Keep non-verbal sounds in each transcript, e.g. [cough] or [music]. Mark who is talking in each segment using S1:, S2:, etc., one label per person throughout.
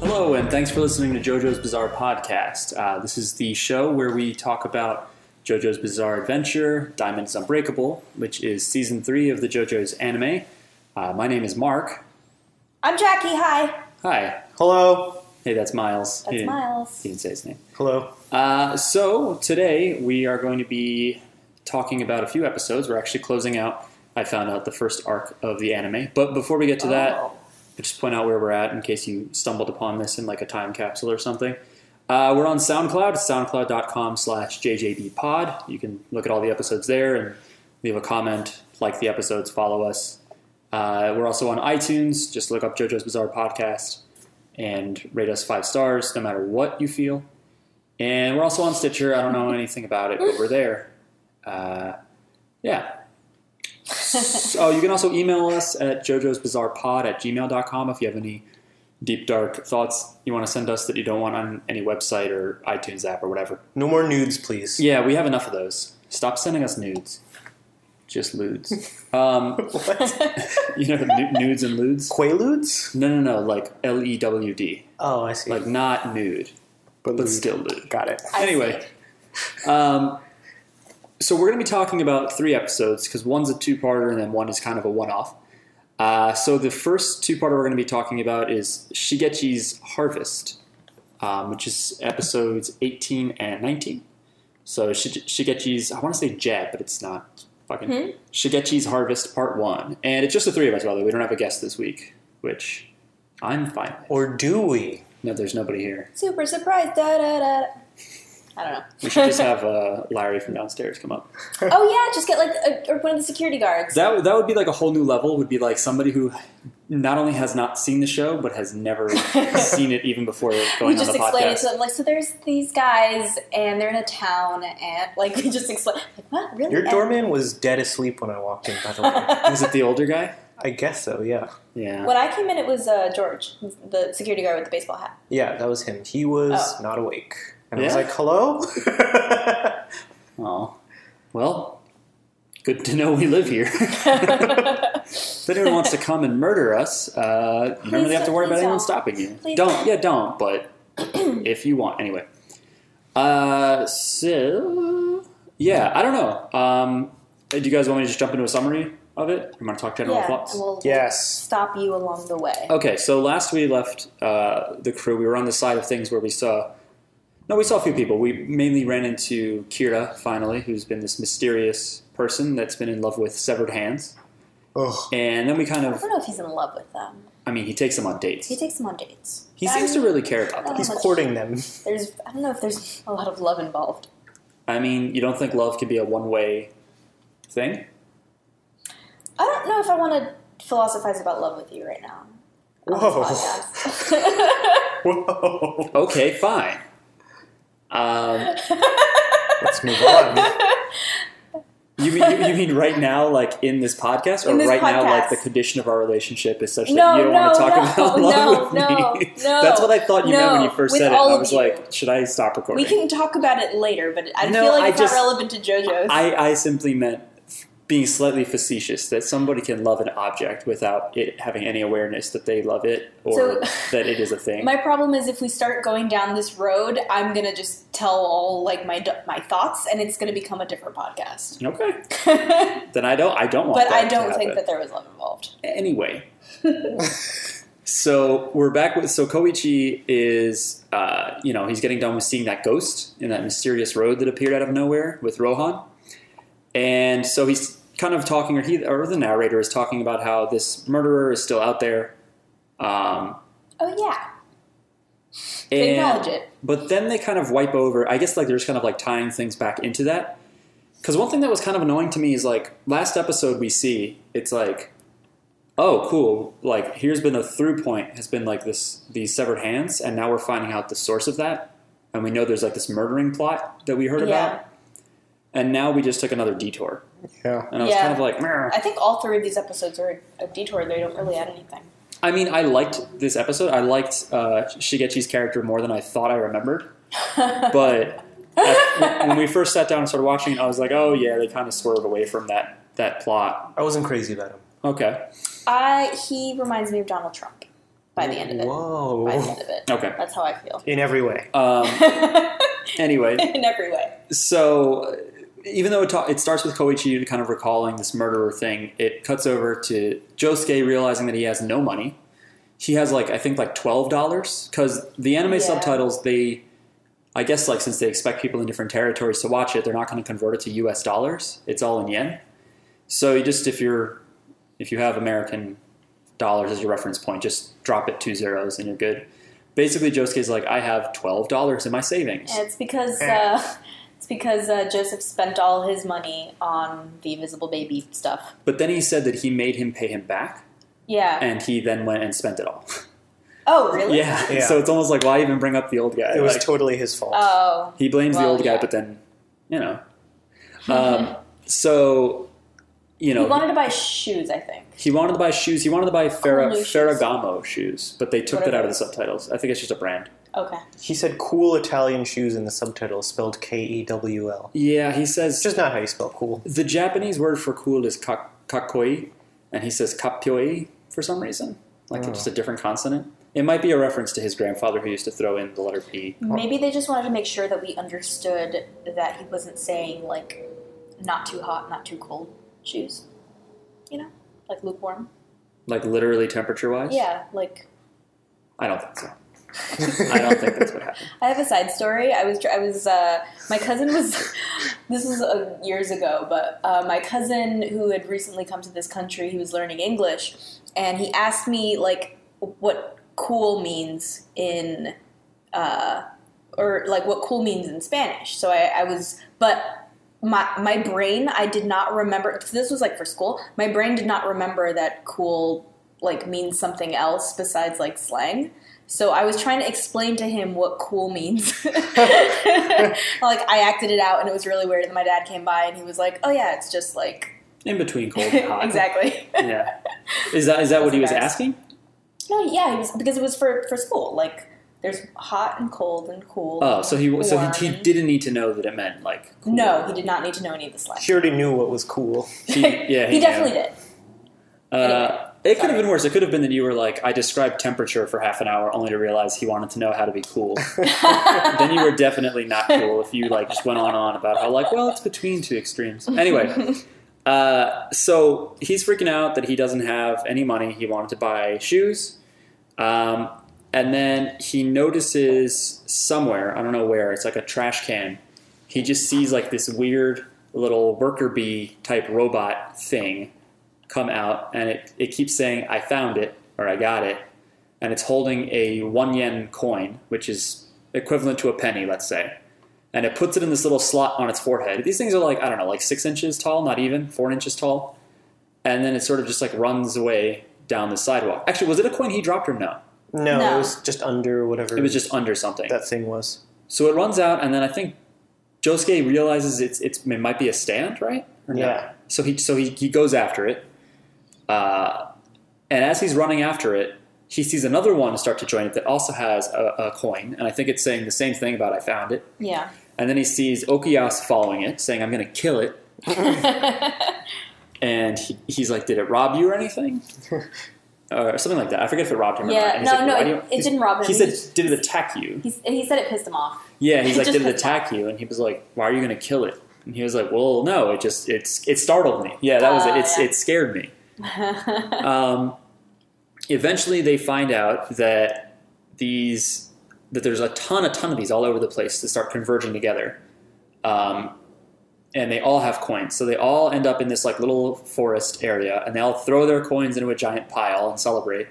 S1: Hello, and thanks for listening to JoJo's Bizarre Podcast. Uh, this is the show where we talk about JoJo's Bizarre Adventure, Diamonds Unbreakable, which is season three of the JoJo's anime. Uh, my name is Mark.
S2: I'm Jackie. Hi.
S1: Hi.
S3: Hello.
S1: Hey, that's Miles.
S2: That's
S1: he didn't,
S2: Miles.
S1: He didn't say his name.
S3: Hello.
S1: Uh, so, today we are going to be talking about a few episodes. We're actually closing out, I found out, the first arc of the anime. But before we get to that,
S2: Oh.
S1: I'll just point out where we're at in case you stumbled upon this in like a time capsule or something. Uh, we're on SoundCloud, It's soundcloud.com slash jjbpod. You can look at all the episodes there and leave a comment, like the episodes, follow us. Uh, we're also on iTunes. Just look up JoJo's Bizarre Podcast and rate us five stars, no matter what you feel. And we're also on Stitcher. I don't know anything about it, but we're there. Uh, yeah. so uh, you can also email us at jojo's bizarre pod at gmail.com if you have any deep dark thoughts you want to send us that you don't want on any website or itunes app or whatever
S3: No more nudes, please.
S1: yeah we have enough of those stop sending us nudes just lewds um,
S3: [laughs] What?
S1: you know nu- nudes and lewds
S3: Quaaludes?
S1: no no no like l-e-w-d
S3: Oh, I see.
S1: like not nude but
S3: lewd.
S1: still lewd
S3: Got it.
S2: I
S1: anyway, um, so we're going to be talking about three episodes because one's a two-parter and then one is kind of a one-off. Uh, so the first two-parter we're going to be talking about is Shigechi's Harvest, um, which is episodes 18 and 19. So Shige- Shigechi's, I want to say Jab, but it's not fucking Shigechi's Harvest Part One, and it's just the three of us. By the way, we don't have a guest this week, which I'm fine. with.
S3: Or
S2: [laughs]
S3: do we?
S1: No, there's nobody here.
S2: Super surprised. Da da da. da. I don't know.
S1: We should
S2: [laughs]
S1: just have uh, Larry from downstairs come up.
S2: oh yeah, just get like a, or one of the security guards.
S1: That would- that would be like a whole new level. Would be like somebody who not only has not seen the show but has
S2: [laughs]
S1: never seen it even before
S2: we
S1: going
S2: just
S1: on the
S2: explained it
S1: podcast.
S2: to them. Like, so there's these guys, and they're in a town, and like [laughs] we just explained. Like, what really?
S3: Your
S2: And- [laughs]
S3: doorman was dead asleep when I walked in, by the way.
S1: Was it the older guy?
S3: I guess so, yeah.
S1: Yeah.
S2: When I came in, it was uh, George, the security guard with the
S1: [laughs]
S2: baseball hat.
S3: Yeah, that was him. He was
S2: Oh.
S3: not awake. And I was
S1: Yeah?
S3: like, hello? [laughs]
S1: Oh, well, good to know we live
S2: [laughs]
S1: here. if anyone wants to come and murder us, uh, you don't
S2: Please
S1: really have to
S2: don't-
S1: worry about
S2: please
S1: anyone
S2: don't.
S1: stopping you.
S2: Please
S1: don't,
S2: don't.
S1: yeah, don't.
S2: [clears throat]
S1: But if you want, anyway. Uh, so yeah, I don't know. Um, do you guys want me to just jump into a summary of it? I'm going to talk general
S2: yeah,
S1: thoughts.
S2: and we'll
S3: yes.
S2: stop you along the way.
S1: Okay, so last we left uh, the crew, we were on the side of things where we saw. No, we saw a few people. We mainly ran into Kira, finally, who's been this mysterious person that's been in love with severed hands.
S3: Ugh.
S1: And then we kind
S2: I
S1: of.
S2: don't know if he's in love with them.
S1: I mean, he takes them on dates.
S2: He takes them on dates.
S1: He seems to really care about them.
S3: He's courting them.
S2: There's, I don't know if there's a lot of love involved.
S1: I mean, you don't think love can be a one way thing?
S2: I don't know if I want to philosophize about love with you right now. on this
S1: Oh.
S3: Whoa.
S1: [laughs]
S2: podcast.
S3: [laughs]
S2: [laughs]
S3: Whoa.
S1: Okay, fine. Um,
S3: Let's move on.
S1: you, mean, you, you mean right now, like in this podcast, or
S2: In this
S1: right now, like
S2: podcast.
S1: the condition of our relationship is such
S2: No,
S1: that you don't
S2: no,
S1: want to talk
S2: no,
S1: about
S2: no,
S1: love
S2: no,
S1: with me? [laughs]
S2: no.
S1: That's what I thought you meant when you
S2: No,
S1: first
S2: with
S1: said it.
S2: all
S1: I
S2: of
S1: was
S2: you.
S1: like, should I stop recording?
S2: we can talk about it later, but I
S1: No,
S2: feel like
S1: I
S2: it's
S1: just-
S2: not relevant to JoJo's.
S1: I, I simply meant being slightly facetious that somebody can love an object without it having any awareness that they love it or
S2: So-
S1: that it is a thing.
S2: [laughs] my problem is if we start going down this road, I'm gonna just tell all like my d- my thoughts, and it's gonna become a different podcast. [laughs]
S1: okay,
S2: but
S1: then I don't. I don't want. that
S2: I
S1: to
S2: don't
S1: happen.
S2: think that there was love involved.
S1: Anyway, so we're back with so Koichi is uh, you know he's getting done with seeing that ghost in that mysterious road that appeared out of nowhere with Rohan, and so he's kind of talking or he or the narrator is talking about how this murderer is still out there. Um,
S2: Oh yeah,
S1: and-
S2: they acknowledge it.
S1: But then they kind of wipe over. I guess like they're just kind of like tying things back into that. Because one thing that was kind of annoying to me is like last episode we see it's like, oh cool, like here's been a through point has been like this these severed hands, and now we're finding out the source of that, and we know there's like this murdering plot that we heard
S2: Yeah.
S1: about, and now we just took another detour,
S3: Yeah.
S1: and I was
S2: Yeah.
S1: kind of like, Meh.
S2: I think all three of these episodes are a detour. They don't really add anything. [laughs]
S1: I mean, I liked this episode. I liked uh, Shigechi's character more than I thought I remembered. but at- when we first sat down and started watching it, I was like, oh, yeah, they kind of swerve away from that, that plot.
S3: I wasn't crazy about him.
S1: Okay.
S2: I he reminds me of Donald Trump. by the end of it. By the
S3: Whoa.
S2: end of it.
S1: Okay.
S2: That's how I
S1: [laughs]
S2: feel.
S3: In every way.
S1: Um, anyway,
S2: In every way.
S1: so uh, even though it, ta- it starts with Koichi kind of recalling this murderer thing, it cuts over to Josuke realizing that he has no money. He has like I think like twelve dollars because the anime
S2: Yeah.
S1: subtitles they, I guess like since they expect people in different territories to watch it, they're not going to convert it to U.S. dollars. It's all in yen. So you just if you're if you have American dollars as your reference point, just drop it two zeros and you're good. Basically, Josuke's like, I have twelve dollars in my savings.
S2: Yeah, it's because
S3: Yeah.
S2: uh, it's because uh, Joseph spent all his money on the Invisible Baby stuff.
S1: But then he said that he made him pay him back,
S2: Yeah.
S1: and he then went and spent it all.
S2: oh, really?
S1: [laughs] yeah.
S3: Yeah.
S1: So it's almost like why even bring up the old guy?
S3: It was
S1: Like,
S3: totally his fault.
S2: Oh.
S1: he blames the
S2: Well,
S1: old guy,
S2: yeah.
S1: but then, you
S2: [laughs]
S1: know. Um, so, you know,
S2: he wanted to buy shoes, I think.
S1: he wanted to buy shoes. He wanted to buy Ferra-
S2: new shoes.
S1: Ferragamo shoes, but they took
S2: What are
S1: that out of the
S2: those?
S1: subtitles. I think it's just a brand.
S2: Okay.
S1: Oh.
S3: He said cool Italian shoes in the subtitle, spelled K E W L.
S1: Yeah, he says
S3: It's just not how you spell cool.
S1: the Japanese word for cool is kak- kakoi, and he says kapioi for some reason, like it's
S3: Oh.
S1: just a different consonant. It might be a reference to his grandfather who used to throw in the letter P.
S2: Maybe they just wanted to make sure that we understood that he wasn't saying like not too hot, not too cold shoes. You know, like lukewarm.
S1: Like literally temperature wise?
S2: Yeah, like
S1: I don't think so. [laughs] I don't think that's what happened.
S2: I have a side story. I was, I was, uh, my cousin was, [laughs] this was uh, years ago, but uh, my cousin who had recently come to this country, he was learning English, and he asked me like what cool means in, uh, or like what cool means in Spanish. So I, I was, but my my brain, I did not remember. 'cause this was like for school. My brain did not remember that cool like means something else besides like slang. So I was trying to explain to him what cool
S1: [laughs]
S2: means. like I acted it out and it was really weird. And my dad came by and he was like, "Oh yeah, it's just like
S1: [laughs] In between cold
S2: [laughs]
S1: and hot. [laughs]
S2: exactly."
S1: Yeah. Is that is that what he was
S2: That's nice.
S1: asking?
S2: no, yeah, he was because it was for for school. Like there's hot and cold and cool.
S1: Oh, so he so
S2: Warm.
S1: he, he didn't need to know that it meant like cool.
S2: no, he did not need to know any of the slang. [laughs]
S3: [laughs] She already knew what was cool.
S1: He- yeah,
S2: he definitely did.
S1: did. Uh, it could have been worse. It could have been that you were like, I described temperature for half an hour only to realize he wanted to know how to be
S2: [laughs]
S1: cool. [laughs] then you were definitely not cool if you like just went on and on about how like well it's between two extremes anyway uh, so he's freaking out that he doesn't have any money he wanted to buy shoes um, and then he notices somewhere i don't know where it's like a trash can he just sees like this weird little worker bee type robot thing come out and it, it keeps saying i found it or i got it and it's holding a one yen coin, which is equivalent to a penny, let's say. And it puts it in this little slot on its forehead. These things are like, I don't know, like six inches tall, not even, four inches tall. And then it sort of just like runs away down the sidewalk. Actually, was it a coin he dropped or no?
S3: No,
S2: No.
S3: it was just under whatever
S1: It was just under something.
S3: that thing was.
S1: So it runs out, and then I think Josuke realizes it's, it's it might be a stand, right? Or no?
S3: Yeah.
S1: So he so he, he goes after it, uh, and as he's running after it, he sees another one start to join it that also has a, a coin, and I think it's saying the same thing about I found it.
S2: [laughs] Yeah.
S1: And then he sees Okias following it, saying I'm going to kill it, and he, he's like, "Did it rob you or anything?" Or something like that. I forget if it robbed him or not.
S2: yeah.
S1: And he's
S2: No,
S1: like,
S2: no,
S1: "Why
S2: it,
S1: do you-"
S2: it didn't rob him.
S1: He said, "Did it attack you?"
S2: He's, he said it pissed him off. [laughs]
S1: Yeah, he's like,
S2: Just
S1: did it
S2: the
S1: attack you? And he was like, why are you going to kill it? And he was like, well, no, it just it's it startled me. Yeah, that was
S2: Oh,
S1: it. It's,
S2: yeah.
S1: It scared me. Um, eventually, they find out that these that there's a ton, a ton of these all over the place that start converging together, um, and they all have coins. So they all end up in this like little forest area, and they all throw their coins into a giant pile and celebrate.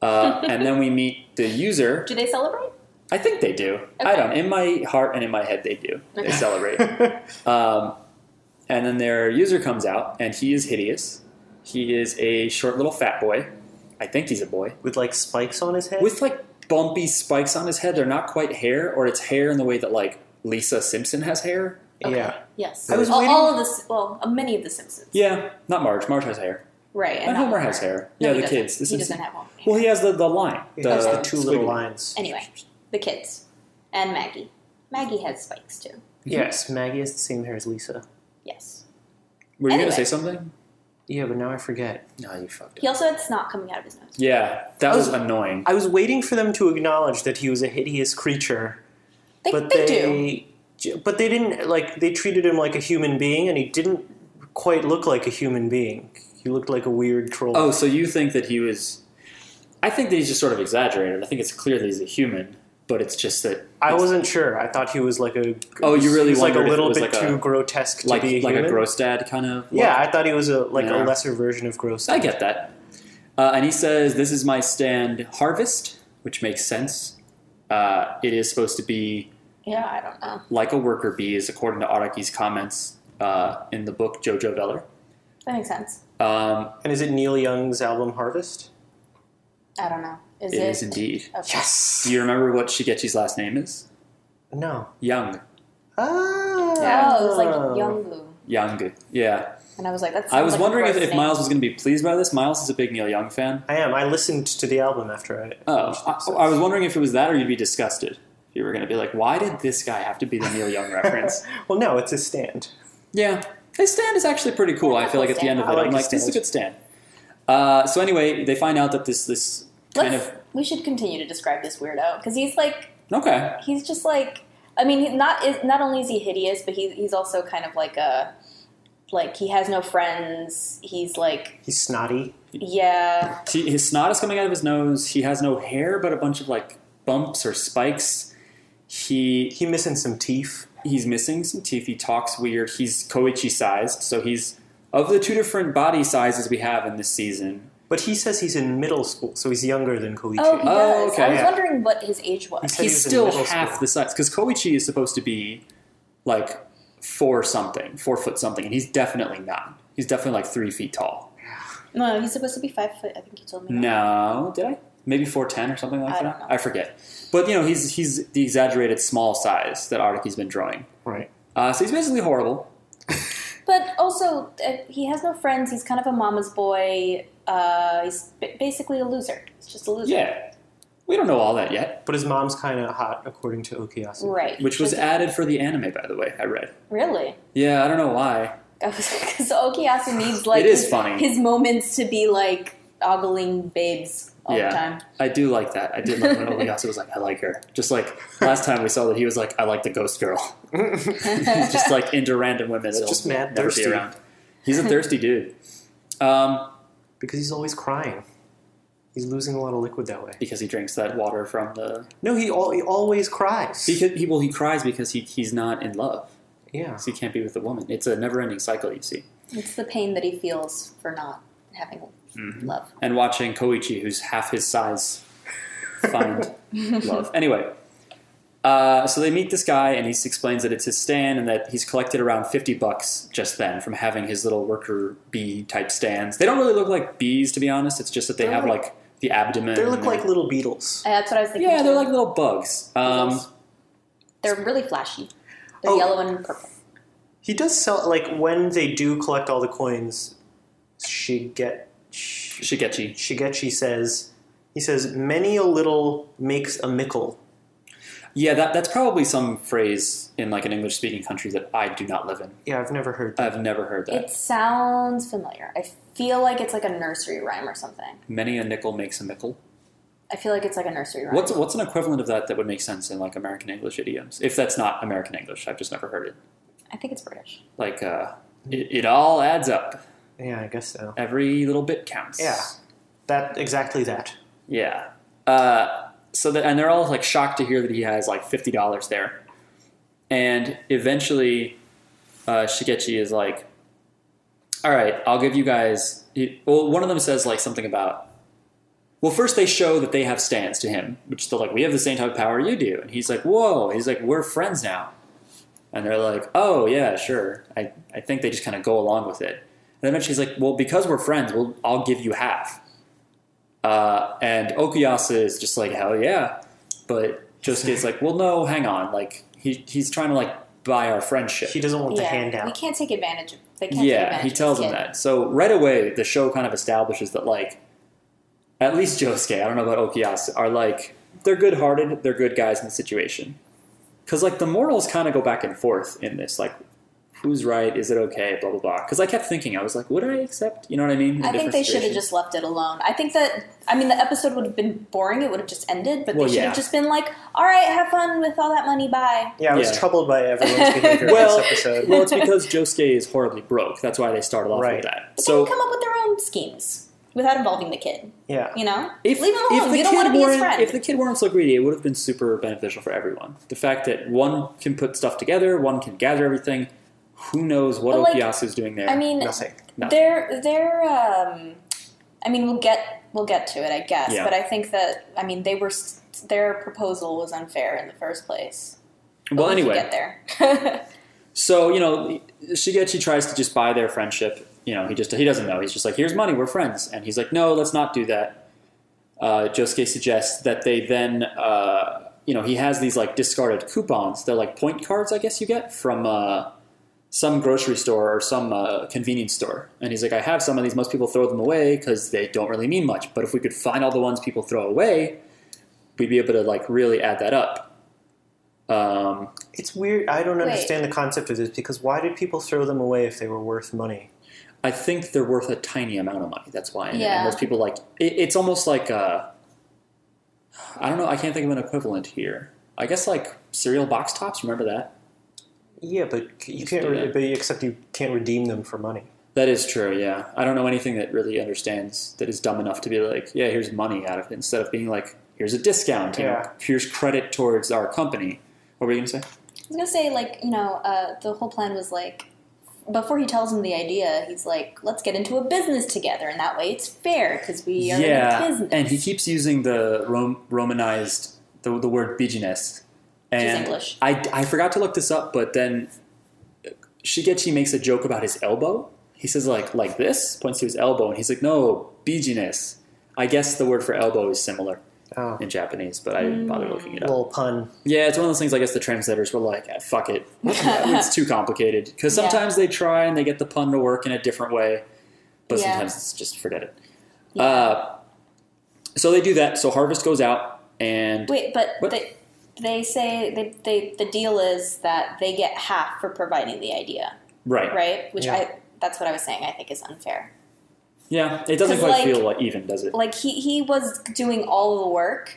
S1: Uh, and then we meet the user
S2: Do they celebrate?
S1: I think they do. I
S2: Okay.
S1: don't. In my heart and in my head, they do. They
S2: [laughs]
S1: celebrate. um, and then their user comes out, and he is hideous. He is a short little fat boy. I think he's a boy
S3: [laughs] with like spikes on his head.
S1: with like bumpy spikes on his head. They're not quite hair, or it's hair in the way that like Lisa Simpson has hair.
S3: Yeah,
S2: Yes.
S3: I was
S2: all,
S3: waiting-
S2: all of this. Well, uh, many of the Simpsons.
S1: Yeah, not Marge. Marge has hair.
S2: Right.
S1: And
S2: not-
S1: Homer has hair.
S2: uh,
S1: yeah,
S2: No, he
S1: the
S2: doesn't.
S1: kids. The
S2: he
S1: Simpson-
S2: doesn't have one.
S1: Well, he has the the line.
S3: it has
S2: the
S3: the two little
S1: squiggly.
S3: lines.
S2: Anyway, the kids and Maggie. Maggie has spikes too.
S3: Yes, Maggie has the same hair as Lisa.
S2: Yes.
S1: Were you
S2: Anyway.
S1: gonna say something?
S3: Yeah, but now I forget.
S1: No, you fucked
S2: He also had snot coming out of his nose.
S1: Yeah, that
S3: I
S1: was
S3: was-
S2: Oh.
S1: annoying.
S3: I was waiting for them to acknowledge that he was a hideous creature,
S2: They,
S3: but
S2: they, do.
S3: j- But they didn't like. They treated him like a human being, and he didn't quite look like a human being. He looked like a weird troll.
S1: Oh, so you think that he was? I think that he's just sort of exaggerated. I think it's clear that he's a human, but it's just that
S3: I wasn't sure. I thought he was like a.
S1: Oh, you really
S3: he was like a
S1: wondered if it
S3: little
S1: was
S3: bit
S1: like a-
S3: too grotesque to
S1: like
S3: be a
S1: like
S3: human.
S1: a Grostad kind of. look.
S3: yeah, I thought he was a like
S1: Yeah.
S3: a lesser version of gross.
S1: I get that. Uh, and he says, "This is my stand, harvest," which makes sense. Uh, it is supposed to be
S2: Yeah, I don't know.
S1: like a worker bee, is according to Araki's comments uh, in the book Jojo Veller.
S2: That makes sense.
S1: Um,
S3: And is it Neil Young's album Harvest?
S2: I don't know. Is
S1: it
S2: it?
S1: is indeed.
S2: Okay.
S3: Yes.
S1: Do you remember what Shigechi's last name is?
S3: No.
S1: Young.
S3: Ah.
S2: Oh, it was like Youngu.
S1: Young. Yeah.
S2: And I was like, that's
S1: I was wondering if, if Miles was going to be pleased by this. Miles is a big Neil Young fan.
S3: I am. I listened to the album after I.
S1: Oh,
S3: finished this.
S1: I, I was wondering if it was that or you'd be disgusted. You were going to be like, why did this guy have to be the Neil Young reference?
S3: [laughs] well, no, it's a stand.
S1: [laughs] yeah. His stand is actually pretty cool. I feel like at the end of it,
S3: I like
S1: I'm
S3: his
S1: like, this is a
S3: stand.
S1: good stand. Uh, so anyway, they find out that this this kind
S3: [laughs]
S2: Let's, we should continue to describe this weirdo because he's like
S1: of okay,
S2: he's just like I mean he- not is- not only is he hideous but he, he's also kind of like a like he has no friends he's like
S3: He's snotty.
S2: yeah
S1: he, his snot is coming out of his nose. He has no hair, but a bunch of like bumps or spikes. He
S3: He missing some teeth.
S1: he's missing some teeth. He talks weird. He's Koichi sized, so he's of the two different body sizes we have in this season.
S3: But he says he's in middle school, so he's younger than Koichi.
S2: oh he
S1: Oh,
S2: does
S1: okay.
S2: I was
S3: Yeah.
S2: wondering what his age was
S3: He's- said he
S1: he's
S3: was in
S1: still
S3: middle
S1: half
S3: school.
S1: the size because Koichi is supposed to be like four something, four foot something, and he's definitely not. He's definitely like three feet tall.
S2: no he's supposed to be five foot I think you told me that.
S1: No, did I? Maybe four ten or something like
S2: I
S1: that.
S2: don't know.
S1: I forget. But you know, he's he's the exaggerated small size that Araki's been drawing.
S3: Right.
S1: Uh, so he's basically horrible.
S2: but also uh, he has no friends he's kind of a mama's boy uh, he's b- basically a loser he's just a loser
S1: Yeah, we don't know all that yet,
S3: But his mom's kind of hot, according to Okuyasu. [laughs]
S2: right
S1: which was
S2: Like,
S1: added for the anime, by the way. I read.
S2: really
S1: Yeah, I don't know why.
S2: [laughs] Because Okuyasu needs like
S1: It is
S2: his,
S1: funny.
S2: his moments to be like ogling babes all
S1: Yeah.
S2: the time. [laughs]
S1: I do like that. I did like when Oyasu was like, I like her. Just like last time we saw that he was like, I like the ghost girl. [laughs] He's [laughs] just like into random women. that
S3: just
S1: he'll
S3: mad
S1: never be
S3: thirsty.
S1: around. He's a thirsty dude. Um,
S3: Because he's always crying. He's losing a lot of liquid that way.
S1: because he drinks that water from the.
S3: No, he, al- he always cries.
S1: Because he well, he cries because he, he's not in love.
S3: yeah.
S1: So he can't be with a woman. It's a never-ending cycle, you see.
S2: It's the pain that he feels for not having
S3: Mm-hmm.
S2: love.
S1: And watching Koichi, who's half his size, find [laughs]
S2: [laughs]
S1: love. [laughs] Anyway, uh, so they meet this guy, and he explains that it's his stand and that he's collected around 50 bucks just then from having his little worker bee type stands. They don't really look like bees, to be honest. It's just that they
S3: They're
S1: have
S3: like-
S1: like the abdomen.
S3: [laughs] They look
S1: and-
S3: like little beetles.
S2: Uh, that's what I was thinking.
S1: yeah, they're
S2: too.
S1: like little bugs. Um,
S2: Beetles. they're really flashy. They're
S3: Oh.
S2: yellow and purple.
S3: He does sell, like, when they do collect all the coins, Shiget, Sh-
S1: Shigechi.
S3: Shigechi says, he says, many a little makes a mickle.
S1: Yeah, that, that's probably some phrase in like an English-speaking country that I do not live in.
S3: Yeah, I've never heard that.
S1: I've never heard that.
S2: It sounds familiar. I feel like it's like a nursery rhyme or something.
S1: Many a nickel makes a nickel.
S2: I feel like it's like a nursery rhyme.
S1: What's what's an equivalent of that that would make sense in like American English idioms? If that's not American English, I've just never heard it.
S2: I think it's British.
S1: Like uh, it, it all adds up.
S3: Yeah, I guess so.
S1: Every little bit counts.
S3: Yeah. That, exactly that.
S1: Yeah. Uh, so that and they're all like shocked to hear that he has like fifty dollars there, and eventually, uh, Shigechi is like, "All right, I'll give you guys." He, well, one of them says like something about. Well, first they show that they have stands to him, which they're like, "We have the same type of power you do," and he's like, "Whoa!" He's like, "We're friends now," and they're like, "Oh yeah, sure." I, I think they just kind of go along with it, and then eventually he's like, "Well, because we're friends, we'll I'll give you half." Uh, and Okuyasu is just like, hell yeah. But Josuke's like, well, no, hang on. Like, he, he's trying to, like, buy our friendship.
S3: He doesn't want
S2: yeah,
S3: the
S2: we
S3: handout.
S2: can't take advantage of. They can't take
S1: yeah,
S2: advantage
S1: he
S2: of
S1: tells
S2: this
S1: him
S2: kid.
S1: that. So right away, the show kind of establishes that, like, at least Josuke, I don't know about Okuyasu, are, like, they're good-hearted, they're good guys in the situation. Because, like, the morals kind of go back and forth in this. Like, who's right? Is it okay? Blah blah blah. Because I kept thinking, I was like, would I accept? You know what I mean? In
S2: I think
S1: different
S2: they should have
S1: situations.
S2: just left it alone. I think that I mean the episode would have been boring. It would have just ended, but
S1: Well,
S2: they should
S1: yeah.
S2: have just been like, "All right, have fun with all that money. Bye."
S3: Yeah, I was
S1: Yeah.
S3: troubled by
S1: [laughs]
S3: everyone's behavior
S1: Well-
S3: in this
S2: [laughs]
S3: episode.
S1: well, it's because Josuke is horribly broke. That's why they started off
S3: Right.
S1: with that.
S2: But
S1: So
S2: they come up with their own schemes without involving the kid.
S3: Yeah.
S2: You know,
S1: if,
S2: leave him
S1: if
S2: alone.
S1: the
S2: you don't
S1: kid
S2: want to be his
S1: weren't-
S2: friend.
S1: If the kid weren't so greedy, it would have been super beneficial for everyone. The fact that one can put stuff together, one can gather everything. Who knows what
S2: But, like,
S1: Okuyasu is doing there?
S2: I mean,
S3: Nothing.
S1: Nothing.
S2: they're they're. Um, I mean, we'll get we'll get to it, I guess.
S1: Yeah.
S2: But I think that I mean they were s- their proposal was unfair in the first place. But
S1: well,
S2: we can
S1: anyway,
S2: get there. [laughs]
S1: So you know, Shigechi tries to just buy their friendship. You know, he just he doesn't know. He's just like, "Here's money, we're friends," and he's like, "No, let's not do that." Uh, Josuke suggests that they then, uh, you know, he has these like discarded coupons. They're like point cards, I guess you get from uh, some grocery store or some uh, convenience store. And he's like, "I have some of these. Most people throw them away because they don't really mean much. But if we could find all the ones people throw away, we'd be able to like really add that up." Um,
S3: It's weird. I don't
S2: Wait.
S3: understand the concept of this because why did people throw them away if they were worth money?
S1: I think they're worth a tiny amount of money. That's why. And,
S2: Yeah.
S1: and most people like it, it's almost like uh, I don't know. I can't think of an equivalent here. I guess like cereal box tops. Remember that?
S3: Yeah, but you
S1: Just
S3: can't.
S1: do
S3: Re-
S1: that.
S3: but except you can't redeem them for money.
S1: That is true. Yeah. I don't know anything that really understands that is dumb enough to be like, yeah, here's money out of it instead of being like, here's a discount. you know,
S3: Yeah.
S1: here's credit towards our company. What were you gonna say?
S2: I was gonna say, like, you know, uh, the whole plan was like, before he tells him the idea, he's like, "Let's get into a business together, and that way it's fair because we are in a
S1: yeah.
S2: business."
S1: And he keeps using the Rom- Romanized the, the word business.
S2: Which is
S1: And
S2: English.
S1: I, I forgot to look this up, but then Shigechi makes a joke about his elbow. He says like like this, points to his elbow, and he's like, "No, bijiness." I guess the word for elbow is similar
S3: Oh,
S1: in Japanese, but I
S2: Mm.
S1: didn't bother looking it up.
S3: little pun.
S1: Yeah, it's one of those things. I guess the translators were like, "Ah, "Fuck
S2: [laughs]
S1: it, it's too complicated." Because
S2: Yeah.
S1: sometimes they try and they get the pun to work in a different way, but
S2: Yeah.
S1: sometimes it's just forget it.
S2: Yeah.
S1: Uh, so they do that. So harvest goes out, and
S2: Wait, but
S1: What?
S2: they they say they, they the deal is that they get half for providing the idea,
S1: right,
S2: right? Which
S3: Yeah.
S2: I that's what I was saying. I think is unfair.
S1: yeah, it doesn't
S2: 'Cause,
S1: quite
S2: like-
S1: feel like even, does it?
S2: Like he he was doing all the work.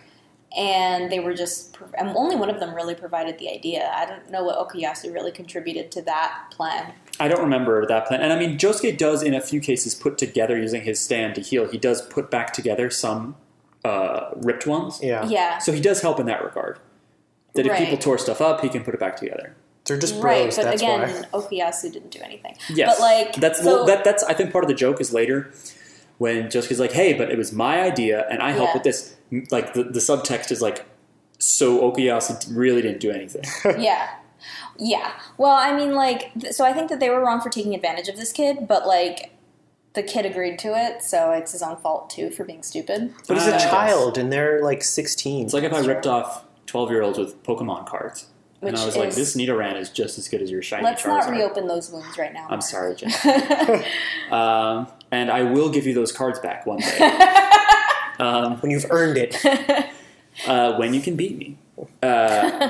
S2: And they were just, pro- and only one of them really provided the idea. I don't know what Okuyasu really contributed to that plan.
S1: I don't remember that plan. And I mean, Josuke does, in a few cases, put together using his stand to heal. He does put back together some uh, ripped ones.
S3: Yeah,
S2: Yeah.
S1: So he does help in that regard. That if
S2: Right.
S1: people tore stuff up, he can put it back together.
S3: they're just
S2: right,
S3: bros.
S2: but [laughs]
S3: that's
S2: again, Okuyasu didn't do anything.
S1: Yes.
S2: But like
S1: that's
S2: so,
S1: well, that that's I think part of the joke is later when Josuke's like, "Hey, but it was my idea, and I help
S2: Yeah.
S1: with this." M- Like the, the subtext is like, "So Okuyasu d- really didn't do anything."
S3: why.
S2: yeah. Yeah. Well, I mean like th- so I think that they were wrong for taking advantage of this kid, but like the kid agreed to it, so it's his own fault too for being stupid.
S3: but he's
S1: Uh,
S3: a child, and they're like sixteen.
S1: It's like if I
S2: That's
S1: ripped off twelve year olds with Pokemon cards, and
S2: Which
S1: I was like,
S2: is-
S1: "This Nidoran is just as good as your shiny."
S2: Let's
S1: Charizard."
S2: not reopen those wounds right now.
S1: I'm sorry, Jen.
S2: sorry.
S1: Um, and I will give you those cards back one
S2: [laughs]
S1: day um,
S3: when you've earned it.
S1: uh, when you can beat me. Uh,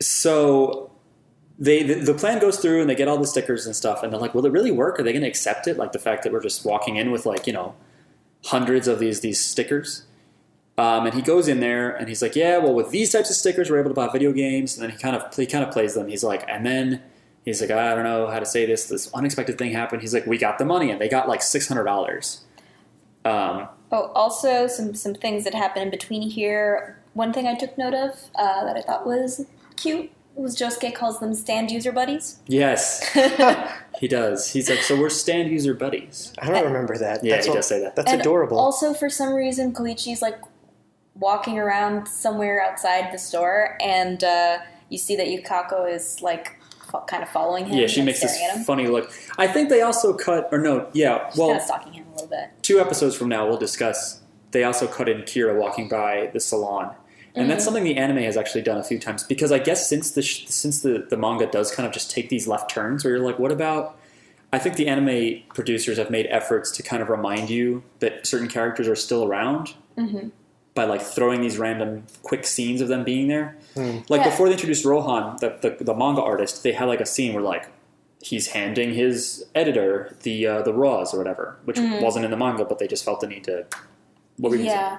S1: so they the, the plan goes through and they get all the stickers and stuff, and they're like, "Will it really work? Are they going to accept it? Like the fact that we're just walking in with like you know hundreds of these these stickers." Um, and he goes in there and he's like, "Yeah, well, with these types of stickers, we're able to buy video games." And then he kind of he kind of plays them. He's like, and then. He's like, I don't know how to say this. This unexpected thing happened. He's like, we got the money, and they got like six hundred dollars. Um,
S2: [laughs] Oh, also some some things that happened in between here. One thing I took note of uh, that I thought was cute was Josuke calls them stand user buddies. [laughs]
S1: yes,
S3: I
S1: He does. He's like, so we're stand user buddies.
S2: [laughs]
S3: don't remember that.
S1: Yeah,
S3: that's
S1: he
S3: all-
S1: does say that.
S3: That's
S2: And
S3: adorable.
S2: Also, for some reason, Koichi's like walking around somewhere outside the store, and uh, you see that Yukako is like fo- kind of following him.
S1: Yeah, she
S2: and
S1: makes this
S2: staring at him.
S1: funny look. I think they also cut, or no, yeah,
S2: She's kind of
S1: well,
S2: stalking him a little bit.
S1: two episodes from now, we'll discuss. They also cut in Kira walking by the salon. And
S2: Mm-hmm.
S1: that's something the anime has actually done a few times because I guess since the sh- since the, the manga does kind of just take these left turns where you're like, what about? I think the anime producers have made efforts to kind of remind you that certain characters are still around
S2: Mhm.
S1: by like throwing these random quick scenes of them being there.
S3: Hmm.
S1: Like
S2: Yeah.
S1: before they introduced Rohan, the, the the manga artist, they had like a scene where like he's handing his editor the uh, the raws or whatever, which
S2: Mhm.
S1: wasn't in the manga, but they just felt the need to. What were you gonna say?
S2: yeah.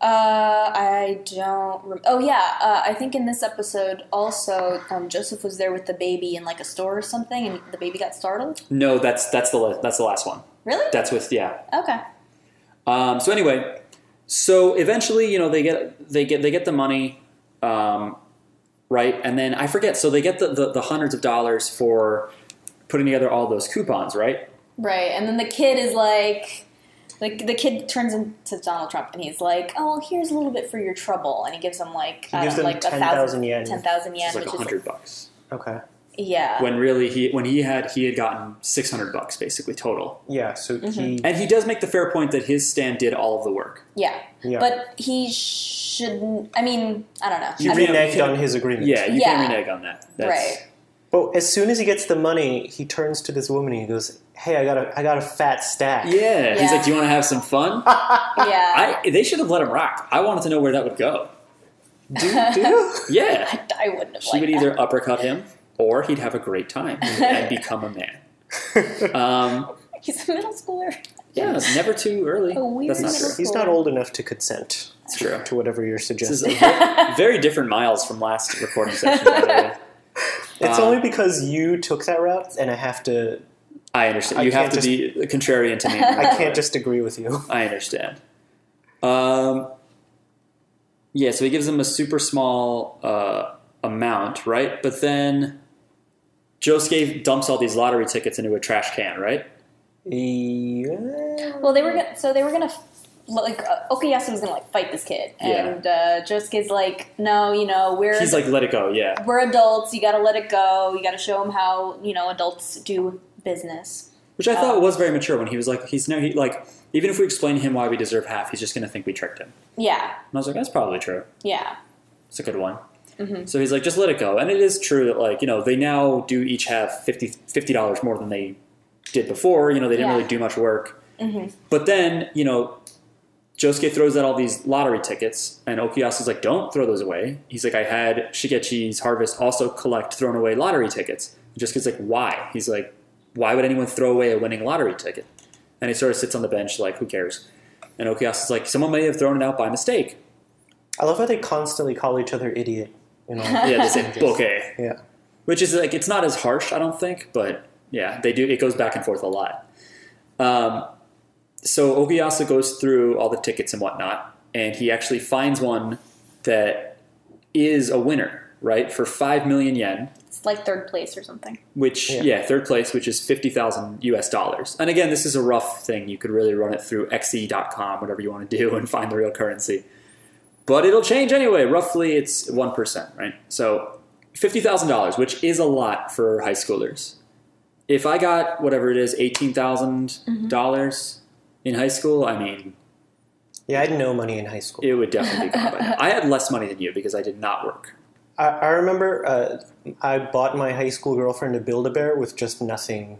S2: Uh, I don't. Rem- oh yeah, uh, I think in this episode also um, Joseph was there with the baby in like a store or something, and the baby got startled.
S1: No, that's that's the la- that's the last one.
S2: Really?
S1: That's with yeah.
S2: Okay.
S1: Um, so anyway, so eventually, you know, they get they get they get the money, um, right? And then I forget. So they get the, the the hundreds of dollars for putting together all those coupons, right?
S2: Right, and then the kid is like, like the kid turns into Donald Trump, and he's like, "Oh, well, here's a little bit for your trouble," and he gives him like,
S3: He
S2: I
S3: gives
S2: don't know,
S3: them
S2: like
S3: 10,000 yen.
S2: ten thousand yen,
S1: It's like
S2: which
S1: a
S2: is uh,
S1: hundred bucks.
S3: Okay.
S2: yeah,
S1: When really he when he had he had gotten six hundred bucks basically total,
S3: Yeah. So
S2: Mm-hmm.
S3: he.
S1: and he does make the fair point that his stand did all of the work.
S2: yeah.
S3: Yeah.
S2: But he shouldn't. I mean, I don't know.
S3: he
S2: I mean,
S3: reneged on his agreement.
S1: Yeah, you
S2: Yeah.
S1: can't renege on that. That's,
S2: Right.
S3: But as soon as he gets the money, he turns to this woman and he goes, "Hey, I got a, I got a fat stack."
S1: Yeah. he's
S2: Yeah.
S1: like, "Do you want to have some
S2: [laughs]
S1: fun?"
S2: yeah,
S1: I they should have let him rock. I wanted to know where that would go.
S3: [laughs] Do, do you?
S1: Yeah,
S2: I, [laughs] I wouldn't have.
S1: She
S2: liked
S1: would
S2: that.
S1: either uppercut him or he'd have a great
S2: [laughs]
S1: time and become a man. [laughs] Um,
S2: [laughs] He's a middle schooler.
S1: yeah, it's never too early.
S2: A weird
S1: That's not
S2: middle
S1: true.
S3: He's not old enough to consent
S1: It's true.
S3: to whatever you're
S1: This is
S2: [laughs]
S3: suggesting.
S1: a ve- very different miles from last recording session. By the
S2: [laughs]
S1: way.
S3: it's
S1: uh,
S3: only because you took that route, and I have to.
S1: I understand.
S3: I
S1: You have
S3: can't
S1: to be contrarian to me.
S3: I
S2: [laughs]
S3: can't just agree with you.
S1: I understand. Um, yeah, so he gives him a super small uh, amount, right? But then Josuke dumps all these lottery tickets into a trash can, right?
S3: Yeah.
S2: Well, they were gonna, so they were gonna like uh, Okuyasu was gonna like fight this kid,
S1: Yeah.
S2: and uh, Josuke's like, no, you know, we're
S1: He's like, let it go, yeah.
S2: we're adults. You got to let it go. You got to show them how you know adults do business.
S1: Which I
S2: Oh.
S1: thought was very mature when he was like, he's no, he like, even if we explain to him why we deserve half, he's just going to think we tricked him.
S2: Yeah,
S1: And I was like, that's probably true.
S2: yeah,
S1: It's a good one.
S2: Mhm.
S1: So he's like, just let it go. And it is true that, like, you know, they now do each have 50 $50 more than they did before. You know, they didn't
S2: Yeah.
S1: really do much work.
S2: hmm
S1: But then, you know, Josuke throws out all these lottery tickets, and Okuyasu's like, don't throw those away. He's like, I had Shigechi's Harvest also collect thrown away lottery tickets. Josuke's like, why? He's like, why would anyone throw away a winning lottery ticket? And he sort of sits on the bench, like, who cares? And Okuyasu's like, someone may have thrown it out by mistake.
S3: I love how they constantly call each other idiot. You know.
S1: [laughs] Yeah, they say, bokeh.
S3: yeah.
S1: Which is like, it's not as harsh, I don't think, but yeah, they do, it goes back and forth a lot. Um, so Okuyasu goes through all the tickets and whatnot, and he actually finds one that is a winner, right, for five million yen,
S2: It's like third place or something. [laughs]
S1: which yeah,
S3: Yeah.
S1: third place, which is fifty thousand US dollars. And again, this is a rough thing. You could really run it through xe.com, whatever you want to do, [laughs] and find the real currency. But it'll change anyway. Roughly, it's one percent, right? So fifty thousand dollars, which is a lot for high schoolers. If I got whatever it is, eighteen dollars in high school, I mean,
S3: Yeah, I had no money in high school.
S1: it would definitely be gone by now. I had less money than you because I did not work.
S3: I, I remember uh, I bought my high school girlfriend a Build a Bear with just nothing,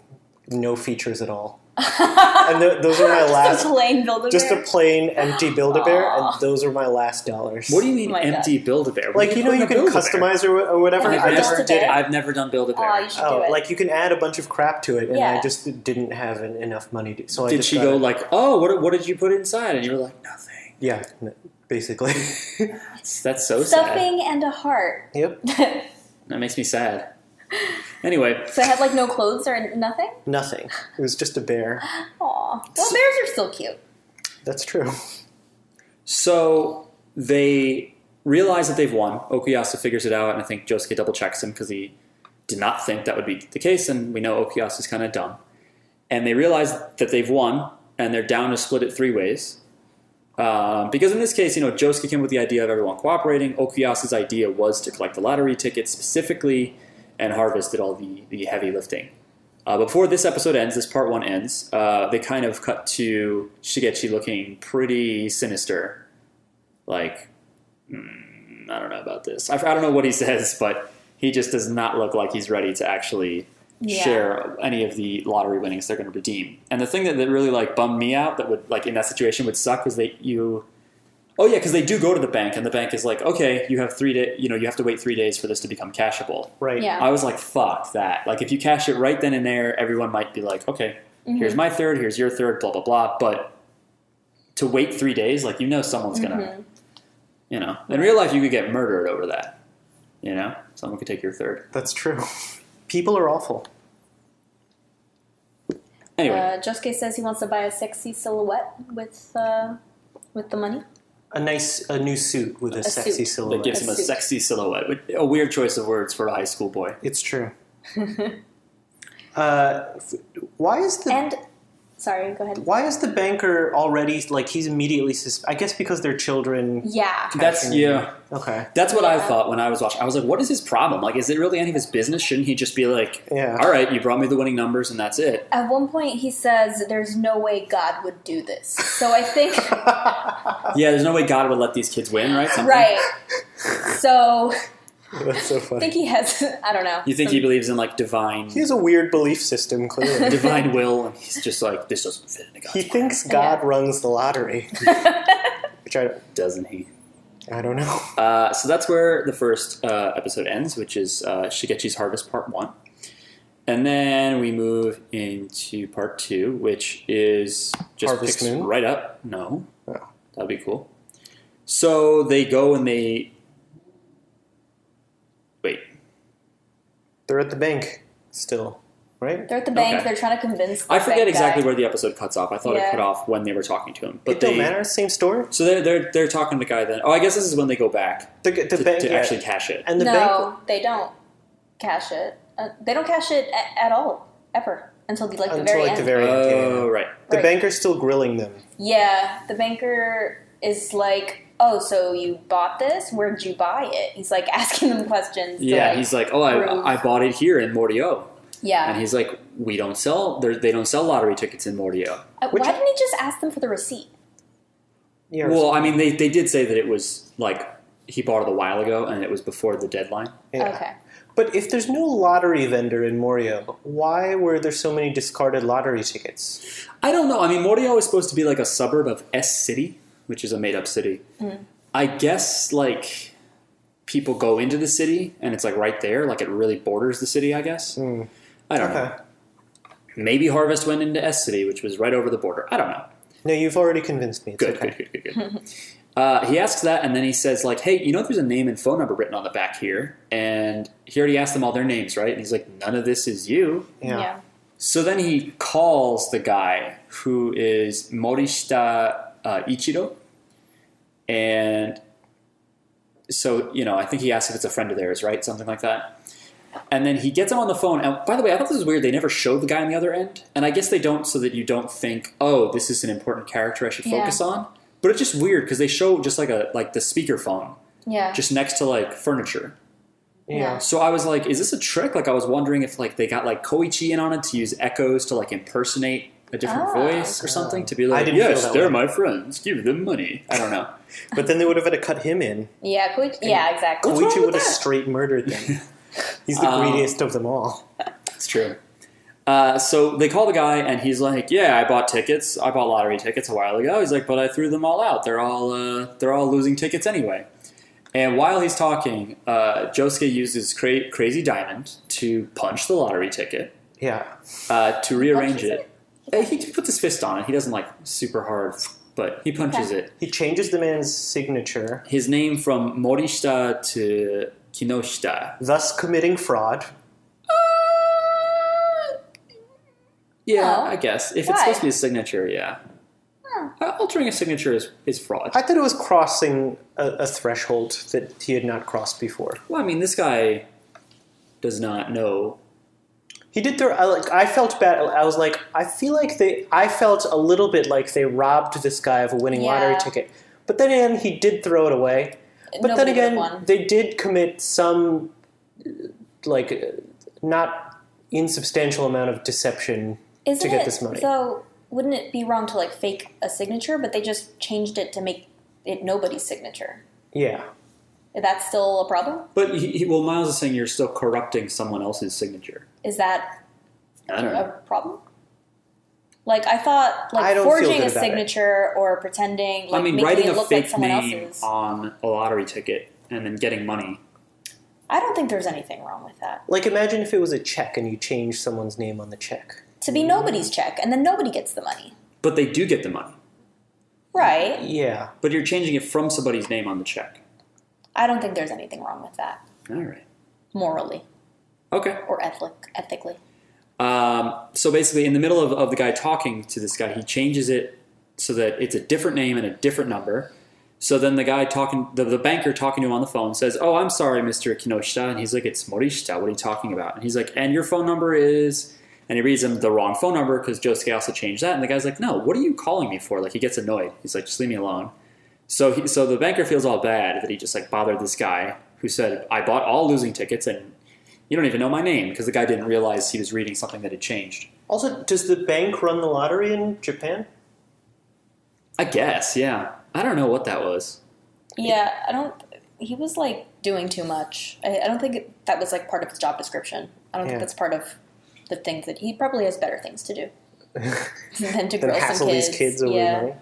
S3: no features at all. and th- those
S1: [laughs]
S3: were my
S2: Just
S3: last.
S2: a plain building.
S3: Just a plain empty Build a Bear,
S2: Aw.
S3: and those were my last dollars.
S1: What do you mean
S2: My God.
S1: empty Build-A-Bear? What
S3: like
S1: do
S3: you know
S1: put in
S3: you
S1: a
S3: can
S1: Build-A-Bear?
S3: customer or whatever.
S2: Yeah,
S3: I
S1: I've
S2: Build-A-Bear.
S1: never
S2: Build-A-Bear.
S3: never
S1: did.
S3: did.
S1: I've never done Build-A-Bear.
S2: you should
S3: Oh,
S2: do it.
S3: like you can add a bunch of crap to it, and
S2: Yeah.
S3: I just didn't have en- enough money. To, so I
S1: did
S3: just
S1: she
S3: got
S1: go
S3: it.
S1: like, "Oh, what, what did you put inside?" And you were like, "Nothing."
S3: Yeah, n- basically. [laughs]
S1: That's so sad.
S2: stuffing and a heart. [laughs]
S3: yep.
S2: so
S1: That makes me sad. Anyway,
S2: it had like no clothes or nothing.
S3: Nothing. It was just a bear.
S2: Aw, well, bears are still cute.
S3: That's true.
S1: so they realize that they've won. Okuyasu figures it out, and I think Josuke double checks him because he did not think that would be the case, and we know Okuyasu's kind of dumb. And they realize that they've won, and they're down to split it three ways. Um, because in this case, you know, Josuke came with the idea of everyone cooperating. Okuyasu's idea was to collect the lottery tickets specifically, and Harvest did all the, the heavy lifting. Uh, before this episode ends, this part one ends, uh, they kind of cut to Shigechi looking pretty sinister. Like, "Hmm, I don't know about this. I, I don't know what he [laughs] says, but he just does not look like he's ready to actually
S2: Yeah.
S1: share any of the lottery winnings they're going to redeem. And the thing that, that really like bummed me out that would like in that situation would suck is that you Oh yeah, because they do go to the bank, and the bank is like, okay, you have three day, you know, you have to wait three days for this to become cashable.
S3: Right.
S2: Yeah.
S1: I was like, fuck that. Like, if you cash it right then and there, everyone might be like, okay,
S2: Mm-hmm.
S1: here's my third, here's your third, blah blah blah. But to wait three days, like, you know, someone's gonna,
S2: Mm-hmm.
S1: you know, in real life, you could get murdered over that. You know, someone could take your third.
S3: That's true. People are awful.
S1: Anyway,
S2: Uh, Josuke says he wants to buy a sexy silhouette with uh, with the money.
S3: A nice a new suit with a,
S2: A
S3: sexy
S2: suit.
S1: that
S3: silhouette.
S1: gives him a
S2: suit.
S1: sexy silhouette. which- A weird choice of words for a high school boy.
S2: [laughs]
S3: It's true. uh, f- why is the
S2: And sorry, go ahead.
S3: why is the banker already like he's immediately sus- I guess because they're children.
S2: Yeah.
S1: That's
S3: Cashing in.
S1: yeah.
S3: Okay.
S1: That's what I
S2: Yeah.
S1: thought when I was watching. I was like, what is his problem? Like, is it really any of his business? Shouldn't he just be like,
S3: Yeah.
S1: all right, you brought me the winning numbers and that's it?
S2: At one point, he says, "There's no way God would do this." So I think,
S3: [laughs]
S1: Yeah, there's no way God would let these kids win,
S2: [laughs]
S1: right? Something.
S2: Oh.
S1: [laughs]
S2: right. So
S3: That's so
S2: I think
S3: funny.
S2: he has. I don't know.
S1: You think he believes in like divine,
S3: [laughs] He has a weird belief system.
S2: [laughs]
S3: Clearly,
S1: divine will, and he's just like, this doesn't fit into God's
S3: he
S1: plan,
S3: thinks God
S2: Yeah.
S3: runs the lottery, which I
S1: doesn't he?
S3: I don't know.
S1: Uh, so that's where the first uh, episode ends, which is uh, Shigechi's Harvest Part 1. And then we move into Part 2, which is just
S3: Harvest
S1: picks
S3: Moon?
S1: right up. No.
S3: Oh.
S1: That'd be cool. So they go and they. Wait.
S3: They're at the bank still,
S2: [laughs]
S3: right?
S2: They're at the bank.
S1: Okay.
S2: They're trying to convince. The
S1: I forget
S2: bank
S1: exactly
S2: guy.
S1: where the episode cuts off. I thought it
S2: Yeah.
S1: cut off when they were talking to him. But
S3: it
S1: they.
S3: don't matter. Same story.
S1: So they're, they're, they're talking to the guy then. Oh, I guess this is when they go back
S3: The, the
S1: to,
S3: bank
S1: to
S3: yeah.
S1: actually cash it.
S3: and the bank
S2: no, they don't cash it. Uh, they don't cash it a- at all ever until the, like the
S3: until
S2: very
S3: like
S2: end.
S3: the very end. yeah.
S1: Oh, right.
S3: The
S2: Right.
S3: banker's still grilling them.
S2: yeah, the banker is like, "Oh, so you bought this? Where'd you buy it?" He's like [laughs] asking them questions. to,
S1: Yeah,
S2: like-
S1: he's like, oh,
S2: prove-
S1: I, I bought it here in Mordio.
S2: yeah.
S1: And he's like, we don't sell, there- they don't sell lottery tickets in Mordio.
S2: Uh,
S3: Which-
S2: Why didn't he just ask them for the receipt?
S3: Yeah, or
S1: Well, I mean, they, they did say that it was like, he bought it a while ago and it was before the deadline.
S3: something, yeah.
S2: Okay.
S3: But if there's no lottery vendor in Morio, why were there so many discarded lottery tickets?
S1: I don't know. I mean, Mordio is supposed to be like a suburb of S City, which is a made up city. I guess like people go into the city and it's like right there, like it really borders the city, I guess. I don't know.
S3: Okay.
S1: Maybe Harvest went into S City, which was right over the border. I don't know.
S3: No, you've already convinced me. It's
S1: Good,
S3: okay.
S1: good, good, good, good. uh, he asks that, and then he says, like, hey, you know, there's a name and phone number written on the back here, and he already asked them all their names, right? And he's like, none of this is you.
S3: Yeah.
S1: So then he calls the guy who is Morishita uh, Ichiro, and so you know, I think he asks if it's a friend of theirs, right? Something like that. And then he gets him on the phone. And by the way, I thought this was weird. They never show the guy on the other end, and I guess they don't so that you don't think, oh, this is an important character I should
S2: Yeah.
S1: focus on. But it's just weird because they show just like a like the speakerphone
S2: Yeah.
S1: just next to like furniture.
S3: Yeah.
S2: Yeah.
S1: So I was like, is this a trick? Like I was wondering if like they got like Koichi in on it to use echoes to like impersonate a different
S2: Ah.
S1: voice or something to be
S3: I
S1: like,
S3: didn't feel
S1: yes,
S3: that
S1: they're
S3: way.
S1: my friends, give them money. I
S3: [laughs]
S1: don't know.
S3: But then they would have had to cut him in.
S2: yeah. Koichi, yeah. Exactly.
S1: What's wrong
S3: Koichi
S1: with
S3: would have
S1: that?
S3: straight
S1: [laughs]
S3: murdered them. He's the
S1: Um,
S3: greediest of them all.
S1: It's true. Uh, so they call the guy and he's like, yeah, I bought tickets. I bought lottery tickets a while ago. He's like, but I threw them all out. They're all uh, they're all losing tickets anyway. And while he's talking, uh, Josuke uses cra- Crazy Diamond to punch the lottery ticket.
S3: Yeah.
S1: uh, to rearrange
S2: punches
S1: it. Uh, He puts his fist on it. He doesn't like super hard, but he punches it.
S3: He changes the man's signature,
S1: His name from Morishita to Kinoshita.
S3: thus committing fraud.
S1: Yeah,
S2: Oh.
S1: I guess if
S2: Why?
S1: it's supposed to be a signature, yeah.
S2: Hmm.
S1: Uh, altering a signature is, is fraud.
S3: I thought it was crossing a, a threshold that he had not crossed before.
S1: well, I mean, this guy does not know.
S3: He did throw. I like. I felt bad. I was like. I feel like they. I felt a little bit like they robbed this guy of a winning lottery
S2: Yeah.
S3: ticket. But then again, he did throw it away. But then
S2: Nobody would've
S3: again,
S2: won.
S3: they did commit some, uh, like, uh, not insubstantial amount of deception
S2: Isn't
S3: to get
S2: it,
S3: this money.
S2: So wouldn't it be wrong to like fake a signature? But they just changed it to make it nobody's signature.
S3: yeah.
S2: That's still a problem.
S1: But he, he, well, Miles is saying you're still corrupting someone else's signature.
S2: Is that
S1: I don't
S2: a
S1: know.
S2: problem? Like I thought,
S3: I
S2: like
S3: don't feel
S2: forging
S3: good
S2: a
S3: about it.
S2: signature or pretending, like
S1: I mean,
S2: making
S1: writing
S2: it
S1: a
S2: look like
S1: fake
S2: someone
S1: name
S2: else's.
S1: on a lottery ticket and then getting money.
S2: I don't think there's anything wrong with that.
S3: Like, imagine if it was a check and you change someone's name on the check.
S2: To be nobody's check, and then nobody gets the money,
S1: But they do get the money.
S2: right?
S3: Yeah.
S1: But you're changing it from somebody's name on the check.
S2: I don't think there's anything wrong with that
S1: All right.
S2: morally
S1: Okay.
S2: or ethic, ethically.
S1: Um, so basically, in the middle of, of the guy talking to this guy, he changes it so that it's a different name and a different number. So then the guy talking, the, the banker talking to him on the phone says, Oh, I'm sorry, Mr. Kinoshita. And he's like, It's Morishita. What are you talking about? And he's like, And your phone number is. And he reads him the wrong phone number because Josuke also changed that. And the guy's like, No, what are you calling me for? Like, he gets annoyed. He's like, Just leave me alone. So, he, so the banker feels all bad that he just like bothered this guy who said, I bought all losing tickets and you don't even know my name because the guy didn't realize he was reading something that had changed.
S3: Also, does the bank run the lottery in
S2: [laughs]
S3: Japan?
S1: I guess, yeah. I don't know what that was.
S2: Yeah, I don't. He was like doing too much. I, I don't think it, that was like part of his job description. I don't
S3: Yeah.
S2: think that's part of the things that he probably has better things to do [laughs] than to
S3: Then
S2: grill
S3: hassle
S2: some kids.
S3: these kids over
S2: yeah.
S3: money.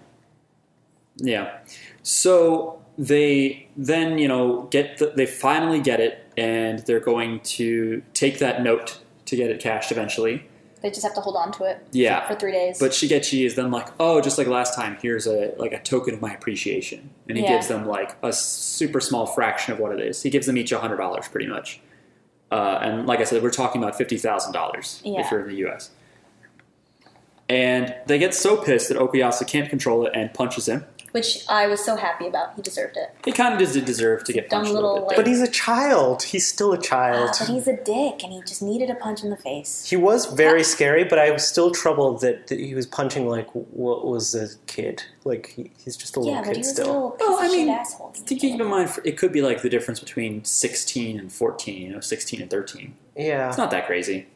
S1: Yeah. So they then, you know, get the, they finally get it and they're going to take that note to get it cashed eventually.
S2: They just have to hold on to it
S1: Yeah.
S2: for three days.
S1: But Shigechi is then like, "Oh, just like last time, here's a like a token of my appreciation," and he
S2: Yeah.
S1: gives them like a super small fraction of what it is. He gives them each hundred dollars, pretty much. Uh, and like I said, we're talking about fifty thousand dollars
S2: Yeah.
S1: if you're in the U.S. And they get so pissed that Okuyasu can't control it and punches him.
S2: which I was so happy about. He deserved it.
S1: He kind of does deserve to get
S2: Dumb
S1: punched a little,
S2: little,
S1: bit.
S2: like-
S1: there.
S3: But he's a child. He's still a child.
S2: Ah, [gasps] but he's a dick, and he just needed a punch in the face.
S3: He was very scary, but I was still troubled that, that he was punching like what was a kid. Like he, he's just a little
S2: yeah, but
S3: kid
S2: he was a
S3: still.
S2: little piece
S1: Well,
S2: of
S1: Oh, I mean,
S2: shit asshole.
S1: to keep in mind, it could be like the difference between sixteen and fourteen, you know, sixteen and thirteen.
S3: Yeah,
S1: It's not that crazy.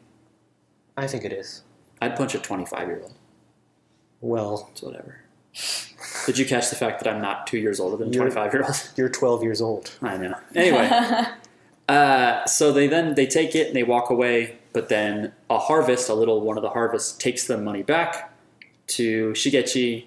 S3: I think it is.
S1: I'd punch a twenty-five-year-old.
S3: Well,
S1: It's whatever. Did you catch the fact that I'm not two years older than a
S3: You're-
S1: 25 year old?
S3: you're 12 years old.
S1: [laughs] I know. Anyway, uh, so they then they take it and they walk away. But then a harvest, a little one of the harvests, takes the money back to Shigechi.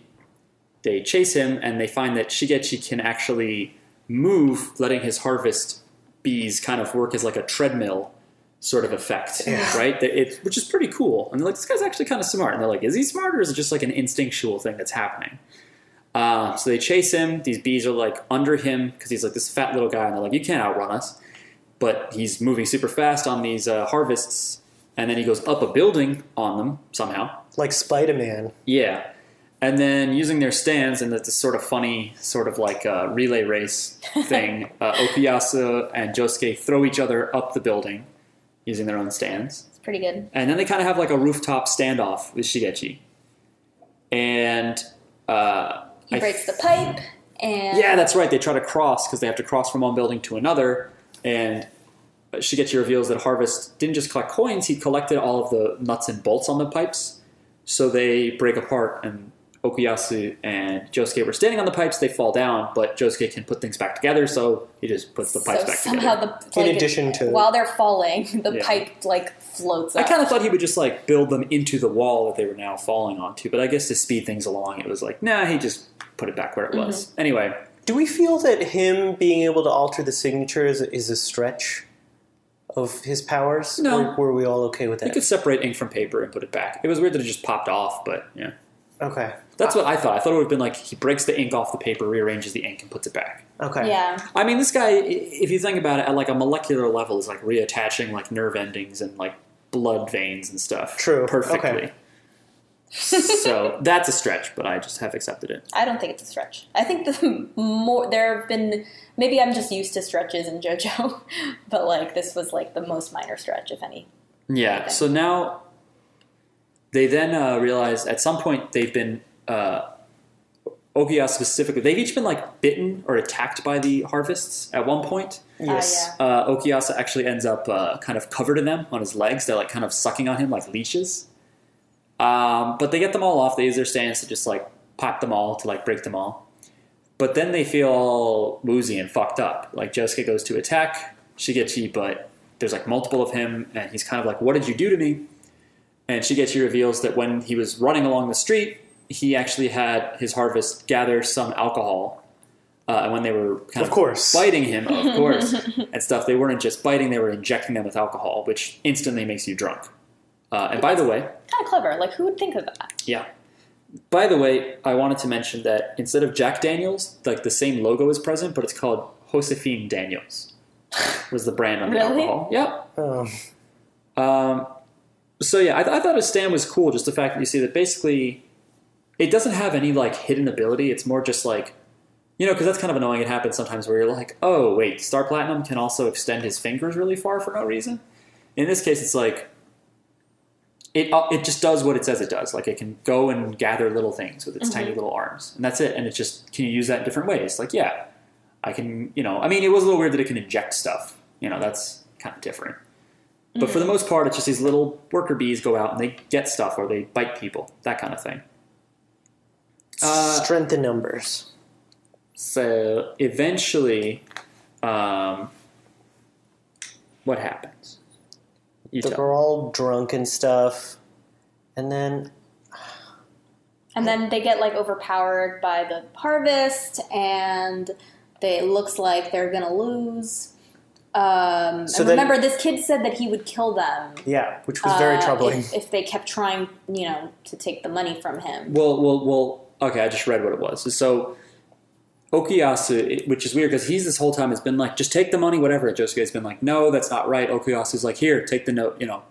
S1: They chase him and they find that Shigechi can actually move, letting his harvest bees kind of work as like a treadmill sort of effect, right? That It, which is pretty cool. And they're like, this guy's actually kind of smart. And they're like, is he smart or is it just like an instinctual thing that's happening? Uh, so they chase him. These bees are like under him because he's like this fat little guy, and they're like, "You can't outrun us." But he's moving super fast on these uh, harvests, and then he goes up a building on them somehow.
S3: Like Spider Man.
S1: Yeah, and then using their stands and this sort of funny, sort of like uh, relay
S2: [laughs]
S1: race thing, uh, Okuyasu and Josuke throw each other up the building using their own stands.
S2: It's pretty good.
S1: And then they kind of have like a rooftop standoff with Shigechi, and uh,
S2: He
S1: I
S2: breaks the pipe, and
S1: yeah, that's right. They try to cross because they have to cross from one building to another. And uh, Shigechi reveals that Harvest didn't just collect coins, he collected all of the nuts and bolts on the pipes. So they break apart, and Okuyasu and Josuke were standing on the pipes. They fall down, but Josuke can put things back together, so he just puts the pipes
S2: so
S1: back
S2: somehow
S1: together.
S2: the like,
S3: addition to-
S2: while they're falling, [laughs] the
S1: Yeah.
S2: pipe like floats.
S1: I
S2: Up.
S1: kind of thought he would just like build them into the wall that they were now falling onto, but I guess to speed things along, it was like, nah, he just put it back where it
S2: Mm-hmm.
S1: was. Anyway,
S3: Do we feel that him being able to alter the signature is, is a stretch of his powers?
S1: No.
S3: Or were we all okay with
S1: he
S3: that?
S1: could separate ink from paper and put it back. It was weird that it just popped off, but yeah.
S3: Okay.
S1: That's what I thought. I thought it would have been like he breaks the ink off the paper, rearranges the ink, and puts it back.
S3: Okay.
S2: yeah,
S1: I mean, this guy, i- if you think about it, at like a molecular level, is like reattaching like nerve endings and like blood veins and stuff.
S3: True.
S1: Perfectly.
S3: Okay.
S1: so that's a stretch, but I just have accepted it.
S2: I don't think it's a stretch. I think the [laughs] more there have been maybe I'm just used to stretches in JoJo, [laughs] but like this was like the most minor stretch, if any.
S1: Yeah.
S2: Okay.
S1: So now they then uh, realize at some point they've been uh, Ogias specifically. They've each been like bitten or attacked by the harvests at one point.
S3: Yes.
S2: yeah.
S1: uh, Okiyasa actually ends up uh, kind of covered in them on his legs. They're like kind of sucking on him like leashes. Um, but they get them all off. They use their stands to just like pop them all to like break them all. But then they feel all woozy and fucked up. Like Josuke goes to attack Shigechi, but there's like multiple of him, and he's kind of like, "What did you do to me?" And Shigechi reveals that when he was running along the street, he actually had his harvest gather some alcohol. Uh, and when they were kind
S3: Of course.
S1: biting him, of course, and stuff, they weren't just biting, they were injecting them with alcohol, which instantly makes you drunk. Uh, and by the way,
S2: Kind of clever. Like, who would think of that?
S1: yeah. By the way, I wanted to mention that instead of Jack Daniels, like the same logo is present, but it's called Josephine Daniels. Was the brand on the
S2: Really?
S1: alcohol? Yep.
S3: Um,
S1: Um, so yeah, I, th- I thought his stand was cool. Just the fact that you see that basically, it doesn't have any like hidden ability. It's more just like, you know, because that's kind of annoying. It happens sometimes where you're like, oh wait, Star Platinum can also extend his fingers really far for no reason. In this case, it's like. It, uh, it just does what it says it does. Like it can go and gather little things with its tiny little arms, and that's it. And it just can you use that in different ways? Like yeah, I can, you know, I mean, it was a little weird that it can inject stuff. You know, that's kind of different. But for the most part, it's just these little worker bees go out and they get stuff or they bite people, that kind of thing. Uh,
S3: strength in numbers.
S1: So eventually, um, what happens? You
S3: They
S1: tell.
S3: were all drunk and stuff, and then
S2: And then they get like overpowered by the harvest, and they it looks like they're gonna lose. Um,
S3: So
S2: and
S3: then-
S2: remember, this kid said that he would kill them.
S3: yeah, which was very
S2: uh,
S3: troubling.
S2: If, if they kept trying, you know, to take the money from him.
S1: Well, well, well. Okay, I just read what it was. So Okuyasu, it- which is weird because he's this whole time has been like, just take the money, whatever. Josuke's been like, no, that's not right. Okuyasu's like, here, take the note, you know,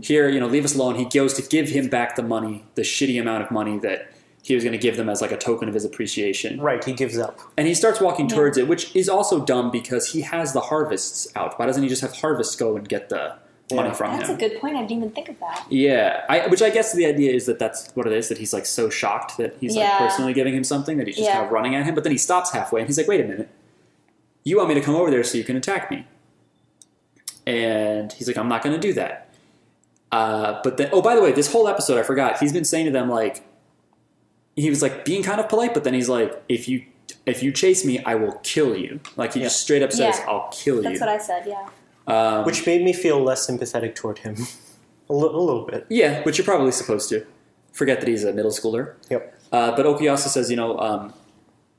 S1: here, you know, leave us alone. He goes to give him back the money, the shitty amount of money that he was going to give them as like a token of his appreciation.
S3: right, he gives up.
S1: And he starts walking
S2: Yeah.
S1: towards it, which is also dumb because he has the harvests out. Why doesn't he just have harvests go and get the money
S3: Yeah.
S1: from
S2: That's
S1: him?
S2: a good point. I didn't even think of that.
S1: Yeah, I, which I guess the idea is that that's what it is that he's like so shocked that he's
S2: Yeah.
S1: like personally giving him something that he's just
S2: Yeah.
S1: kind of running at him. But then he stops halfway and he's like, "Wait a minute, you want me to come over there so you can attack me?" And he's like, "I'm not going to do that." Uh, but then, oh, by the way, this whole episode I forgot. He's been saying to them like, he was like being kind of polite, but then he's like, "If you if you chase me, I will kill you." Like he
S3: Yeah.
S1: just straight up says,
S2: Yeah.
S1: "I'll kill
S2: That's
S1: you."
S2: what I said. Yeah.
S1: um,
S3: Which made me feel less sympathetic toward him. a li- a little bit.
S1: yeah, which you're probably supposed to forget that he's a middle schooler.
S3: Yep.
S1: Uh, but Okuyasu says, you know, um,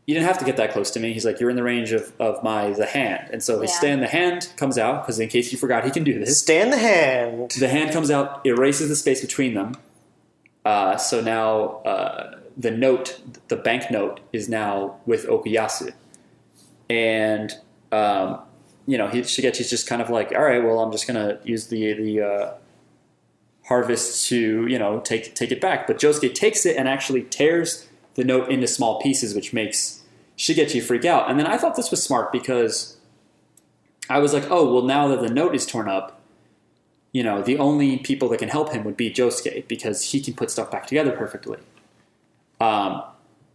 S1: you didn't have to get that close to me. He's like, you're in the range of, of my the hand, and so his
S2: Yeah.
S1: stand the hand comes out because in case you forgot, he can do this.
S3: Stand the hand.
S1: The hand comes out, erases the space between them. Uh, so now uh, the note, the banknote, is now with Okuyasu, and um, you know he, Shigechi's just kind of like, all right, well, I'm just gonna use the the uh, harvest to you know take take it back. But Josuke takes it and actually tears the note into small pieces, which makes Shigechi freak out. And then I thought this was smart because I was like, oh, well, now that the note is torn up, you know, the only people that can help him would be Josuke because he can put stuff back together perfectly. Um,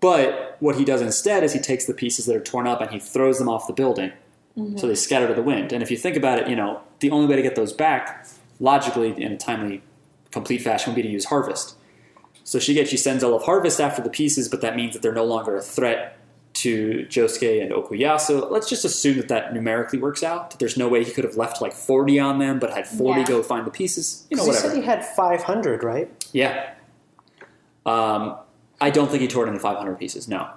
S1: but what he does instead is he takes the pieces that are torn up and he throws them off the building. So they scatter to the wind. And if you think about it, you know, the only way to get those back, logically, in a timely, complete fashion, would be to use Harvest. So Shigechi sends all of Harvest after the pieces, but that means that they're no longer a threat to Josuke and Okuyasu. Let's just assume that that numerically works out, that there's no way he could have left like 40 on them, but had 40
S2: Yeah.
S1: go find the pieces. You know,
S3: 'Cause he
S1: whatever.
S3: said he had 500, right?
S1: Yeah. Um, I don't think he tore it into 500 pieces. No.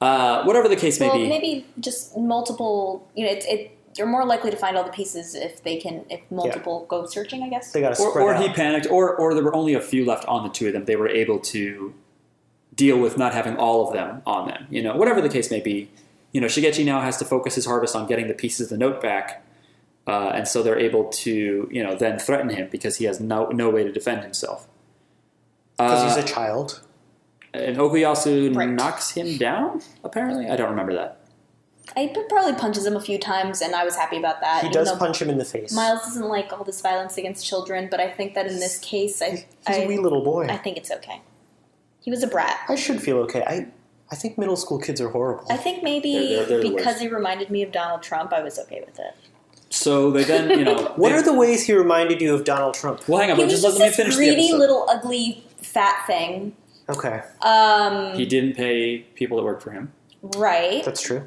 S1: Uh, whatever the case may
S2: Well,
S1: be.
S2: maybe just multiple. You know, it's it. You're more likely to find all the pieces if they can, if multiple go searching. I guess.
S3: They got to
S1: or
S3: spread
S1: or
S3: out.
S1: he panicked, or or there were only a few left on the two of them. They were able to deal with not having all of them on them. You know, whatever the case may be. You know, Shigechi now has to focus his harvest on getting the pieces of the note back, uh, and so they're able to you know then threaten him because he has no no way to defend himself.
S3: Because
S1: Uh,
S3: he's a child.
S1: and Okuyasu
S2: Right.
S1: knocks him down. Apparently, I don't remember that.
S2: I he probably punches him a few times, and I was happy about that.
S3: He
S2: even
S3: does
S2: though
S3: punch him in the face.
S2: Miles doesn't like all this violence against children, but I think that in this case, I,
S3: He's a wee
S2: I,
S3: little boy.
S2: I think it's okay. He was a brat.
S3: I should feel okay. I, I think middle school kids are horrible.
S2: I think maybe
S1: They're- they're- they're the
S2: because
S1: worst.
S2: he reminded me of Donald Trump, I was okay with it.
S1: So they then, you
S2: [laughs]
S1: know,
S3: what
S1: they-
S3: are the ways he reminded you of Donald Trump?
S1: Well, hang on,
S2: he
S1: but
S2: was
S1: just,
S2: just
S1: let me
S2: this
S1: finish the
S2: greedy
S1: episode.
S2: little ugly fat thing.
S3: Okay,
S2: Um,
S1: He didn't pay people that worked for him.
S2: right.
S3: that's true.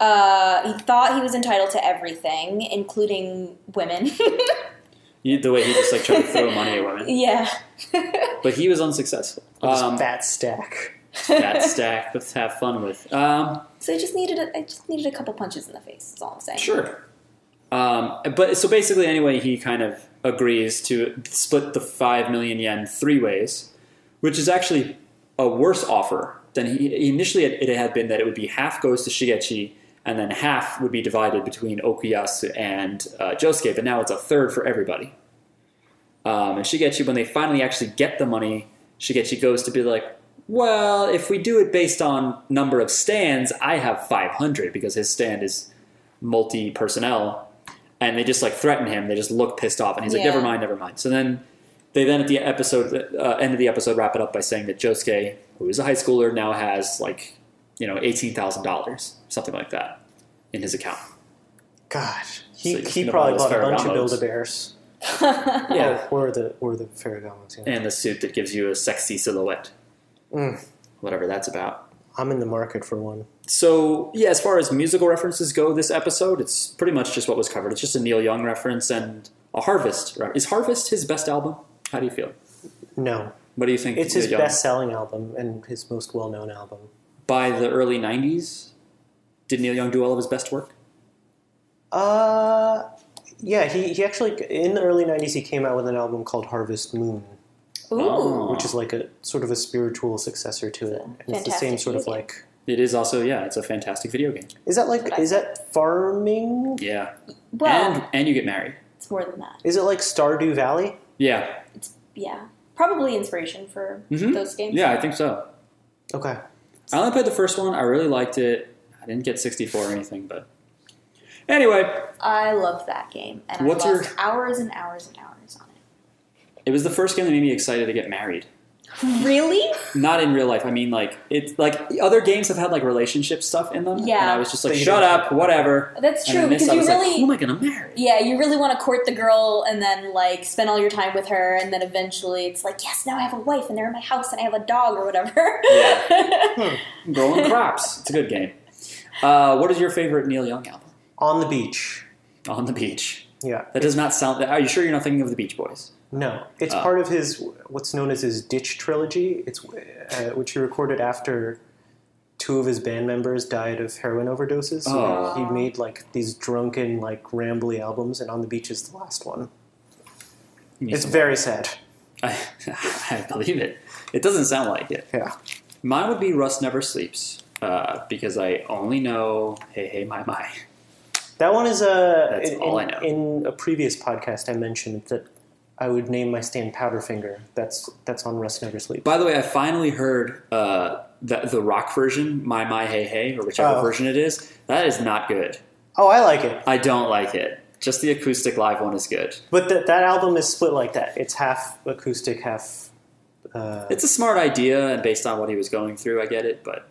S2: Uh, he thought he was entitled to everything, including women.
S1: He, the way he just like tried to throw money at women,
S2: [laughs] yeah. [laughs]
S1: but he was unsuccessful.
S3: With his
S1: Um,
S3: fat stack.
S1: that stack. Let's have fun with. Um,
S2: So I just needed a, I just needed a couple punches in the face. That's all I'm saying.
S1: Sure. Um, but so basically, anyway, he kind of agrees to split the five million yen three ways, which is actually a worse offer than he he initially had, it had been that it would be half goes to Shigechi and then half would be divided between Okuyasu and uh, Josuke, but now it's a third for everybody. Um, and Shigechi, when they finally actually get the money, Shigechi goes to be like, well, if we do it based on number of stands, I have 500 because his stand is multi personnel. And they just like threaten him. They just look pissed off. And he's like,
S2: Yeah.
S1: never mind, never mind. So then they then at the episode, uh, end of the episode, wrap it up by saying that Josuke, who is a high schooler, now has like, you know, $18,000, something like that, in his account.
S3: God.
S1: So
S3: He,
S1: he's
S3: he
S1: gonna
S3: probably
S1: buy those
S3: bought a bunch of
S1: Ferragamo's.
S3: Build-A-Bears.
S1: Yeah.
S3: Oh, where are the, where are the Ferragamo's? Yeah.
S1: And the suit that gives you a sexy silhouette,
S3: Mm.
S1: whatever that's about.
S3: I'm in the market for one.
S1: So yeah, as far as musical references go, this episode it's pretty much just what was covered. It's just a Neil Young reference and a Harvest. Re- Is Harvest his best album? How do you feel?
S3: No.
S1: What do you think?
S3: It's
S1: Neil
S3: his
S1: Young-
S3: best-selling album and his most well-known album.
S1: by the early '90s. Did Neil Young do all of his best work?
S3: Uh, yeah, he, he actually, in the early 90s, he came out with an album called Harvest Moon,
S2: [laughs] Ooh.
S1: Oh.
S3: which is like a sort of a spiritual successor to it. And it's the same
S2: Fantastic
S3: sort of
S2: video.
S3: like,
S1: It is also yeah, it's a fantastic video game.
S3: is that like, is that farming?
S1: Yeah,
S2: Well,
S1: and and you get married.
S2: it's more than that.
S3: Is it like Stardew Valley?
S1: Yeah,
S2: Yeah. Probably inspiration for
S1: Mhm.
S2: those games.
S1: yeah, I think so.
S3: Okay.
S1: I only played the first one. I really liked it. I didn't get 64 or anything, but anyway,
S2: I love that game, and
S1: What's
S2: I
S1: your-
S2: lost hours and hours and hours on it.
S1: it was the first game that made me excited to get married. [laughs]
S2: Really?
S1: not in real life. I mean, like it's like other games have had like relationship stuff in them.
S2: Yeah.
S1: and I was just like,
S3: But you
S1: shut
S3: didn't-
S1: up, whatever.
S2: That's
S1: and
S2: true
S1: in this,
S2: because
S1: I
S2: you
S1: was
S2: really.
S1: like, who am I gonna marry?
S2: Yeah, you really want to court the girl and then like spend all your time with her, and then eventually it's like, yes, now I have a wife and they're in my house and I have a dog or whatever. [laughs]
S3: Hmm.
S1: Growing crops. It's a good game. Uh, what is your favorite Neil Young album?
S3: On the beach.
S1: On the beach.
S3: Yeah.
S1: That does not sound. Are you sure you're not thinking of the Beach Boys?
S3: No, it's
S1: Oh.
S3: part of his what's known as his Ditch trilogy. It's uh, which he recorded after two of his band members died of heroin overdoses. So
S1: Oh.
S3: he made like these drunken, like rambly albums, and On the Beach is the last one.
S1: You
S3: It's
S1: know,
S3: very sad.
S1: [laughs] I, I believe it. It doesn't sound like it.
S3: Yeah.
S1: Mine would be Rust Never Sleeps uh, because I only know Hey Hey My My.
S3: That one is a.
S1: That's
S3: in,
S1: all
S3: in-
S1: I know.
S3: in a previous podcast, I mentioned that I would name my stand Powderfinger. That's that's on Rest Never Sleep.
S1: By the way, I finally heard uh, the, the rock version, My My Hey Hey, or whichever
S3: Oh.
S1: version it is. That is not good.
S3: Oh, I like it,
S1: I don't like it. Just the acoustic live one is good.
S3: but that that album is split like that. It's half acoustic, half. Uh,
S1: It's a smart idea, and based on what he was going through, I get it. But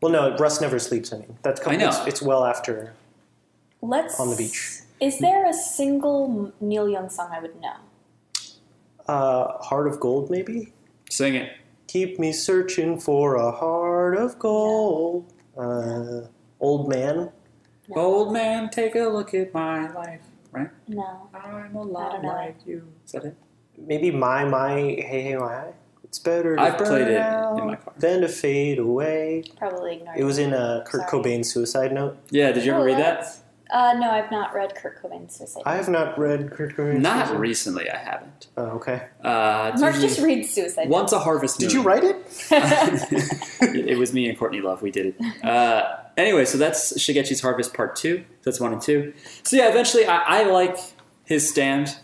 S3: Well, no, Rust never sleeps. I mean, that's
S1: I know.
S3: It's, it's well after.
S2: Let's
S3: On the beach. Hmm.
S2: Is there a single Neil Young song I would know?
S3: Uh, heart of gold, maybe.
S1: sing it.
S3: Keep me searching for a heart of gold. Uh, old man.
S2: No.
S1: Old man, take a look at my life. Right?
S2: No.
S1: I'm a
S2: I
S1: lot
S2: don't know.
S1: like you. Is that it?
S3: Maybe my my hey hey my. eye. It's better. To
S1: I've played
S3: burn
S1: it in
S3: out
S1: my car.
S3: Than to fade away.
S2: Probably ignore
S3: It was in a Kurt
S2: Sorry.
S3: Cobain suicide note.
S1: Yeah, did you ever
S2: Oh,
S1: read that?
S2: that's- Uh, no, I've not read Kurt Cobain's Suicide.
S3: I have not read Kurt Cobain.
S1: Not
S3: suicide.
S1: recently, I haven't.
S3: Oh, okay.
S1: Uh, it's
S2: Mark
S1: usually
S2: just reads Suicide.
S1: once a harvest.
S3: Did
S1: Moon.
S3: you write it?
S1: [laughs] it was me and Courtney Love. We did it. Uh, anyway, so that's Shigechi's Harvest Part 2. That's 1 and 2. So yeah, eventually I, I like his stand.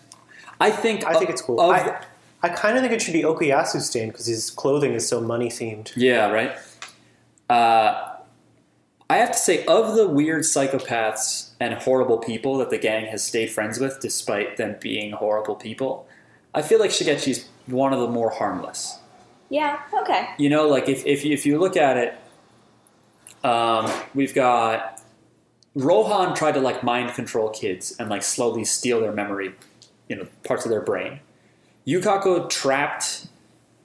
S1: I think
S3: I think
S1: of-
S3: it's cool.
S1: of-
S3: I, I kind of think it should be Okuyasu's stand because his clothing is so money themed.
S1: yeah, right? Uh, I have to say, of the weird psychopaths and horrible people that the gang has stayed friends with, despite them being horrible people, I feel like Shigechi's one of the more harmless.
S2: [laughs] Yeah. Okay.
S1: you know, like if if you, if you look at it, um, we've got Rohan tried to like mind control kids and like slowly steal their memory, you know, parts of their brain. Yukako trapped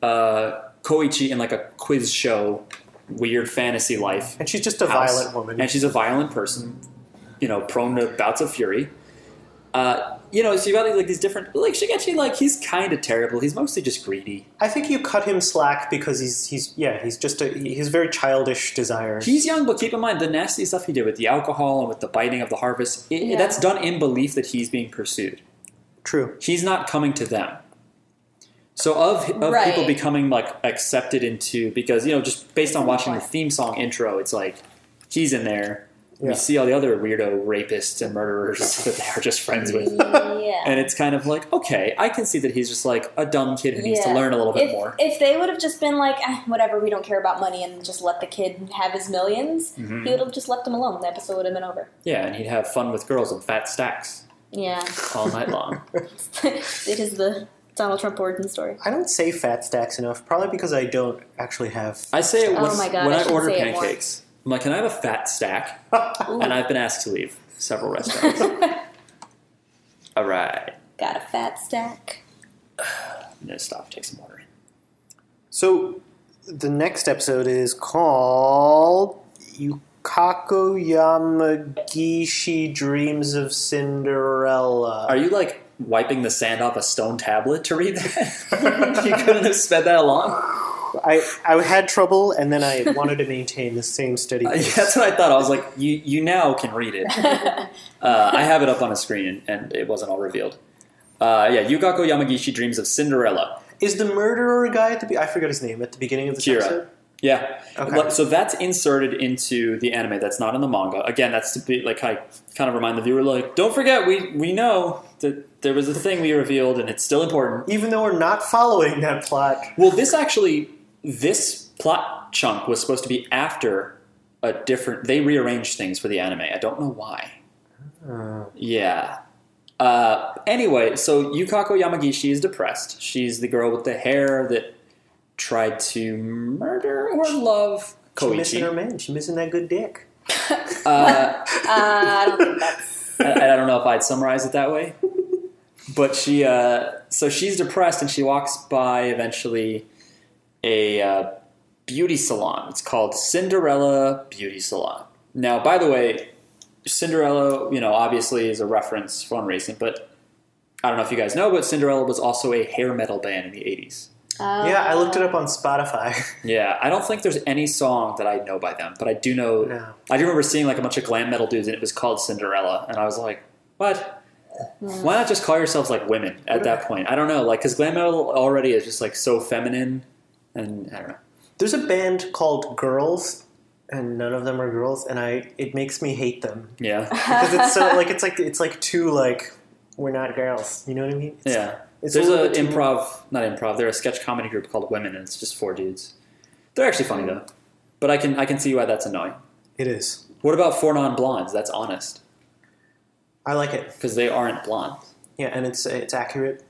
S1: uh, Koichi in like a quiz show, weird fantasy life
S3: And she's just a
S1: house.
S3: violent woman.
S1: and she's a violent person, you know, prone to bouts of fury. Uh, you know, so you got like these different like Shigechi. Like he's kind of terrible. He's mostly just greedy.
S3: I think you cut him slack because he's he's yeah he's just a he- he's very childish desires.
S1: He's young, but keep in mind the nasty stuff he did with the alcohol and with the biting of the harvest. It,
S2: Yeah.
S1: That's done in belief that he's being pursued.
S3: True.
S1: He's not coming to them. So of, of
S2: Right.
S1: people becoming like accepted into because you know just based on
S2: That's a good
S1: watching the
S2: point.
S1: theme song intro, it's like he's in there.
S3: Yeah.
S1: We see all the other weirdo rapists and murderers [laughs] that they are just friends with.
S2: yeah.
S1: And it's kind of like, okay, I can see that he's just like a dumb kid who needs to
S2: Yeah.
S1: learn a little bit
S2: if,
S1: more.
S2: if they would have just been like, "Ah, whatever, we don't care about money, and just let the kid have his 1000000s
S1: Mhm.
S3: Hmm.
S2: he would have just left him alone. The episode would have been over.
S1: Yeah, and he'd have fun with girls and fat stacks
S2: Yeah, [laughs]
S1: all night long.
S2: it is the Donald Trump origin story. [laughs]
S3: I don't say fat stacks enough, probably because I don't actually
S1: [laughs]
S3: have.
S1: I say it
S2: Oh
S1: when,
S2: my God,
S1: when
S2: I
S1: I,
S2: should
S1: order
S2: say it more. Oh.
S1: pancakes. I'm like, can I have a fat stack?
S2: Ooh.
S1: And I've been asked to leave several restaurants.
S2: [laughs]
S1: all right.
S2: Got a fat
S3: [laughs]
S2: stack. [laughs]
S1: I'm going to stop, take some water.
S3: so the next episode is called Yukako Yamagishi Dreams of Cinderella.
S1: Are you like wiping the sand off a stone tablet to read that? [laughs] you couldn't have sped that
S2: [laughs]
S1: along?
S3: I, I had trouble, and
S1: [laughs]
S3: then I wanted to maintain the same steady
S1: Uh, yeah,
S3: pace.
S1: that's what I thought. I was like, you, you now can read
S2: [laughs]
S1: it. Uh, I have it up on a screen, and it wasn't all revealed. Uh, yeah, Yukako Yamagishi dreams of Cinderella.
S3: Is the murderer guy at the be- I forgot his name at the beginning of the
S1: Kira.
S3: episode?
S1: Yeah,
S3: Okay.
S1: Look, so that's inserted into the anime. That's not in the manga. Again, that's to be like I kind of remind the viewer, like, don't forget, we we know that there was a thing we revealed, and it's still important.
S3: Even though we're not following that plot,
S1: Well, this actually, this plot chunk was supposed to be after a different. They rearranged things for the anime. I don't know why. Yeah. Uh, anyway, so Yukako Yamagishi is depressed. She's the girl with the hair that tried to murder or
S2: [laughs]
S1: love
S3: she's missing her
S1: Koichi.
S3: man. She's missing that good dick.
S1: Uh,
S2: Uh, I don't think that's.
S1: I, I don't know if I'd summarize it that way. But she, uh, so she's depressed, and she walks by eventually a uh, beauty salon. It's called Cinderella Beauty Salon. Now, by the way, Cinderella, you know, obviously is a reference for one reason, but I don't know if you guys know, but Cinderella was also a hair metal band in the 80s.
S2: Uh,
S3: yeah, I looked it up on Spotify. [laughs]
S1: Yeah, I don't think there's any song that I know by them, but I do know.
S3: No.
S1: I do remember seeing like a bunch of glam metal dudes, and it was called Cinderella, and I was like, what? Why not just call yourselves like women at that point? I don't know, like because glam metal already is just like so feminine, and I don't know.
S3: There's a band called Girls, and none of them are girls, and I it makes me hate them
S1: Yeah,
S3: because it's so like it's like it's like too like we're not girls. You know what I mean? It's,
S1: yeah.
S3: It's
S1: There's
S3: little
S1: a
S3: bit too-
S1: improv, not improv. They're a sketch comedy group called Women, and it's just four dudes. They're actually
S3: Mm.
S1: funny though, but I can I can see why that's annoying.
S3: It is.
S1: What about four non blondes? That's honest
S3: I like it.
S1: because they aren't blonde.
S3: Yeah, and it's it's accurate.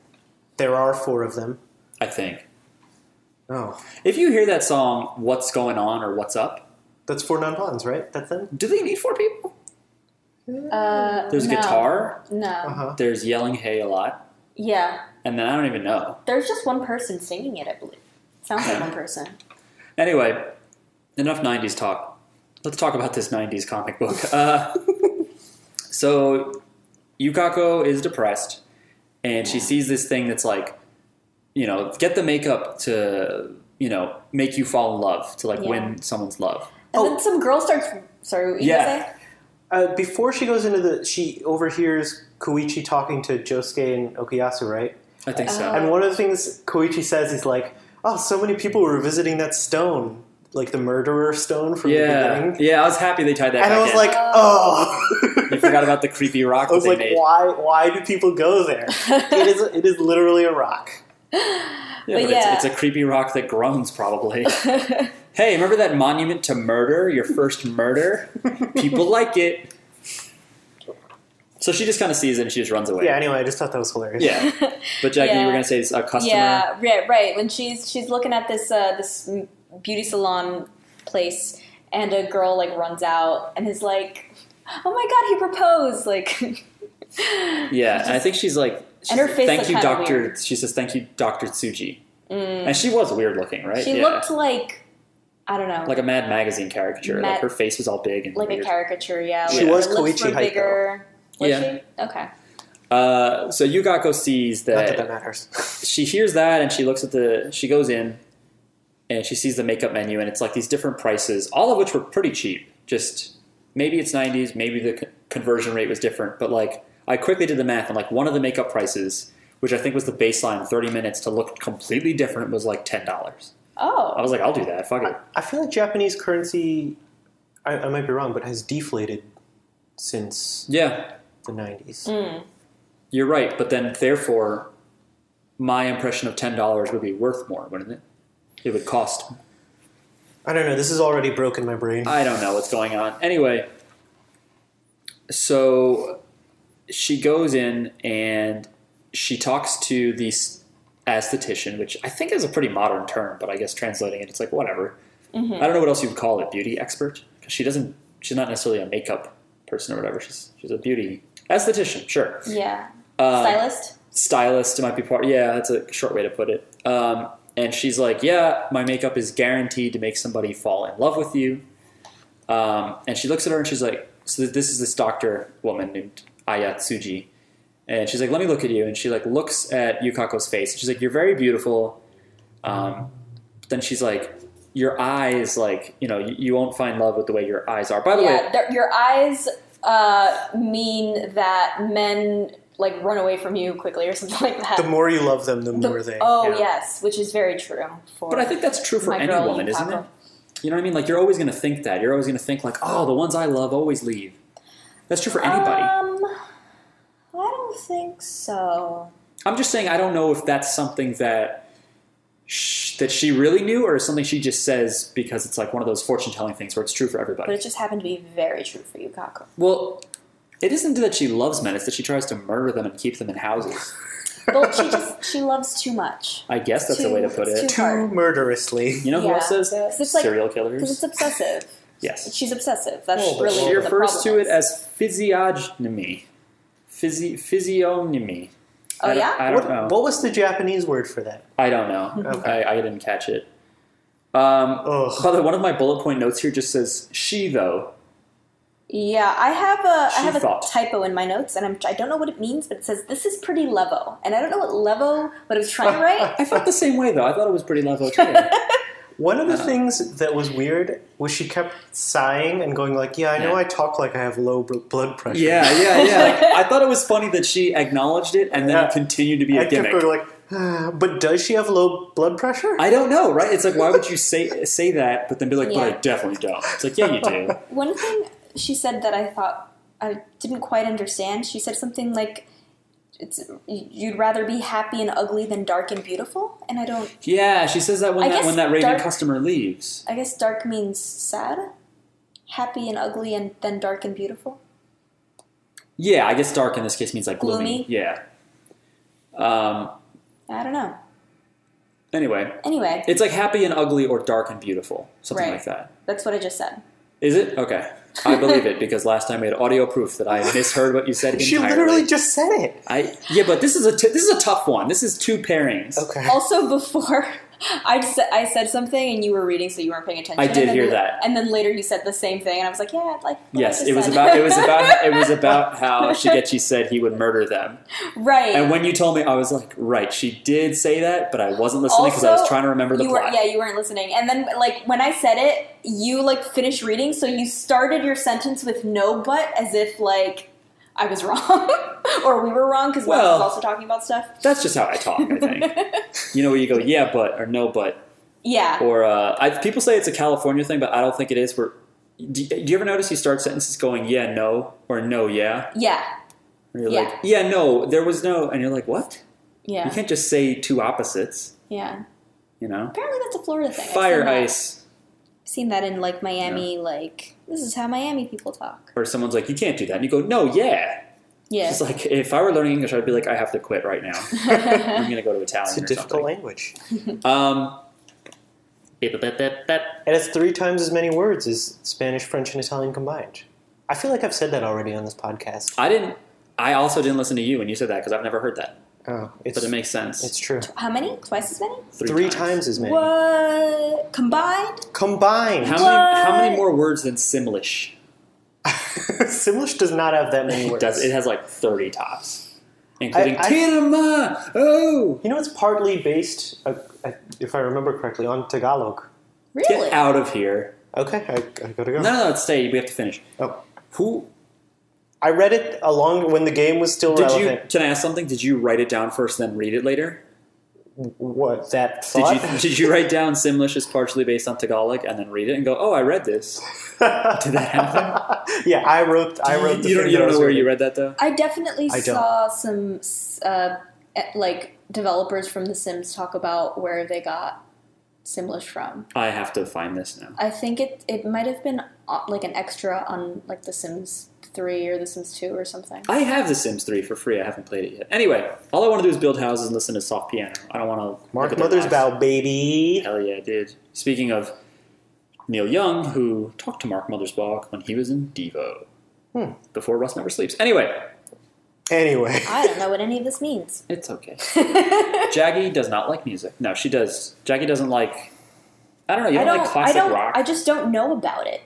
S3: There are four of them.
S1: I think
S3: Oh,
S1: if you hear that song, "What's Going On" or "What's Up."
S3: that's four non-blondes, right? That's them.
S1: Do they need four people?
S2: Uh,
S1: There's
S2: no.
S1: guitar.
S2: No.
S3: Uh huh.
S1: There's yelling hey a lot,
S2: Yeah,
S1: and then I don't even know.
S2: there's just one person singing it. I believe. Sounds
S1: [laughs]
S2: like one person.
S1: Anyway, enough '90s talk. Let's talk about this '90s comic
S3: [laughs]
S1: book. Uh, so Yukako is depressed, and she sees this thing that's like, you know, get the makeup to, you know, make you fall in love to like
S2: Yeah.
S1: win someone's love.
S2: And
S3: Oh.
S2: then some girl starts. Sorry, what were you
S1: Yeah.
S2: gonna say?
S3: Uh, before she goes into the, she overhears Koichi talking to Josuke and Okuyasu, right?
S1: I think so.
S2: Uh,
S3: And one of the things Koichi says is like, "Oh, so many people were visiting that stone, like the murderer stone from the
S1: yeah,
S3: beginning."
S1: yeah. I was happy they tied that.
S3: And I
S1: back
S3: was
S1: in.
S3: like, "Oh."
S1: you forgot about the creepy rock
S3: [laughs] I was
S1: that
S3: like,
S1: they made.
S3: "Why? Why do people go there? it is. It is literally a rock."
S1: Yeah,
S2: But
S1: but
S2: yeah.
S1: It's, it's a creepy rock that groans,
S2: [laughs]
S1: probably. hey, remember that monument to murder? Your first murder?
S2: [laughs]
S1: People like it. So she just kind of sees it and she just runs away.
S3: Yeah. Anyway, I just thought that was hilarious.
S1: Yeah. But Jackie, you
S2: Yeah.
S1: were going to say it's a customer.
S2: Yeah, right, right. When she's she's looking at this uh, this m- beauty salon place, and a girl like runs out and is like, "Oh my god, he proposed!" Like, [laughs]
S1: Yeah, and I think she's like, she's
S2: her
S1: like,
S2: face
S1: thank
S2: looked
S1: you,
S2: kinda
S1: Doctor.
S2: weird.
S1: She says, thank you, Doctor Tsuji. And she was weird looking, right?
S2: Mm. she
S1: yeah.
S2: looked like I don't know,
S1: like a Mad Magazine caricature.
S2: Mad-
S1: like her face was all big and
S2: like a
S1: weird.
S2: caricature. Yeah,
S3: She
S2: like,
S3: was
S2: her lips
S3: Koichi
S2: were
S3: height,
S2: bigger. Was
S1: Yeah.
S2: she? Okay.
S1: Uh, so Yugako sees
S3: Not that
S1: that
S3: that matters. [laughs]
S1: she hears that and she looks at the she goes in and she sees the makeup menu and it's like these different prices, all of which were pretty cheap. Just maybe it's 90s, maybe the c- conversion rate was different, but like I quickly did the math and like one of the makeup prices, which I think was the baseline 30 minutes to look completely different was like $10. I
S2: Oh,
S1: was like, I'll do that. Fuck it.
S3: I feel like Japanese currency, I, I might be wrong, but has deflated since
S1: Yeah,
S3: the 90s.
S2: Mm.
S1: You're right, but then therefore, my impression of ten dollars would be worth more, wouldn't it? It would cost.
S3: I don't know. This has already broken my brain.
S1: I don't know what's going on. Anyway, so she goes in and she talks to the s- aesthetician, which I think is a pretty modern term, but I guess translating it, it's like whatever. I don't know what else you would call it, beauty expert, because she doesn't. She's not necessarily a makeup person or whatever. She's she's a beauty esthetician, sure.
S2: yeah.
S1: Um,
S2: Stylist.
S1: stylist might be part. Yeah, that's a short way to put it. Um, and she's like, "Yeah, my makeup is guaranteed to make somebody fall in love with you." Um, and she looks at her and she's like, "So this is this doctor woman named Ayatsuji," and she's like, "Let me look at you." And she like looks at Yukako's face and she's like, "You're very beautiful." Um, but then she's like, "Your eyes, like you know, you, you won't find love with the way your eyes are." By the way,
S2: Yeah, their- your eyes uh, mean that men like run away from you quickly or something [laughs] like that.
S3: The more you love them, the,
S2: The-
S3: more they.
S2: oh
S1: yeah.
S2: yes, which is very true. For
S1: But I think that's true for
S2: my
S1: any
S2: girl,
S1: woman, isn't it?
S2: Yukako.
S1: You know what I mean? Like you're always going to think that. You're always going to think like, "Oh, the ones I love always leave." That's true for anybody.
S2: Um, I don't think so.
S1: I'm just saying I don't know if that's something that sh- that she really knew or something she just says because it's like one of those fortune-telling things where it's true for
S2: But
S1: everybody.
S2: it just happened to be very true for Yukako.
S1: Well, it isn't that she loves men, it's that she tries to murder them and keep them in houses.
S2: Well, she
S3: [laughs]
S2: just she loves too much.
S1: I guess that's a way to put
S2: It's
S1: it.
S2: too hard.
S3: Too murderously.
S1: You know who
S2: Yeah.
S1: else says that?
S2: 'Cause it's like-
S1: Serial
S2: Because
S1: killers.
S2: it's obsessive.
S1: Yes.
S2: She's obsessive. That's
S3: Oh, but
S2: really
S3: she
S1: She
S2: the
S1: refers
S2: problem
S1: to it
S2: is.
S1: as physiognomy. Physi- physiognomy.
S2: Oh,
S1: I don't-
S2: yeah?
S1: I don't
S3: What,
S1: know.
S3: what was the Japanese word for that?
S1: I don't know.
S3: Okay.
S1: I, I didn't catch it. Um,
S3: Ugh.
S1: by the way, one of my bullet point notes here just says she though.
S2: Yeah, I have a I
S1: She
S2: have a
S1: thought.
S2: typo in my notes, and I'm I don't know what it means, but it says this is pretty levo, and I don't know what levo, but I
S1: [laughs]
S2: was trying to write.
S1: I felt the same way though. I thought it was pretty
S2: [laughs]
S1: level too.
S3: One of the
S1: Uh,
S3: things that was weird was she kept sighing and going like, "Yeah, I know
S1: Yeah.
S3: I talk like I have low bl- blood pressure."
S1: yeah, yeah, yeah. Like, I thought it was funny that she acknowledged it and then
S3: Yeah.
S1: it continued to be
S3: I
S1: a
S3: kept
S1: gimmick.
S3: going like, [sighs] "Ah, "But does she have low blood pressure?"
S1: I don't know, right? It's like why would you say say that, but then be like, but I
S2: Yeah.
S1: definitely don't. It's like yeah, you
S2: [laughs]
S1: do.
S2: One thing she said that I thought I didn't quite understand. She said something like, "It's you'd rather be happy and ugly than dark and beautiful," and I don't.
S1: Yeah, she says that when
S2: I
S1: that
S2: guess
S1: when that raving
S2: dark-
S1: customer leaves.
S2: I guess dark means sad, happy and ugly, and then dark and beautiful.
S1: Yeah, I guess dark in this case means like gloomy.
S2: Gloomy.
S1: Yeah. Um.
S2: I don't know.
S1: Anyway,
S2: Anyway,
S1: it's like happy and ugly or dark and beautiful, something
S2: Right.
S1: like that.
S2: that's what I just said.
S1: Is it okay? I believe it because last time we had audio proof
S2: [laughs]
S1: that I misheard what you said entirely.
S3: she literally just said it.
S1: I yeah, but this is a t- this is a tough one. This is two pairings.
S3: Okay.
S2: Also, before [laughs] I said I said something and you were reading, so you weren't paying attention.
S1: I did
S2: And then
S1: hear
S2: la-
S1: that.
S2: And then later you said the same thing, and I was like, "Yeah, I'd like." what I
S1: Yes,
S2: just
S1: it was
S2: said.
S1: about it was
S2: [laughs]
S1: about it was about how Shigechi said he would murder them.
S2: right.
S1: And when you told me, I was like, right, she did say that, but I wasn't listening because I was
S2: Also,
S1: trying to remember the
S2: you
S1: plot.
S2: were yeah you weren't listening and then like when i said it you like finished reading so you started your sentence with no but as if like i was [laughs] wrong or we were wrong because
S1: Well-
S2: was also talking about stuff
S1: That's just how I talk. I think you know where you go, yeah, but or no, but
S2: [laughs] yeah
S1: or uh, I, people say it's a California thing, but I don't think it is. Where do, do you ever notice you start sentences going yeah, no, or no, yeah?
S2: yeah
S1: And you're
S2: Yeah.
S1: like, yeah, no, there was no, and you're like, what? You [laughs]
S2: yeah
S1: can't just say two opposites,
S2: yeah
S1: you know?
S2: apparently that's a florida thing I've
S1: Fire
S2: seen that.
S1: ice,
S2: I've seen that in like miami like this is how miami people talk
S1: or someone's like, you can't do that, and you go, no, yeah.
S2: yeah
S1: It's like if I were learning English, I'd be like, I have to quit right now.
S2: [laughs]
S1: I'm gonna go to Italian.
S3: It's a
S1: or
S3: difficult language,
S1: something. Um, beep, beep, beep, beep.
S3: and it's three times as many words as Spanish, French, and Italian combined. I feel like I've said that already on this podcast.
S1: I didn't. I also didn't listen to you when you said that because I've never heard that,
S3: Oh, it's
S1: but it makes sense.
S3: it's true.
S2: how many twice as many
S1: three,
S3: times. as many
S2: what combined
S3: combined.
S1: How many? How many
S2: What?
S1: more words than Simlish?
S3: [laughs] Simlish does not have that
S1: [laughs]
S3: many
S1: It
S3: words.
S1: does. It has like thirty tops. including
S3: I- I-
S1: Kinema. Oh,
S3: You know, it's partly based, uh, I- if I remember correctly, on Tagalog.
S2: Really?
S1: get out of here!
S3: Okay, I, I gotta go.
S1: No, no, no, stay. We have to finish.
S3: Oh.
S1: Who
S3: I read it along when the game was still
S1: did you?
S3: relevant.
S1: Can I ask something? Did you write it down first, then read it later?
S3: What that
S1: Did
S3: thought?
S1: you, did you write down Simlish is partially based on Tagalog and then read it and go, oh, I read this? [laughs] Did that happen?
S3: [laughs] yeah, I wrote. I wrote. The
S1: you don't,
S3: thing
S1: you
S3: that I
S1: don't
S3: was
S1: know where
S3: reading.
S1: you read that though?
S2: I definitely
S3: I don't.
S2: saw some s- uh, eh, like developers from The Sims talk about where they got Simlish from.
S1: I have to find this now.
S2: I think it it might have been uh, like an extra on like The Sims Three or The Sims Two or
S1: [laughs]
S2: something.
S1: I have The Sims 3 for free. I haven't played it yet. Anyway, all I want to do is build houses and listen to soft piano. I don't want to.
S3: Mark Mother's Bow, baby.
S1: Hell yeah, dude. Speaking of Neil Young, who talked to Mark Mothersbaugh when he was in Devo
S3: Hmm.
S1: before Rust Never Sleeps. Anyway,
S3: Anyway,
S2: I don't know what any of this means. [laughs]
S1: it's okay. Jaggy does not like music. No, she does. Jaggy doesn't like. I don't know. You
S2: I
S1: don't,
S2: don't.
S1: like classic
S2: I don't.
S1: rock.
S2: I just don't know about it.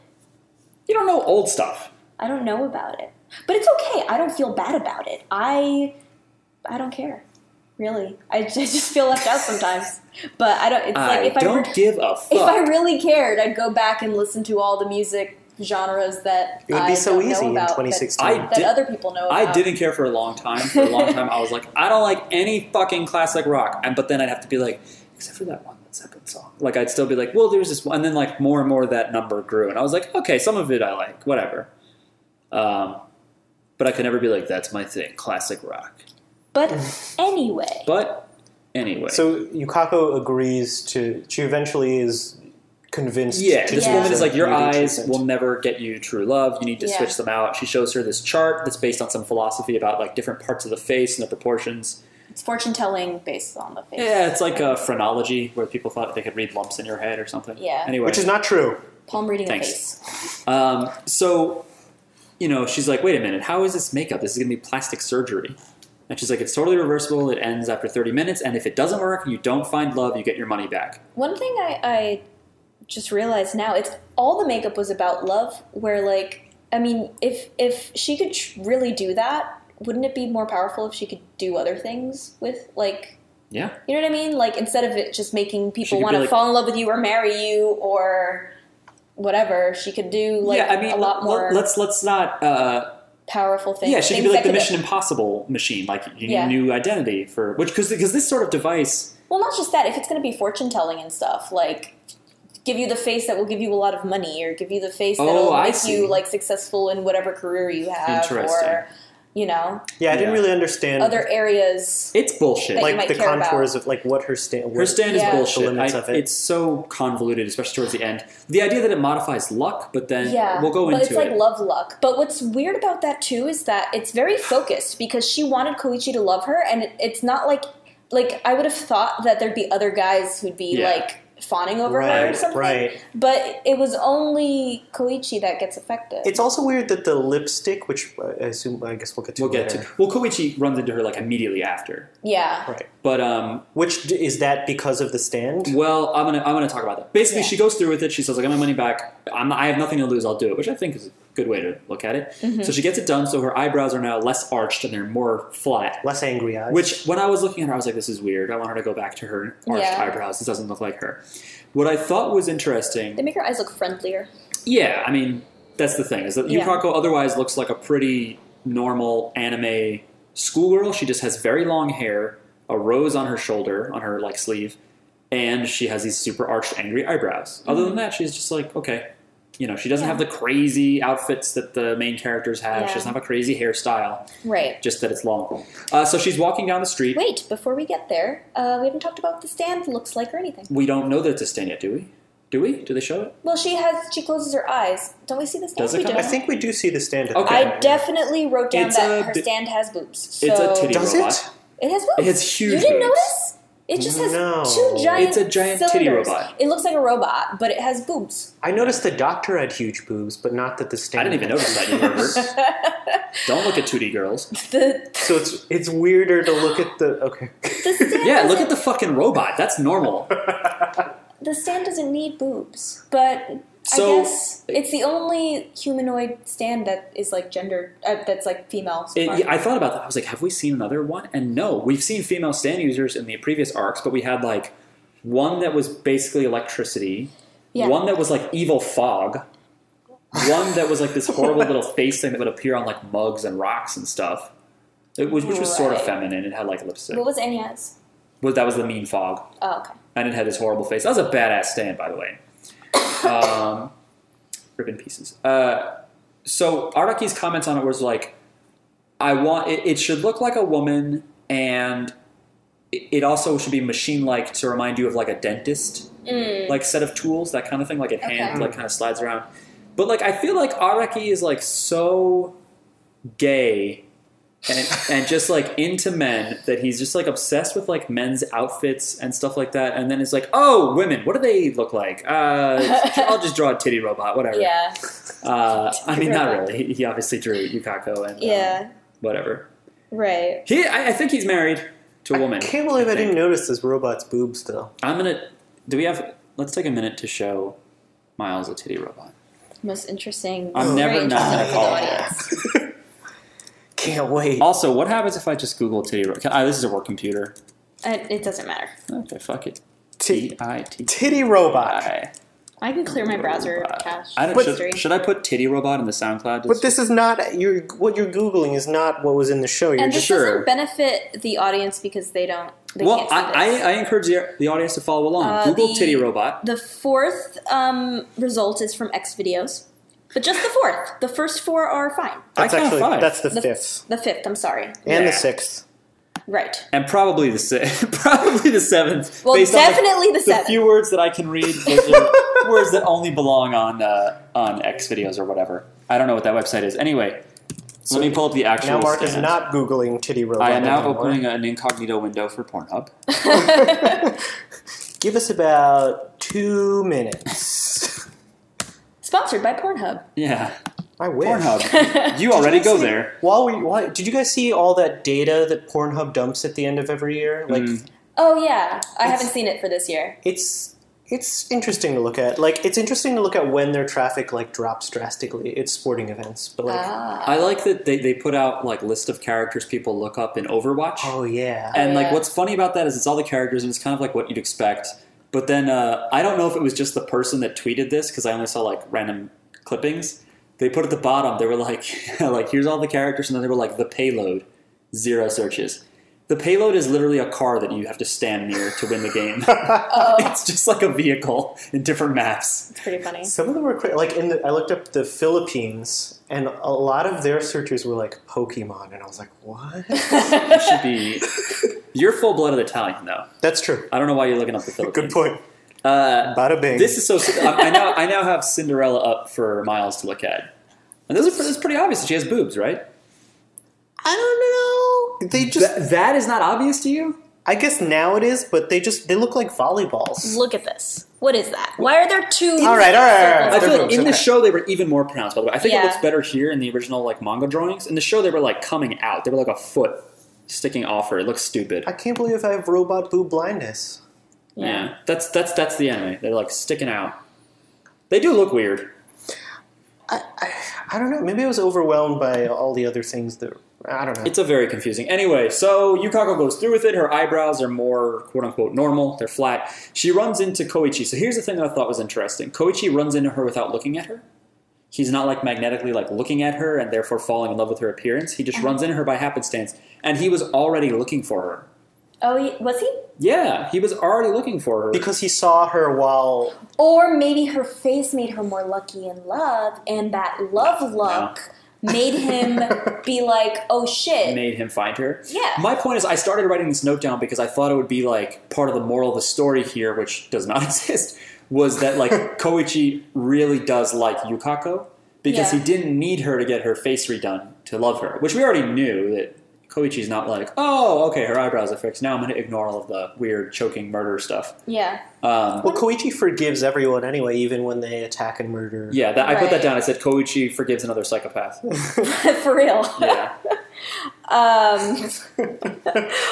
S1: you don't know old stuff.
S2: I don't know about it. But it's okay. I don't feel bad about it. I I don't care. Really. I [laughs] just, I just feel left out sometimes. But I don't it's
S1: I
S2: like if I
S1: don't
S2: re-
S1: give a fuck.
S2: [laughs] if I really cared, I'd go back and listen to all the music genres that
S3: it would
S2: I
S3: be so
S2: don't know
S3: easy in
S2: about, that-
S3: 2016.
S1: I
S2: that,
S1: did-
S2: other people know about.
S1: I didn't care for a long time. For a long time, I was like, I don't like any fucking classic rock. And but then I'd have to be like, except for that one that Zeppelin song. Like I'd still be like, well, there's this one. And then like more and more that number grew, and I was like, okay, some of it I like, whatever. Um, but I could never be like, that's my thing, classic rock. [laughs]
S2: But anyway.
S1: But anyway,
S3: [laughs] so Yukako agrees to. She eventually is convinced.
S1: Yeah,
S3: to
S1: this
S3: do
S2: Yeah.
S1: woman is
S3: the
S1: like, your
S3: beauty
S1: eyes
S3: treatment.
S1: will never get you true love. You need to
S2: Yeah.
S1: switch them out. She shows her this chart that's based on some philosophy about like different parts of the face and the proportions.
S2: it's fortune telling based on the face.
S1: Yeah, it's like a phrenology where people thought they could read lumps in your head or something.
S2: Yeah.
S1: Anyway,
S3: which is not true.
S2: palm reading
S1: Thanks.
S2: a face.
S1: um, so you know, she's like, wait a minute, how is this makeup? This is gonna be plastic surgery. And she's like, it's totally reversible. It ends after 30 minutes, and if it doesn't work, you don't find love, you get your money back.
S2: One thing I, I just realized now, it's all the makeup was about love. Where like, I mean, if if she could tr- really do that, wouldn't it be more powerful if she could do other things with like,
S1: Yeah,
S2: you know what I mean? Like instead of it just
S1: could
S2: making people
S1: be
S2: want to
S1: like-
S2: fall in love with you or marry you or whatever, she could do like
S1: yeah. I mean,
S2: a lot more
S1: Let's let's not. Uh,
S2: powerful things.
S1: Yeah, she could
S2: things
S1: be like
S2: that
S1: the Mission Impossible machine, like you
S2: Yeah.
S1: new identity for which because because this sort of device,
S2: Well, not just that. If it's going to be fortune telling and stuff, like give you the face that will give you a lot of money, or give you the face that'll
S1: Oh, I
S2: make
S1: see.
S2: you like successful in whatever career you have,
S1: Interesting.
S2: or you know
S3: Yeah, I didn't
S1: Yeah.
S3: really understand
S2: other areas.
S1: it's bullshit.
S2: that you
S1: Like
S3: like
S2: might
S3: the
S2: care about.
S3: contours of like what her stand.
S1: her stand
S2: Yeah.
S1: is bullshit.
S3: The limits
S1: I-
S3: of it.
S1: It's so convoluted, especially towards the end. The idea that it modifies luck, but then
S2: yeah,
S1: we'll go
S2: but
S1: into
S2: it's like
S1: it.
S2: love luck. But what's weird about that too is that it's very focused because she wanted Koichi to love her, and it, it's not like like I would have thought that there'd be other guys who'd be
S1: Yeah.
S2: like fawning over her or
S3: right,
S2: something.
S3: right.
S2: But it was only Koichi that gets affected.
S3: It's also weird that the lipstick, which uh, I assume, I guess we'll get to.
S1: we'll get
S3: later.
S1: to well, Koichi runs into her like immediately after,
S2: yeah.
S3: right.
S1: but um,
S3: Which d- is that because of the stand?
S1: well, I'm gonna I'm gonna talk about that. Basically,
S2: Yeah.
S1: she goes through with it. She says like, "I am my money back. I'm, I have nothing to lose. I'll do it," which I think is a good way to look at it.
S2: Mm-hmm.
S1: So she gets it done. So her eyebrows are now less arched and they're more flat.
S3: Less angry eyes.
S1: Which, when I was looking at her, I was like, this is weird. I want her to go back to her arched
S2: Yeah.
S1: eyebrows. This doesn't look like her. What I thought was interesting,
S2: They make her eyes look friendlier.
S1: yeah, I mean, that's the thing, is that
S2: Yeah.
S1: Yukako otherwise looks like a pretty normal anime schoolgirl. She just has very long hair, a rose on her shoulder, on her, like, sleeve, and she has these super arched, angry eyebrows. Other than that, she's just like, okay. You know, she doesn't
S2: Mm-hmm. Yeah.
S1: have the crazy outfits that the main characters have.
S2: Yeah.
S1: She doesn't have a crazy hairstyle,
S2: Right.
S1: just that it's long. Uh, so she's walking down the street.
S2: Wait, before we get there, uh, we haven't talked about what the stand looks like or anything.
S1: We don't know that it's a stand yet, do we? Do we? Do they show it?
S2: Well, she has she closes her eyes. Don't we see the stand?
S1: Does it
S2: we
S1: come-
S2: do.
S3: I think we do see the stand. at
S1: Okay.
S3: the
S2: I
S3: end.
S2: definitely wrote down
S1: It's
S2: that
S1: a
S2: her
S1: bi-
S2: stand has boobs. So
S1: It's a titty
S3: Does
S1: robot.
S3: it?
S2: It has boobs.
S1: It has huge
S2: You didn't
S1: boobs.
S2: notice? It just has
S3: No.
S2: two giant.
S1: It's a giant titty
S2: cylinders.
S1: robot.
S2: It looks like a robot, but it has boobs.
S3: I noticed the doctor had huge boobs, but not that the stand.
S1: I didn't even notice that, you pervert.
S2: [laughs]
S1: Don't look at 2D girls.
S2: The
S3: [laughs] so it's it's weirder to look at the okay.
S1: [laughs]
S2: the stand.
S1: Yeah, look at
S2: doesn't-
S1: the fucking robot. That's normal.
S2: the stand doesn't need boobs, but
S1: So
S2: I guess it's the only humanoid stand that is like gender uh, that's like female. So
S1: It,
S2: far.
S1: yeah, I thought about that. I was like, have we seen another one? And no, we've seen female stand users in the previous arcs, but we had like one that was basically electricity,
S2: Yeah.
S1: one that was like evil fog, one that was like this
S2: [laughs]
S1: horrible little face thing that would appear on like mugs and rocks and stuff. It was, which was sort of
S2: Right.
S1: feminine. It had like lipstick.
S2: What was Enya's?
S1: Well, that was the mean fog,
S2: Oh, okay.
S1: and it had this horrible face. That was a badass stand, by the way. Um, ribbon pieces. Uh, so Araki's comments on it was like, I want it, it should look like a woman, and it, it also should be machine-like to remind you of like a dentist,
S2: Mm.
S1: like set of tools, that kind of thing, like a hand,
S2: Okay.
S1: like kind of slides around. But like, I feel like Araki is like so gay. And, and just like into men that he's just like obsessed with like men's outfits and stuff like that and then it's like oh women what do they look like uh,
S2: [laughs]
S1: i'll just draw a titty robot whatever
S2: Yeah,
S1: uh, I mean, not
S2: Right.
S1: really. He- He obviously drew Yukako and uh,
S2: yeah,
S1: whatever.
S2: right.
S1: He, I, I think he's married to a woman.
S3: I can't believe I,
S1: think.
S3: didn't notice this robot's boobs though. [laughs]
S1: I'm gonna. Do we have? Let's take a minute to show Miles a titty robot.
S2: Most interesting.
S1: I'm never
S2: very
S1: not
S2: interesting
S1: gonna
S2: for
S1: call
S2: the
S1: it that.
S2: audience.
S3: Can't wait.
S1: Also, what happens if I just Google titty robot? Ah, this is a work computer.
S2: It, it doesn't matter.
S1: Okay, fuck it.
S3: Ti-
S1: T I T
S3: titty robot.
S1: I.
S2: I can clear my browser cache.
S1: Uh, I don't,
S3: But-
S1: should, should I put titty robot in the SoundCloud?
S3: But this is not your what you're googling is not what was in the show. You're
S2: and this
S3: just
S1: sure.
S2: doesn't benefit the audience because they don't. They
S1: well,
S2: can't see
S1: I,
S2: this.
S1: I, I encourage the, the audience to follow along.
S2: Uh,
S1: Google
S2: the-
S1: titty robot.
S2: The fourth um, result is from X videos, but just the fourth. The first four are fine.
S3: that's
S1: I count
S3: actually
S1: five.
S3: that's the,
S2: The-
S3: fifth
S2: The fifth, I'm sorry.
S3: and
S1: Yeah.
S3: the sixth.
S2: Right.
S3: [laughs]
S2: [laughs]
S1: and probably the se- [laughs] probably the seventh.
S2: Well,
S1: based on the-
S2: definitely the,
S1: the
S2: seventh.
S1: few words that I can read, those
S3: [laughs]
S1: are words that only belong on uh, on X videos or whatever. I don't know what that website is. Anyway,
S3: So
S1: let me pull up the actual.
S3: Now Mark is
S1: stand.
S3: not googling titty robot.
S1: I am now
S3: anymore.
S1: opening an incognito window for Pornhub. [laughs]
S3: [laughs] Give us about two minutes. [laughs]
S2: Sponsored by Pornhub.
S1: Yeah,
S3: I wish.
S1: Pornhub. You already
S3: guys
S1: go
S3: see-
S1: there.
S3: While we, why, did you guys see all that data that Pornhub dumps at the end of every year? Like,
S1: Mm.
S2: [laughs] Oh yeah, I
S3: It's-
S2: haven't seen it for this year.
S3: it's it's interesting to look at. Like, it's interesting to look at when their traffic like drops drastically. It's sporting events, but like,
S2: ah.
S1: I like that they, they put out like list of characters people look up in Overwatch.
S3: oh yeah,
S1: And like,
S2: yeah.
S1: what's funny about that is it's all the characters, and it's kind of like what you'd expect. But then uh, I don't know if it was just the person that tweeted this because I only saw like random clippings. They put at the bottom, they were like, [laughs] like here's all the characters, and then they were like the payload, zero searches. The payload is literally a car that you have to stand near to win the [laughs] game.
S2: oh,
S1: it's just like a vehicle in different maps.
S2: it's pretty funny.
S3: some of them were cra- like in the. I looked up the Philippines, and a lot of their searches were like Pokemon, and I was like, [laughs] what?
S1: It should [laughs] be. You're full blooded Italian though.
S3: That's true.
S1: I don't know why you're looking [laughs] up the
S3: Good
S1: Philippines.
S3: point.
S1: Uh,
S3: Bada bing.
S1: This is so. I I now I now have Cinderella up for Miles to look at, and those are that's pretty obvious. that She has boobs, right?
S3: I don't know. They just.
S1: That- that is not obvious to you.
S3: I guess now it is, but they just they look like volleyballs.
S2: Look at this. What is that? Why are there two?
S3: All right, all right, all right.
S1: I
S2: circles?
S1: feel like
S3: boobs,
S1: in the
S3: okay.
S1: show they were even more pronounced. By the way, I think
S2: Yeah.
S1: it looks better here in the original like manga drawings. In the show they were like coming out. They were like a foot sticking off her. It looks stupid.
S3: I can't believe I have robot boob blindness.
S1: yeah, that's that's that's the anime. They're like sticking out. They do look weird.
S3: I, I, I don't know. Maybe I was overwhelmed by all the other things that I don't know.
S1: It's a very confusing. Anyway, so Yukako goes through with it. Her eyebrows are more quote unquote normal, they're flat. She runs into Koichi. So here's the thing that I thought was interesting Koichi runs into her without looking at her. He's not like magnetically like looking at her and therefore falling in love with her appearance. He just runs into her by happenstance, and he was already looking for her.
S2: Oh, he- was he?
S1: Yeah, he was already looking for her.
S3: because he saw her while
S2: Or maybe her face made her more lucky in love, and that love look
S1: [laughs]
S2: made him be like, "Oh shit,
S1: made him find her.
S2: Yeah.
S1: My point is, I started writing this note down because I thought it would be like part of the moral of the story here, which does not [laughs] exist, was that
S2: [laughs]
S1: like Koichi really does like Yukako because
S2: Yeah.
S1: he didn't need her to get her face redone to love her, which we already knew that Koichi's not like, oh, okay, her eyebrows are fixed. Now I'm going to ignore all of the weird choking murder stuff.
S2: yeah." [laughs]
S1: Um,
S3: well Koichi forgives everyone anyway, even when they attack and murder.
S1: yeah, that, I put that
S2: Right.
S1: down. I said Koichi forgives another
S2: [laughs]
S1: psychopath.
S2: For real.
S1: Yeah.
S2: Um,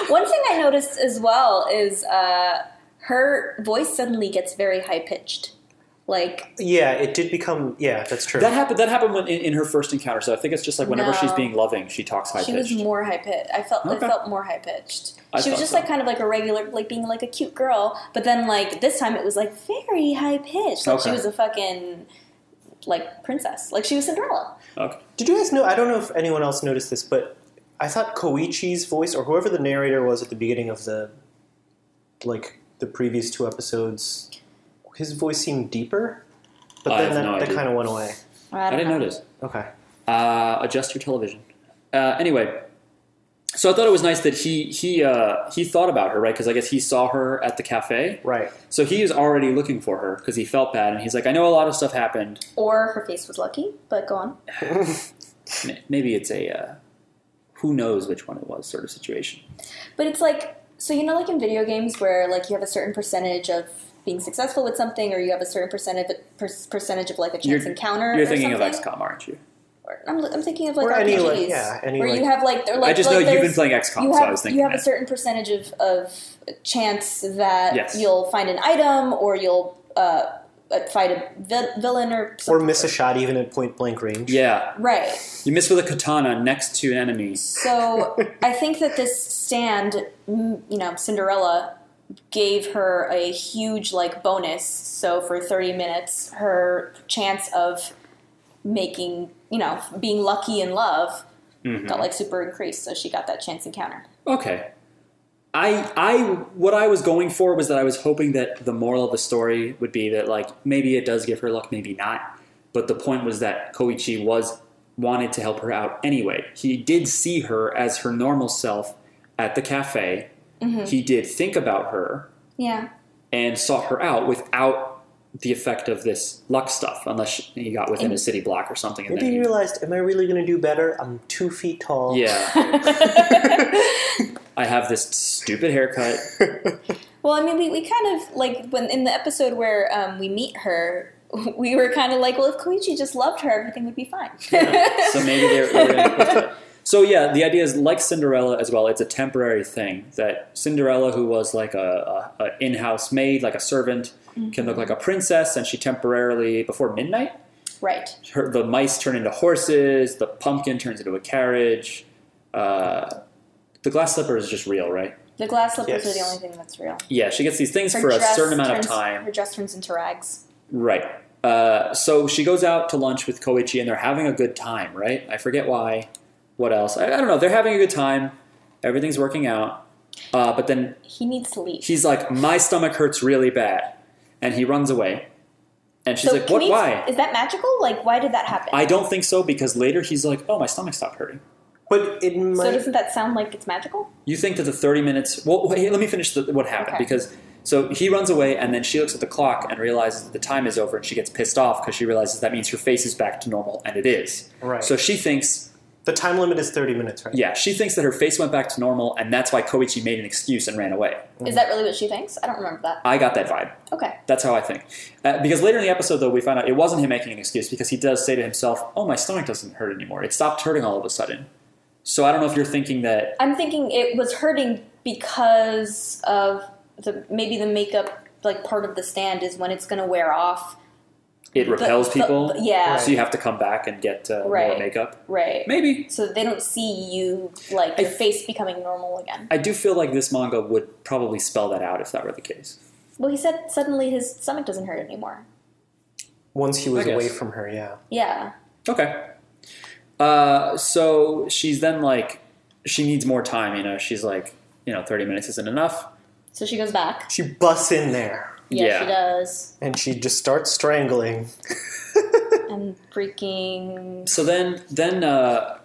S2: one thing I noticed as well is uh, her voice suddenly gets very high pitched. Like,
S3: [laughs] Yeah, it did become. Yeah, that's true.
S1: That happened. That happened when, in, in her first encounter. So I think it's just like whenever
S2: No.
S1: she's being loving, she talks high
S2: she
S1: pitched.
S2: was more high pitched. I felt
S1: Okay.
S2: I felt more high pitched.
S1: I
S2: She was
S1: thought
S2: just
S1: so.
S2: like kind of like a regular, like being like a cute girl. But then like this time it was like very high pitched. Like
S1: Okay.
S2: she was a fucking like princess. Like she was Cinderella.
S1: okay.
S3: Did you guys know? I don't know if anyone else noticed this, but I thought Koichi's voice or whoever the narrator was at the beginning of the like the previous two episodes, his voice seemed deeper. But
S1: I
S3: then
S1: have
S3: that,
S1: no
S3: that
S1: idea.
S3: kind of went away.
S1: I didn't
S2: know.
S1: notice.
S3: Okay.
S1: Uh, adjust your television. Uh, anyway, so I thought it was nice that he he uh, he thought about her, right? Because I guess he saw her at the cafe,
S3: Right.
S1: so he is already looking for her because he felt bad, and he's like, I know a lot of stuff happened.
S2: Or her face was lucky, but go on.
S1: M- Maybe it's a uh, who knows which one it was sort of situation.
S2: But it's like so you know like in video games where like you have a certain percentage of being successful with something, or you have a certain percentage per- percentage of like a chance
S1: You're-
S2: encounter.
S1: You're
S2: or
S1: thinking of
S2: something.
S1: XCOM, aren't you?
S2: Or- I'm, I'm thinking of like
S3: Or
S2: RPGs,
S3: any, like- yeah, any,
S2: where you
S3: like-
S2: have like they're like
S1: I just
S2: like
S1: know you've been
S2: there's-
S1: playing XCOM,
S2: you
S1: so
S2: have,
S1: I was thinking
S2: you have a
S1: that.
S2: certain percentage of, of chance that
S1: Yes.
S2: you'll find an item or you'll uh, uh, fight a vi- villain or
S3: Or
S2: something.
S3: miss a shot even at point blank range.
S1: yeah,
S2: right.
S1: you miss with a katana next to an enemy.
S2: So [laughs] I think that this stand, mm, you know, Cinderella gave her a huge like bonus. So for 30 minutes, her chance of making, you know, being lucky in love
S1: Mm-hmm.
S2: got like super increased. So she got that chance encounter.
S1: Okay. I I what I was going for was that I was hoping that the moral of the story would be that like maybe it does give her luck, maybe not. But the point was that Koichi was wanted to help her out anyway. He did see her as her normal self at the cafe. He did think about her [laughs]
S2: Yeah. [laughs]
S1: and sought her out without the effect of this luck stuff, unless she, he got within a city block or something. And
S3: Maybe
S1: then
S3: you
S1: he-
S3: realized, am I really going to do better? I'm two feet tall. [laughs]
S1: yeah, I have this stupid haircut.
S2: Well, I mean, we, we kind of like when in the episode where um, we meet her, [laughs] we were kind of like, well, if Koichi just loved her, everything would be fine.
S1: so maybe they're. they're gonna
S2: [laughs]
S1: push it. so yeah, the idea is like Cinderella as well. It's a temporary thing that Cinderella, who was like a, a, a in-house maid, like a servant, can look like a princess, and she temporarily before midnight,
S2: right.
S1: her, the mice turn into horses, the pumpkin turns into a carriage. Uh, the glass slipper is just real, right?
S2: The glass slippers are the
S3: Yes.
S2: only thing that's real.
S1: Yeah, she gets these things
S2: Her
S1: for a
S2: dress
S1: certain amount
S2: turns-
S1: of time.
S2: Her dress turns into rags.
S1: Right. Uh, so she goes out to lunch with Koichi, and they're having a good time, right? I forget why. What else? I, I don't know. They're having a good time. Everything's working out. Uh, but then
S2: He needs to leave.
S1: he's like, "My stomach hurts really bad," and he runs away. And she's
S2: so
S1: like,
S2: can
S1: "What?
S2: we-
S1: Why?"
S2: Is that magical? Like, why did that happen?
S1: I don't think so because later he's like, "Oh, my stomach stopped hurting."
S3: But it might.
S2: so doesn't that sound like it's magical?
S1: You think that the 30 minutes. Well, wait, let me finish the, what happened
S2: Okay.
S1: because. So he runs away, and then she looks at the clock and realizes that the time is over, and she gets pissed off because she realizes that means her face is back to normal, and it is.
S3: Right.
S1: So she thinks,
S3: the time limit is 30 minutes, right?
S1: yeah, she thinks that her face went back to normal, and that's why Koichi made an excuse and ran away.
S2: Is that really what she thinks? I don't remember that.
S1: I got that vibe.
S2: Okay.
S1: That's how I think. Uh, because later in the episode, though, we find out it wasn't him making an excuse because he does say to himself, "Oh, my stomach doesn't hurt anymore. It stopped hurting all of a sudden." So I don't know if you're thinking that.
S2: I'm thinking it was hurting because of the maybe the makeup like part of the stand is when it's going to wear off.
S1: It
S2: But-
S1: repels
S2: but-
S1: people,
S2: but- yeah.
S1: So you have to come back and get uh,
S2: Right.
S1: more makeup.
S2: Right.
S1: Maybe
S2: So they don't see you like
S1: I-
S2: your face becoming normal again.
S1: I do feel like this manga would probably spell that out if that were the case.
S2: Well, he said suddenly his stomach doesn't hurt anymore.
S3: Once he
S1: I
S3: was
S1: guess.
S3: away from her, yeah.
S2: Yeah.
S1: Okay. Uh, so she's then like, she needs more time, you know. She's like, you know, 30 minutes isn't enough.
S2: So she goes back.
S3: She busts in there
S2: Yeah,
S1: Yeah.
S2: she does.
S3: and she just starts strangling.
S2: And freaking
S1: So then, then uh,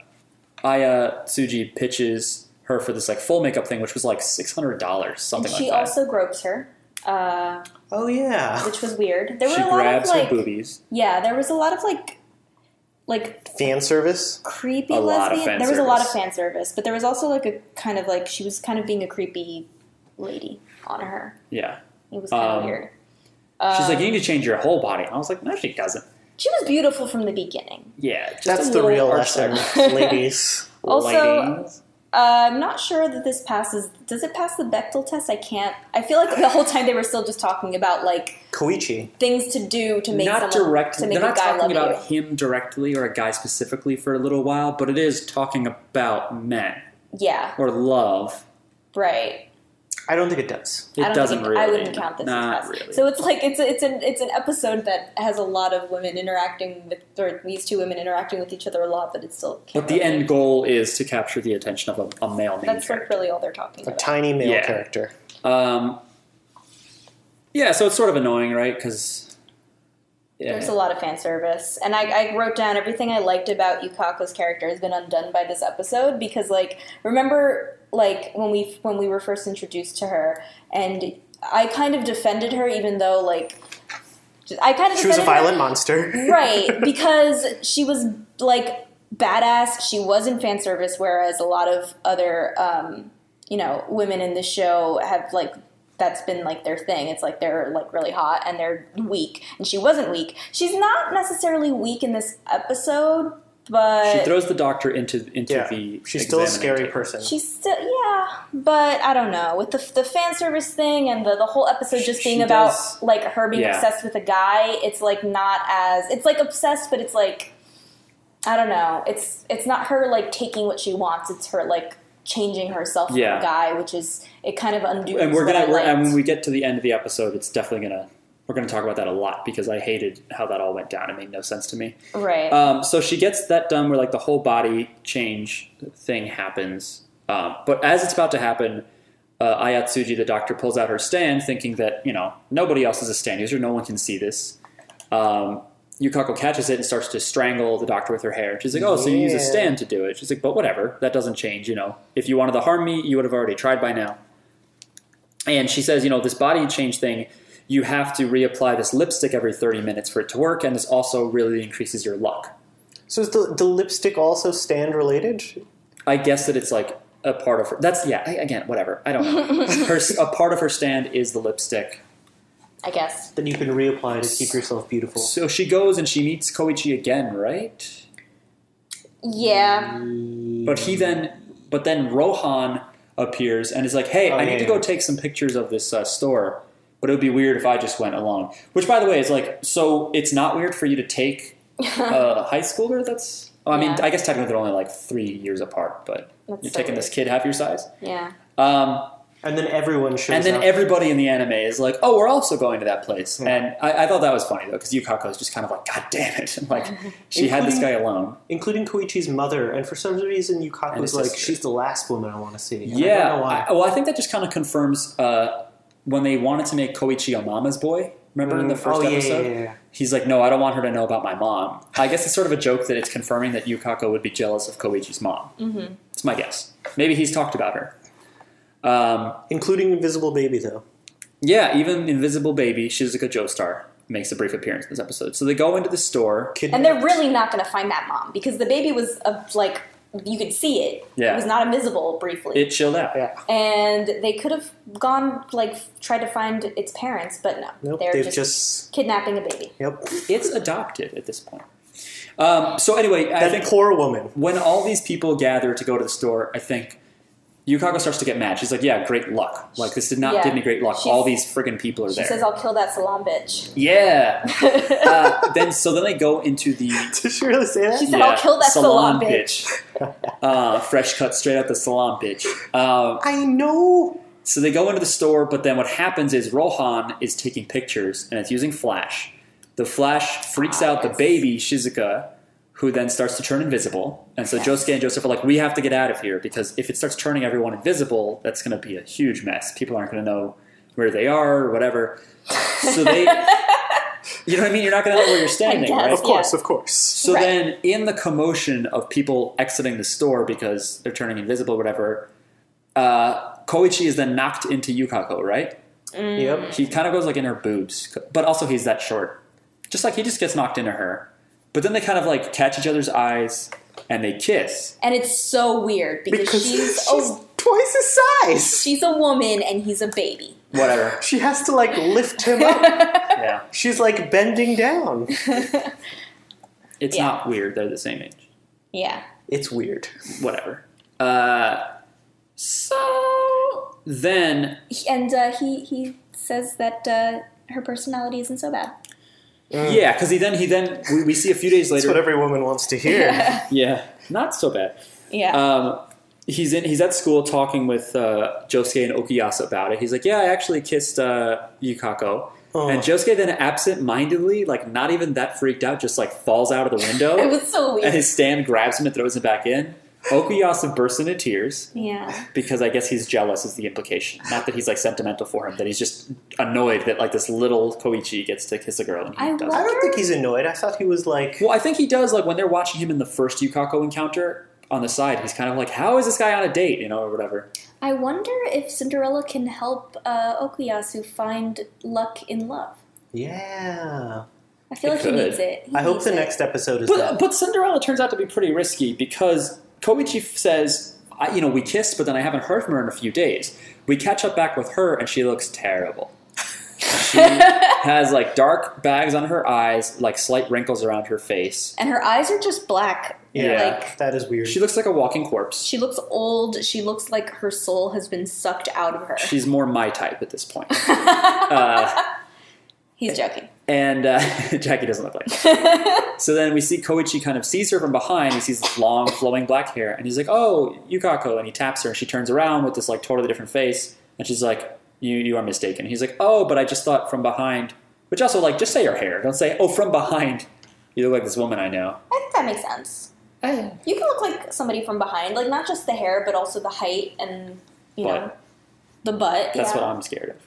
S1: Aya Tsuji pitches her for this like full makeup thing, which was like $600,
S2: and
S1: something
S2: she
S1: like that.
S2: also gropes her. Uh,
S3: Oh, yeah.
S2: which was weird. There
S1: she
S2: were a lot
S1: grabs
S2: of like
S1: her boobies.
S2: yeah, there was a lot of like like
S3: Fan service?
S2: creepy
S1: A lot of fan
S2: lesbian. there was a lot of
S1: service.
S2: fan service, but there was also like a kind of like she was kind of being a creepy lady on her.
S1: Yeah.
S2: It was kind
S1: Um,
S2: of weird.
S1: She's like,
S2: Um,
S1: you need to change your whole body. And I was like, no, she doesn't.
S2: she was beautiful from the beginning.
S1: Yeah. Just
S3: That's
S1: a
S3: the
S1: little [laughs]
S3: real
S1: arch
S3: lesson,
S1: there.
S3: ladies.
S2: Also,
S1: Ladies.
S2: Uh, I'm not sure that this passes. Does it pass the Bechtel test? I can't. I feel like the whole time they were still just talking about like
S3: Koichi.
S2: things to do to make
S1: not
S2: someone
S1: direct.
S2: to make
S1: they're
S2: a
S1: not
S2: guy love
S1: talking about
S2: you.
S1: him directly or a guy specifically for a little while, but it is talking about men
S2: Yeah,
S1: or love.
S2: right.
S3: I don't think it does.
S1: It
S2: I don't
S1: doesn't
S2: think it-
S1: really.
S2: I wouldn't count this
S1: Not
S2: as a test.
S1: really.
S2: So it's like it's a, it's an it's an episode that has a lot of women interacting with or these two women interacting with each other a lot, but it's still.
S1: but the end goal is to capture the attention of a, a male main
S2: That's like
S1: character.
S2: really all they're talking
S3: A
S2: about.
S3: tiny male
S1: Yeah.
S3: character.
S1: Um, yeah, so it's sort of annoying, right? Because
S2: There's a lot of fan service, and I, I wrote down everything I liked about Yukako's character has been undone by this episode because, like, remember, like when we when we were first introduced to her, and I kind of defended her, even though, like, I kind of
S3: She was
S2: defended
S3: a
S2: her-
S3: violent monster.
S2: right because she was like badass she was in fan service whereas a lot of other um, you know women in the show have like that's been like their thing it's like they're like really hot and they're weak and she wasn't weak she's not necessarily weak in this episode but
S1: she throws the doctor into into
S3: Yeah.
S1: the.
S3: [laughs] She's still a
S1: examining
S3: scary
S1: table.
S3: person.
S2: She's still, yeah, but I don't know. With the, the fan service thing and the, the whole episode just
S1: She-
S2: being
S1: she
S2: about
S1: does-
S2: like her being
S1: Yeah.
S2: obsessed with a guy, it's like not as it's like obsessed, but it's like I don't know. It's it's not her like taking what she wants. It's her like changing herself for
S1: Yeah.
S2: a guy, which is it kind of undoes.
S1: and we're
S2: what
S1: gonna
S2: I
S1: we're, and
S2: liked.
S1: when we get to the end of the episode it's definitely gonna we're gonna talk about that a lot because i hated how that all went down it made no sense to me
S2: right.
S1: um, so she gets that done where like the whole body change thing happens um, but as it's about to happen uh, ayatsuji the doctor pulls out her stand thinking that you know nobody else is a stand user no one can see this um, Yukako catches it and starts to strangle the doctor with her hair. She's like, "Oh, so you use a
S3: Yeah.
S1: stand to do it?" She's like, "But whatever, that doesn't change. You know, if you wanted to harm me, you would have already tried by now." And she says, "You know, this body change thing, you have to reapply this lipstick every thirty minutes for it to work, and this also really increases your luck."
S3: So is the, the lipstick also stand related?
S1: I guess that it's like a part of her. That's yeah. I, again, whatever. I don't know.
S2: [laughs]
S1: her, a part of her stand is the lipstick.
S2: I guess
S3: That you can reapply to keep yourself beautiful.
S1: So she goes and she meets Koichi again, right?
S2: yeah.
S1: But he then, but then Rohan appears and is like, "Hey,
S3: Oh,
S1: I need
S3: yeah,
S1: to go
S3: yeah.
S1: take some pictures of this uh, store." But it would be weird if I just went alone. Which, by the way, is like, so it's not weird for you to
S2: [laughs]
S1: take a high schooler. That's, oh, I mean,
S2: Yeah.
S1: I guess technically they're only like three years apart, but
S2: That's
S1: you're
S2: so
S1: taking
S2: weird.
S1: this kid half your size.
S2: Yeah.
S1: Um,
S3: And then everyone shows
S1: and then
S3: up.
S1: everybody in the anime is like, "Oh, we're also going to that place."
S3: Yeah.
S1: And I, I thought that was funny though, because Yukako is just kind of like, "God damn it!" [laughs] And like, she had this guy alone.
S3: including Koichi's mother. And for some reason,
S1: And his
S3: Yukako's like,
S1: sister.
S3: she's the last woman I want to see. And I
S1: yeah.
S3: don't know why.
S1: I- well, I think that just kind of confirms uh, when they wanted to make Koichi a mama's boy. Remember in the
S3: Mm,
S1: first
S3: oh, yeah,
S1: episode,
S3: yeah, yeah, yeah.
S1: he's like, "No, I don't want her to know about my mom." I guess it's sort of a joke that it's confirming that Yukako would be jealous of Koichi's mom. Mm-hmm. It's my guess. Maybe he's talked about her. Um,
S3: Including Invisible Baby, though.
S1: yeah, even Invisible Baby, Shizuka Joestar makes a brief appearance in this episode. So they go into the store.
S3: Kid-
S2: And they're really not going to find that mom because the baby was uh, like you could see it.
S1: Yeah.
S2: It was not invisible briefly.
S1: It chilled out.
S3: yeah.
S2: and they could have gone like f- tried to find its parents, but no,
S3: Nope,
S2: they're
S3: they've
S2: just,
S3: just...
S2: kidnapping a baby.
S3: Yep.
S1: It's adopted at this point. Um, so anyway, I
S3: That
S1: think
S3: poor woman. [laughs]
S1: when all these people gather to go to the store, I think Yukako starts to get mad. She's like, "Yeah, great luck. Like this did not
S2: Yeah.
S1: give me great luck.
S2: She's-
S1: all these friggin' people are
S2: She
S1: there."
S2: says, "I'll kill that salon bitch."
S1: yeah.
S2: [laughs]
S1: uh, then so then they go into the
S3: Did she really say that?
S2: She said,
S1: yeah,
S2: "I'll kill that
S1: salon,
S2: salon, bitch."
S1: uh, fresh cut straight out the salon bitch. Um,
S3: I know.
S1: So they go into the store, but then what happens is Rohan is taking pictures and it's using Flash. The Flash freaks out the
S2: Yes.
S1: baby, Shizuka, who then starts to turn invisible. And so
S2: Yes.
S1: Josuke and Joseph are like, we have to get out of here because if it starts turning everyone invisible, that's going to be a huge mess. People aren't going to know where they are or whatever. So
S2: [laughs]
S1: they, you know what I mean? You're not going to know where you're standing,
S2: guess.
S1: right?
S3: Of course,
S2: Yeah.
S3: of course.
S1: So
S2: Right.
S1: then, in the commotion of people exiting the store because they're turning invisible, whatever, uh, Koichi is then knocked into Yukako, right?
S2: Mm.
S3: Yep.
S1: He kind of goes like in her boobs, but also he's that short. Just like he just gets knocked into her. But then they kind of like catch each other's eyes and they kiss.
S2: And it's so weird because,
S3: Because
S2: she's
S3: she's
S2: a,
S3: twice his size.
S2: she's a woman and he's a
S3: [laughs]
S2: baby. [laughs]
S1: Whatever.
S3: She has to, like, lift him up.
S1: yeah.
S3: She's, like, bending down.
S1: It's
S2: Yeah.
S1: not weird. They're the same age.
S2: [laughs] Yeah,
S3: It's weird.
S1: Whatever. Uh, then
S2: He- And uh, he he says that uh, her personality isn't so bad.
S3: Mm.
S1: yeah, because he then he then we, we see a few days
S3: That's what
S1: later.
S3: every woman wants to hear.
S1: Yeah, not so bad.
S2: [laughs] yeah.
S3: Uh,
S1: Um, he's in. He's at school talking with uh, Josuke and Okuyasa about it. He's like, "Yeah, I actually kissed uh, Yukako."
S3: Oh.
S1: And Josuke then absent-mindedly, like not even that freaked out, just like falls out of the
S2: [laughs] it
S1: window,
S2: was so
S1: and
S2: weird.
S1: his stand grabs him and throws him back in. Okuyasa bursts into tears
S2: Yeah.
S1: because I guess he's jealous is the implication. Not that he's like sentimental for him, that he's just annoyed that like this little Koichi gets to kiss a girl and he
S2: I
S1: doesn't.
S3: I don't think he's annoyed. I thought he was like,
S1: Well, I think he does. Like when they're watching him in the first Yukako encounter on the side, he's kind of like, "How is this guy on a date?" You know, or whatever.
S2: I wonder if Cinderella can help uh, Okuyasu find luck in love.
S3: yeah.
S2: I feel
S1: It
S2: like he
S1: could.
S2: needs it. He
S3: I hope
S2: needs
S3: the
S2: it.
S3: next episode is
S1: But
S3: that.
S1: but Cinderella turns out to be pretty risky because Koichi says, I, "You know, we kissed, but then I haven't heard from her in a few days." We catch up back with her, and she looks terrible. She has like dark bags on her eyes, like slight wrinkles around her face.
S2: and her eyes are just black.
S3: Yeah,
S2: Like
S3: that is weird.
S1: She looks like a walking corpse.
S2: she looks old. She looks like her soul has been sucked out of her.
S1: She's more my type at this point. Uh,
S2: [laughs] He's joking.
S1: and uh, [laughs] Jackie doesn't look like. That.
S2: [laughs]
S1: So then we see Koichi kind of sees her from behind. He sees this long, flowing black hair, and he's like, "Oh, Yukako!" And he taps her, and she turns around with this like totally different face, and she's like, "You, you are mistaken." He's like, "Oh, but I just thought from behind," which also like just say her hair. Don't say, "Oh, from behind." You look like this woman I know.
S2: I think that makes sense. You can look like somebody from behind, like not just the hair, but also the height and you know
S1: Butt.
S2: the butt.
S1: That's
S2: yeah.
S1: what I'm scared of.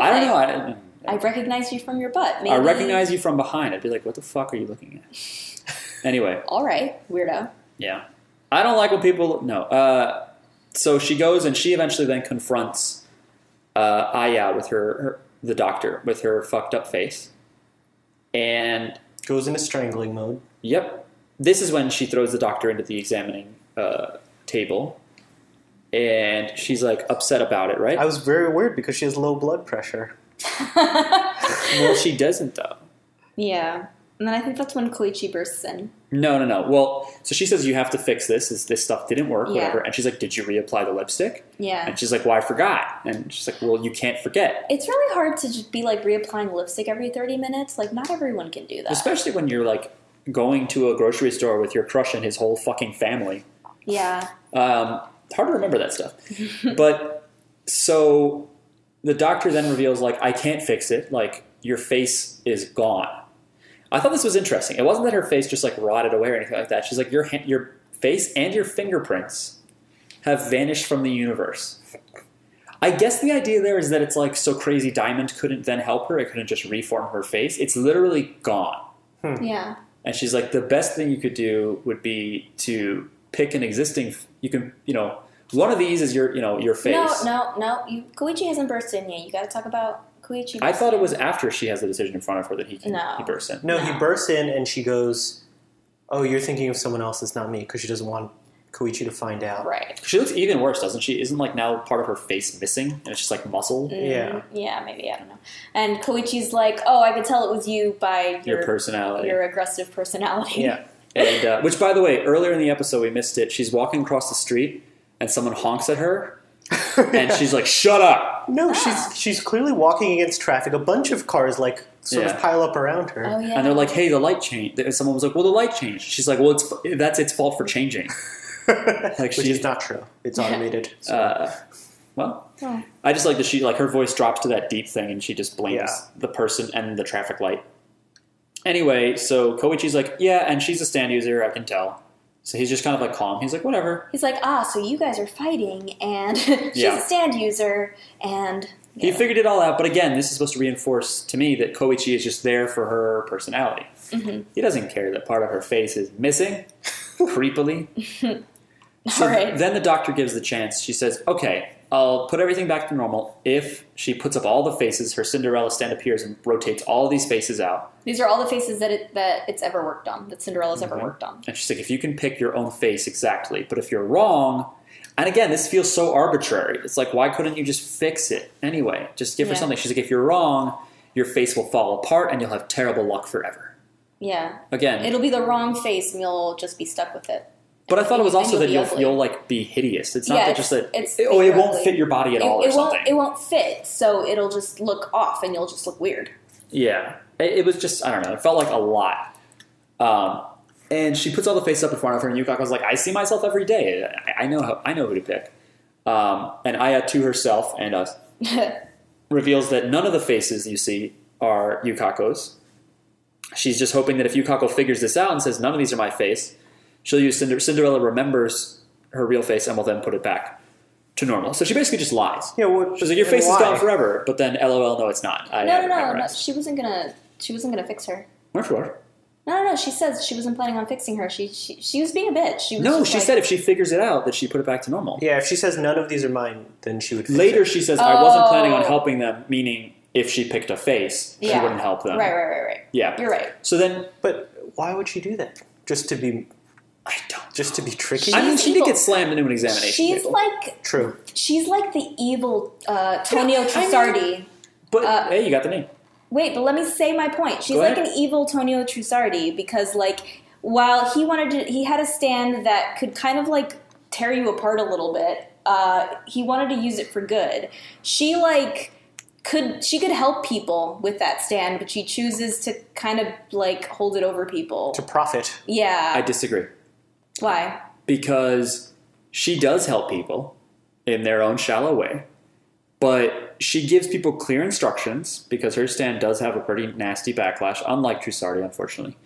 S2: [laughs]
S1: I don't know. I, don't-
S2: I recognize you from your butt. Maybe.
S1: I recognize you from behind. I'd be like, "What the fuck are you looking at?"
S2: [laughs]
S1: Anyway,
S2: All right, weirdo. [laughs]
S1: Yeah. I don't like when people. No. Uh, so she goes and she eventually then confronts uh, Aya with her, her, the doctor, with her fucked up face. And,
S3: goes into strangling mode.
S1: yep. This is when she throws the doctor into the examining uh, table. And she's like upset about it, right?
S3: I was very weird because she has low blood pressure.
S1: well, [laughs] she doesn't, though.
S2: yeah, and then I think that's when Koichi bursts in.
S1: No, no, no. Well, so she says, You have to fix this. This, this stuff didn't work,
S2: Yeah.
S1: whatever. And she's like, Did you reapply the lipstick?
S2: Yeah,
S1: And she's like, Well, I forgot. And she's like, Well, you can't forget.
S2: it's really hard to just be like reapplying lipstick every thirty minutes. Like not everyone can do that.
S1: Especially when you're like going to a grocery store with your crush and his whole fucking family.
S2: yeah,
S1: Um, hard to remember that stuff. but so the doctor then reveals, like, I can't fix it. Like, your face is gone. I thought this was interesting. It wasn't that her face just like rotted away or anything like that. She's like, your ha- your face and your fingerprints have vanished from the universe. I guess the idea there is that it's like so crazy Diamond couldn't then help her. It couldn't just reform her face. It's literally gone.
S2: yeah,
S1: And she's like, the best thing you could do would be to pick an existing. You can, you know, one of these is your, you know, your face.
S2: No, no, no. You, Koichi hasn't burst in yet. You got to talk about Koichi.
S1: I
S2: burst
S1: thought it
S2: in.
S1: was after she has the decision in front of her that he can
S2: No.
S1: he bursts in.
S3: No, he bursts in and she goes, "Oh, you're thinking of someone else. It's not me," because she doesn't want Koichi to find out.
S2: right.
S1: She looks even worse, doesn't she? Isn't like now part of her face missing, and it's just like muscle.
S2: Mm,
S3: Yeah.
S2: yeah, maybe I don't know. And Koichi's like, "Oh, I could tell it was you by
S1: Your
S2: your
S1: personality.
S2: your aggressive personality."
S3: Yeah.
S1: And uh, which, by the way, earlier in the episode we missed it. She's walking across the street, and someone honks at her, Mm. and she's like, "Shut
S2: [laughs]
S1: up!"
S3: [laughs] No, she's she's clearly walking against traffic. A bunch of cars like sort
S1: Yeah. Um,
S3: of pile up around
S2: [laughs]
S3: her. [laughs]
S2: Oh yeah.
S1: And they're like, "Hey, the light changed." And Someone was like, "Well, the light changed." She's like, "Well, it's that's its fault for
S2: [laughs]
S1: changing." Like
S3: Which
S1: she-
S3: is not true. It's
S2: Yeah.
S3: automated. so-
S1: Uh, well,
S2: Oh.
S1: I just like that she like her voice drops to that deep thing, and she just blames
S3: Yeah.
S1: the person and the traffic light. Anyway, so Koichi's like, yeah, and she's a stand user, I can tell. So he's just kind of like calm. He's like, whatever.
S2: He's like, "Ah, so you guys are fighting, and [laughs] she's
S1: Yeah.
S2: a stand user, and
S1: He figured it all out, but again, this is supposed to reinforce to me that Koichi is just there for her personality. He doesn't care that part of her face is missing, creepily. So
S2: all right,
S1: Then the doctor gives the chance. She says, "Okay, I'll put everything back to normal if she puts up all the faces. Her Cinderella stand appears and rotates all these faces out.
S2: these are all the faces that it that it's ever worked on, that Cinderella's
S1: Mm-hmm.
S2: ever worked on."
S1: And she's like, if you can pick your own face exactly, but if you're wrong." And again, this feels so arbitrary. It's like, why couldn't you just fix it anyway? Just give her
S2: Yeah.
S1: something. She's like, if you're wrong, your face will fall apart and you'll have terrible luck forever.
S2: Yeah,
S1: Again,
S2: it'll be the wrong face, and you'll just be stuck with it.
S1: But I thought it was
S2: And
S1: also that
S2: be
S1: you'll,
S2: ugly.
S1: you'll like be hideous. It's not
S2: Yeah,
S1: that
S2: it's-
S1: just that
S2: it's
S1: oh it won't
S2: exactly.
S1: fit your body at
S2: it,
S1: all or
S2: it won't
S1: something.
S2: it won't fit, so it'll just look off, and you'll just look weird. [laughs]
S1: Yeah, it, it was just I don't know. It felt like a lot. Um, and she puts all the face up in front of her, and Yukako was like, "I see myself every day. I, I know how, I know who to pick." Um, and Aya to herself and us reveals that none of the faces you see are Yukako's. She's just hoping that if Yukako figures this out and says none of these are my face, she'll use Cinder- Cinderella remembers her real face and will then put it back to normal. So she basically just lies.
S3: Yeah, well,
S1: She's like, "Your
S3: and
S1: face
S3: why?
S1: is gone forever," but then, "LOL, no, it's not." I
S2: no,
S1: have
S2: no,
S1: it
S2: no, no.
S1: memorized."
S2: She wasn't gonna. She wasn't gonna fix her.
S1: Or sure.
S2: No, no, no. She says she wasn't planning on fixing her. She she, she was being a bitch. She was
S1: No,
S2: just
S1: she
S2: like,
S1: said if she figures it out that she put it back to normal.
S3: Yeah, if she says none of these are mine, then she would. fix
S1: Later
S3: it.
S1: she says I wasn't planning on
S2: Oh.
S1: helping them, meaning if she picked a face, she
S2: Yeah.
S1: wouldn't help them.
S2: Right, right, right, right.
S1: Yeah.
S2: You're right.
S1: So then
S3: but why would she do that? Just to be,
S1: I don't
S3: just to be tricky.
S1: I mean
S2: She's
S1: she did
S2: evil.
S1: get slammed into an examination.
S2: She's
S1: table.
S2: like
S3: True.
S2: she's like the evil uh,
S1: [laughs]
S2: Tonio
S1: I mean-
S2: Trusardi.
S1: But
S2: uh,
S1: hey, you got the name.
S2: Wait, but let me say my point. She's
S1: Go
S2: like
S1: ahead.
S2: an evil Tonio Trusardi because, like, while he wanted to, he had a stand that could kind of like tear you apart a little bit. Uh, he wanted to use it for good. She like could she could help people with that stand, but she chooses to kind of like hold it over people.
S3: To profit.
S2: yeah,
S1: I disagree.
S2: why?
S1: Because she does help people in their own shallow way. But she gives people clear instructions because her stand does have a pretty nasty backlash, unlike Trusardi, unfortunately.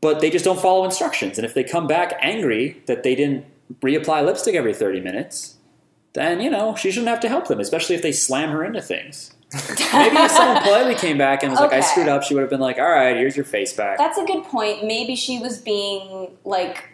S1: But they just don't follow instructions. And if they come back angry that they didn't reapply lipstick every 30 minutes, then, you know, she shouldn't have to help them, especially if they slam her into things. Maybe if
S2: [laughs]
S1: someone politely came back and was like, I
S2: Okay.
S1: screwed up, she would have been like, all right, here's your face back.
S2: That's a good point. Maybe she was being like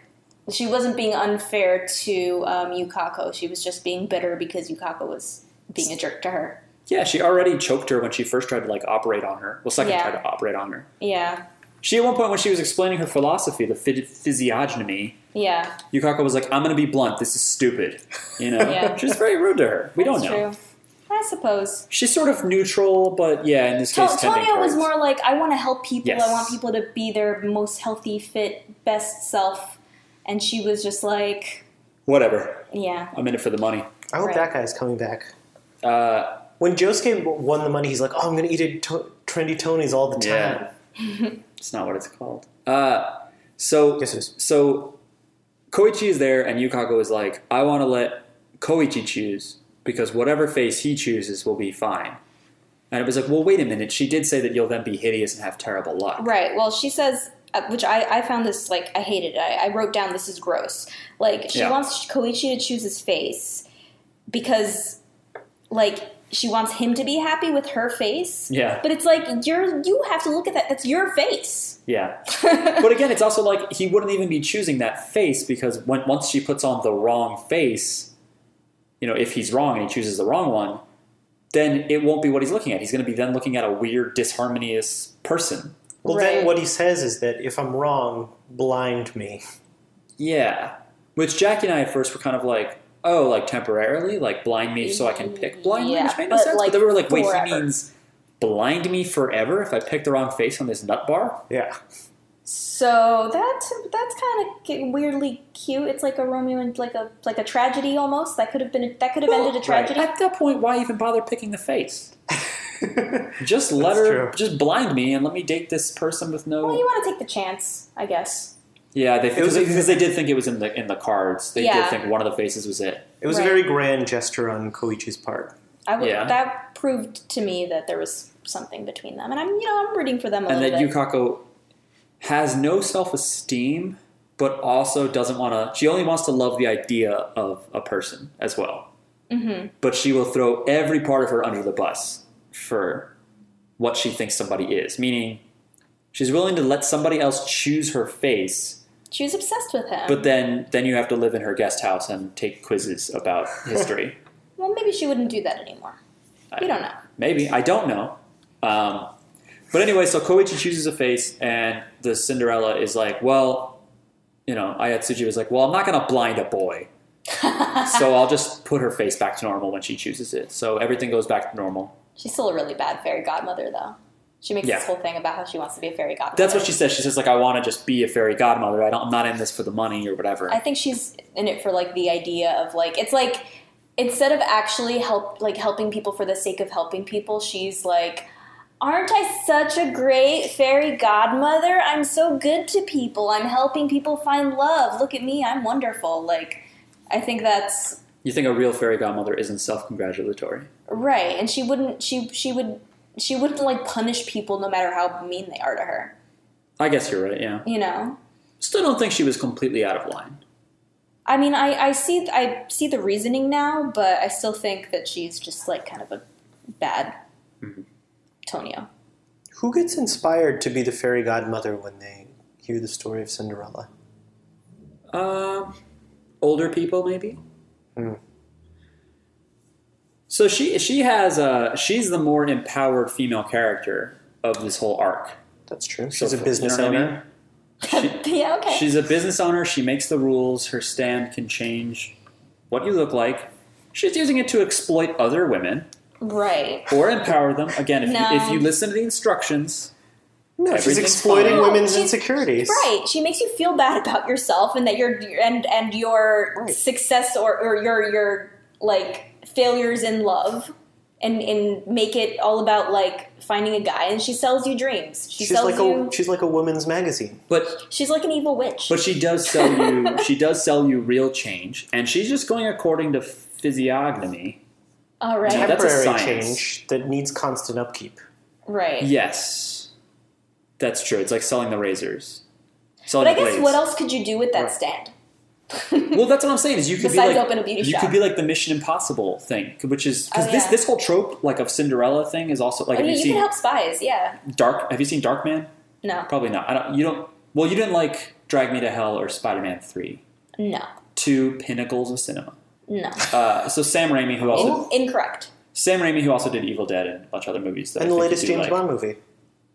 S2: she wasn't being unfair to um, Yukako. She was just being bitter because Yukako was being a jerk to her.
S1: Yeah, she already choked her when she first tried to like operate on her. Well, second
S2: Yeah.
S1: tried to operate on her.
S2: Yeah,
S1: She at one point when she was explaining her philosophy, the phy- physiognomy,
S2: yeah,
S1: Yukako was like, "I'm going to be blunt. This is stupid." You know,
S2: Yeah.
S1: she was very rude to her. We
S2: that's
S1: don't know.
S2: true. I suppose.
S1: She's sort of neutral, but yeah, in this
S2: To-
S1: case, tending
S2: Tonya was
S1: towards-
S2: more like, I want to help people.
S1: Yes.
S2: I want people to be their most healthy, fit, best self. And she was just like,
S1: whatever.
S2: yeah,
S1: I'm in it for the money.
S3: I hope
S2: Right.
S3: that guy's coming back.
S1: Uh,
S3: When Josuke won the money, he's like, "Oh, I'm gonna eat at to- trendy Tonys all the time."
S1: Yeah. it's not what it's called. Uh, so
S3: Yes, it is.
S1: So Koichi is there, and Yukako is like, I want to let Koichi choose because whatever face he chooses will be fine. And it was like, well, wait a minute. She did say that you'll then be hideous and have terrible luck.
S2: right. Well, she says, uh, which I, I found this like I hated it. I, I wrote down this is gross. Like she
S1: Yeah.
S2: wants Koichi to choose his face because, like, she wants him to be happy with her face.
S1: Yeah,
S2: But it's like you're you have to look at that. That's your face. [laughs]
S1: yeah. but again, it's also like he wouldn't even be choosing that face because when, once she puts on the wrong face, you know, if he's wrong and he chooses the wrong one, then it won't be what he's looking at. He's going to be then looking at a weird, disharmonious person.
S3: Well,
S2: Right.
S3: then what he says is that if I'm wrong, blind me. [laughs]
S1: Yeah. Which Jackie and I at first were kind of like, oh, like temporarily, like blind me so I can pick blind me,
S2: Mm-hmm. Yeah,
S1: which made no
S2: but,
S1: sense.
S2: like,
S1: but then we were like, wait, he
S2: forever.
S1: means blind me forever if I pick the wrong face on this nut bar?
S3: Yeah.
S2: So that's that's kind of weirdly cute. It's like a Romeo and like a like a tragedy almost. That could have been that could have ended a tragedy.
S1: At that point, why even bother picking the face? Just let
S3: That's
S1: her,
S3: true.
S1: just blind me and let me date this person with no.
S2: Well, you want to take the chance, I guess.
S1: yeah, they,
S3: It was-
S1: because they did think it was in the in the cards. They did
S2: Yeah.
S1: think one of the faces was it.
S3: It was
S2: Right.
S3: a very grand gesture on Koichi's part.
S2: I would,
S1: Yeah.
S2: That proved to me that there was something between them, and I'm you know I'm rooting for them a
S1: and that
S2: little bit.
S1: Yukako has no self esteem, but also doesn't want to. She only wants to love the idea of a person as well. Mm-hmm. But she will throw every part of her under the bus for what she thinks somebody is. Meaning, she's willing to let somebody else choose her face,
S2: she was obsessed with him.
S1: but then then you have to live in her guest house and take quizzes about history.
S2: well, maybe she wouldn't do that anymore. We don't know.
S1: Maybe I don't know. Um, but anyway, so Koichi chooses a face, and the Cinderella is like, "Well, you know, Ayatsuji was like, well, I'm not gonna blind a boy,
S2: [laughs]
S1: so I'll just put her face back to normal when she chooses it. So everything goes back to normal.
S2: She's still a really bad fairy godmother, though. She makes
S1: Yeah.
S2: this whole thing about how she wants to be a fairy godmother.
S1: That's what she says. She says like, I want to just be a fairy godmother. I don't. I'm not in this for the money or whatever.
S2: I think she's in it for like the idea of like it's like instead of actually help like helping people for the sake of helping people, she's like Aren't I such a great fairy godmother? I'm so good to people. I'm helping people find love. Look at me. I'm wonderful. Like I think that's
S1: you think a real fairy godmother isn't self-congratulatory?
S2: right. And she wouldn't she she would she wouldn't like punish people no matter how mean they are to her.
S1: I guess you're right. Yeah.
S2: You know?
S1: Still don't think she was completely out of line.
S2: I mean, I, I see I see the reasoning now, but I still think that she's just like kind of a bad
S3: Mm-hmm.
S2: Tonio.
S3: Who gets inspired to be the fairy godmother when they hear the story of Cinderella?
S1: Um, older people maybe.
S3: Hmm.
S1: So she she has uh she's the more empowered female character of this whole arc.
S3: That's true.
S1: So
S3: She's a
S1: f-
S3: business
S1: you know what I
S3: owner.
S1: mean?
S2: [laughs] yeah, okay.
S1: She's a business owner. She makes the rules. Her stand can change what you look like. She's using it to exploit other women
S2: right.
S1: or empower them. Again, if,
S2: No.
S1: you, if you listen to the instructions,
S3: No, she's
S1: Everything's
S3: exploiting
S1: fine.
S3: women's
S2: She's-
S3: insecurities.
S2: Right. She makes you feel bad about yourself and that your and and your
S3: Right.
S2: success or, or your your like failures in love and and make it all about like finding a guy and she sells you dreams. She
S3: She's
S2: sells
S3: like
S2: you
S3: a she's like a woman's magazine.
S1: but
S2: she's like an evil witch.
S1: but she does sell you she does sell you real change, and she's just going according to physiognomy.
S2: all right.
S1: Yeah, that's a
S3: Temporary
S1: science.
S3: change that needs constant upkeep.
S2: right.
S1: Yes, that's true. It's like selling the razors. Selling
S2: But I
S1: the
S2: guess
S1: blades.
S2: what else could you do with that
S3: Right.
S2: stand?
S3: [laughs]
S1: Well, that's what I'm saying. Is you could
S2: Besides
S1: be like
S2: open a beauty
S1: you
S2: shop.
S1: could be like the Mission Impossible thing, which is because
S2: Oh,
S1: this
S2: yeah.
S1: this whole trope like of Cinderella thing is also like
S2: I mean,
S1: have
S2: you
S1: you,
S2: can
S1: seen
S2: help spies, yeah.
S1: Dark? Have you seen Dark Man?
S2: No,
S1: Probably not. I don't. You don't. Well, you didn't like Drag Me to Hell or Spider Man Three,
S2: no,
S1: two pinnacles of cinema.
S2: no.
S1: Uh, so Sam Raimi, who also
S2: In- incorrect.
S1: Sam Raimi, who also did Evil Dead and a bunch of other movies, that I
S3: And the
S1: think you
S3: latest
S1: do
S3: James
S1: like.
S3: Bond movie.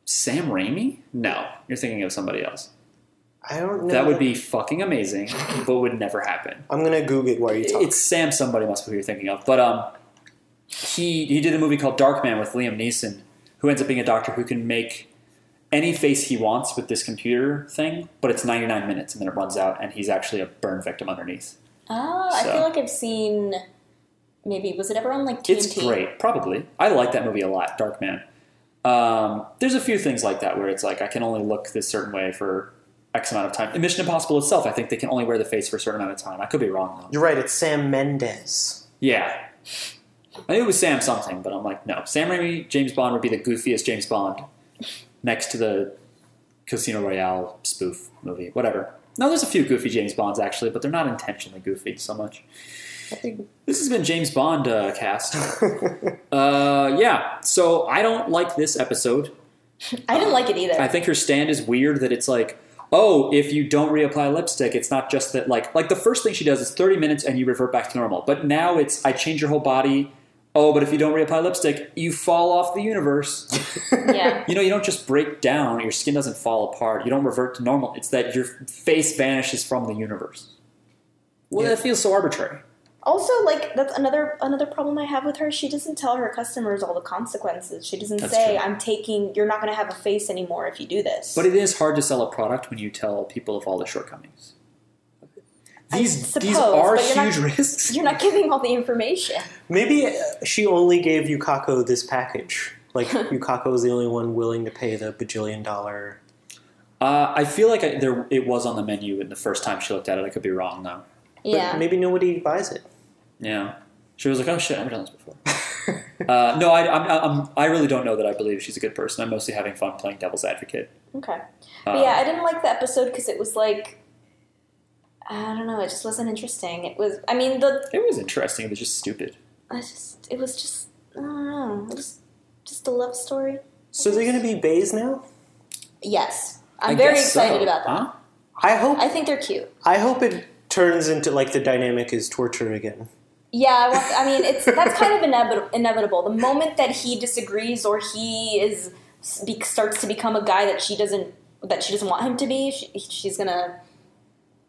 S1: Sam Raimi? No, you're thinking of somebody else.
S3: I don't know.
S1: that would be fucking amazing, but would never happen.
S3: I'm gonna Google it while you talk.
S1: it's Sam somebody must be who you're thinking of. But um, he he did a movie called Dark Man with Liam Neeson, who ends up being a doctor who can make any face he wants with this computer thing, but it's 99 minutes and then it runs out, and he's actually a burn victim underneath.
S2: Oh, I
S1: So.
S2: feel like I've seen. Maybe was it ever on like TNT?
S1: It's great, probably. I like that movie a lot, Dark Man. Um, there's a few things like that where it's like I can only look this certain way for X amount of time. In Mission Impossible itself, I think they can only wear the face for a certain amount of time. I could be wrong though.
S3: You're right. It's Sam Mendes. [laughs]
S1: Yeah. I knew it was Sam something, but I'm like, no. Sam Raimi, James Bond would be the goofiest James Bond next to the Casino Royale spoof movie, whatever. No, there's a few goofy James Bonds actually, but they're not intentionally goofy so much. This has been James Bond uh, cast. Uh, yeah, so I don't like this episode.
S2: I didn't like it either.
S1: I think her stand is weird that it's like, oh, if you don't reapply lipstick, it's not just that like like the first thing she does is 30 minutes and you revert back to normal. But now it's I change your whole body. Oh, but if you don't reapply lipstick, you fall off the universe.
S2: yeah,
S1: You know, you don't just break down, your skin doesn't fall apart, you don't revert to normal. It's that your face vanishes from the universe. Well,
S3: Yeah.
S1: that feels so arbitrary.
S2: [laughs] Also, like that's another another problem I have with her. She doesn't tell her customers all the consequences. She doesn't
S1: That's true.
S2: say, "I'm taking. You're not going to have a face anymore if you do this."
S1: But it is hard to sell a product when you tell people of all the shortcomings.
S2: I
S1: These these
S2: suppose,
S1: are
S2: but you're not-
S1: huge [laughs] risks.
S2: [laughs] you're not giving all the information.
S3: Maybe uh, she only gave Yukako this package.
S2: [laughs]
S3: Like Yukako is the only one willing to pay the bajillion dollar.
S1: Uh, I feel like I, there it was on the menu in the first time she looked at it. I could be wrong though.
S3: But
S2: Yeah,
S3: Maybe nobody buys
S1: [laughs]
S3: it.
S1: Yeah, she was like, "Oh shit, I've done this before." uh, no, I, I'm, I'm, I really don't know that I believe she's a good person. I'm mostly having fun playing devil's advocate.
S2: okay.
S1: Uh,
S2: But yeah, I didn't like the episode because it was like, I don't know, it just wasn't interesting. It was, I mean, the,
S1: it was interesting. It was just stupid.
S2: I just, it was just, I don't know, it was just a love story.
S3: So they're gonna be bays now.
S2: Yes, I'm
S1: I
S2: very
S1: guess so.
S2: excited about that.
S1: Huh?
S3: I hope.
S2: I think they're cute.
S3: I hope it turns into like the dynamic is torture again.
S2: Yeah, I, want, I mean, it's that's kind of inevit- inevitable. The moment that he disagrees or he is be, starts to become a guy that she doesn't that she doesn't want him to be, she, she's gonna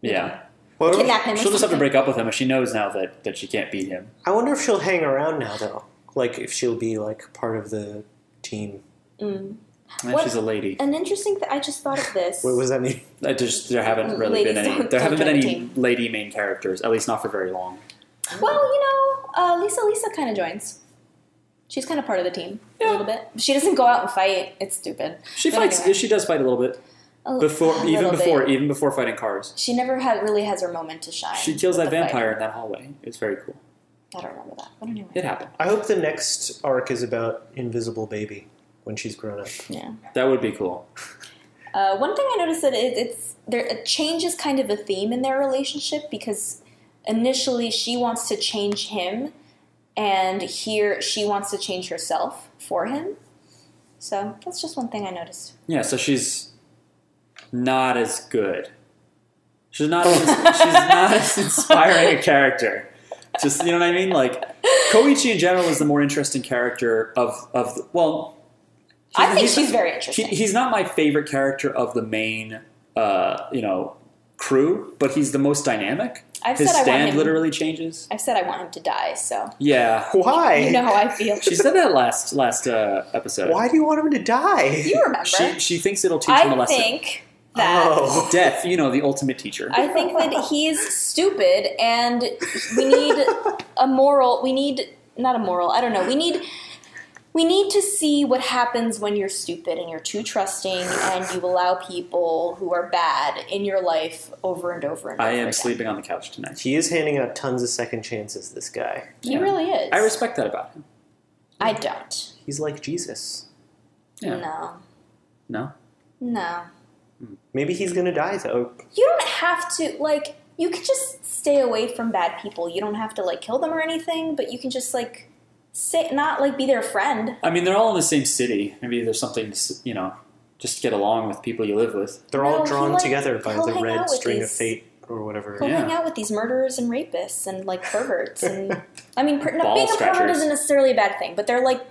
S1: Yeah,
S3: What
S2: kidnap him. or
S1: she'll just have to
S2: something.
S1: break up with him if she knows now that that she can't beat him.
S3: I wonder if she'll hang around now though. Like if she'll be like part of the team.
S2: Mm.
S1: And
S2: What-
S1: she's a lady.
S2: An interesting thing. I just thought of this.
S3: What does that mean?
S1: I just there haven't really
S2: Ladies
S1: been any.
S2: don't-
S1: there haven't
S2: don't
S1: been any
S2: entertain.
S1: lady main characters, at least not for very long.
S2: Well, you know, uh, Lisa Lisa kind of joins. She's kind of part of the team a little bit. She doesn't go out and fight. It's stupid.
S1: She
S2: But
S1: fights.
S2: anyway.
S1: She does fight a little bit
S2: A l-
S1: before,
S2: a
S1: even
S2: little
S1: before,
S2: bit.
S1: even before fighting cars.
S2: She never had really has her moment to shine.
S1: She kills
S2: with
S1: that
S2: the
S1: vampire in that hallway. It's very cool.
S2: fight. I don't remember that. But anyway,
S1: It happened.
S3: I hope the next arc is about Invisible Baby when she's grown up.
S2: yeah.
S1: That would be cool.
S2: Uh, one thing I noticed that it, it's there. A change is kind of a theme in their relationship because initially she wants to change him, and here she wants to change herself for him. So that's just one thing I noticed.
S1: Yeah. So she's not as good. She's not.
S2: [laughs]
S1: As, she's not as inspiring a character. Just you know what I mean? Like Koichi in general is the more interesting character of of the, well.
S2: [gasps] I think
S1: he's-
S2: she's very
S1: he,
S2: interesting.
S1: he's not my favorite character of the main uh, you know crew but he's the most dynamic
S2: I've
S1: his
S2: said I want
S1: stand
S2: him.
S1: literally changes
S2: I've said I want him to die, so
S1: yeah
S3: Why?
S2: [laughs] you know how I feel.
S1: she said that last last uh, episode
S3: Why do you want him to die?
S2: you
S1: [laughs]
S2: remember?
S1: she, she thinks it'll teach him a
S2: I
S1: lesson
S2: think that
S3: Oh.
S1: death you know the ultimate teacher
S2: I think that he's stupid, and we need a moral. We need not a moral. I don't know. We need we need to see what happens when you're stupid and you're too trusting, and you allow people who are bad in your life over and over and over.
S1: I am
S2: again.
S1: sleeping on the couch tonight
S3: He is handing out tons of second chances, this guy.
S2: He
S1: Yeah.
S2: really is.
S1: I respect that about him
S2: I don't.
S3: He's like Jesus.
S1: yeah
S2: No.
S1: no
S2: No.
S3: Maybe he's gonna die though.
S2: You don't have to like. You could just stay away from bad people. You don't have to like kill them or anything, but you can just like say not like be their friend.
S1: I mean they're all in the same city maybe there's something to, s- you know just get along with people you live with
S3: They're
S2: No,
S3: all
S2: he
S3: drawn
S2: like-
S3: together by
S2: he'll
S3: the
S2: hang
S3: red
S2: out with
S3: string of
S2: these-
S3: fate
S2: [laughs]
S3: or whatever.
S2: Go
S1: Yeah.
S2: hang out with these murderers and rapists and like
S1: [laughs]
S2: perverts and I mean, per- no,
S1: Ball
S2: being a pervert
S1: scratchers.
S2: isn't necessarily a bad thing, but they're like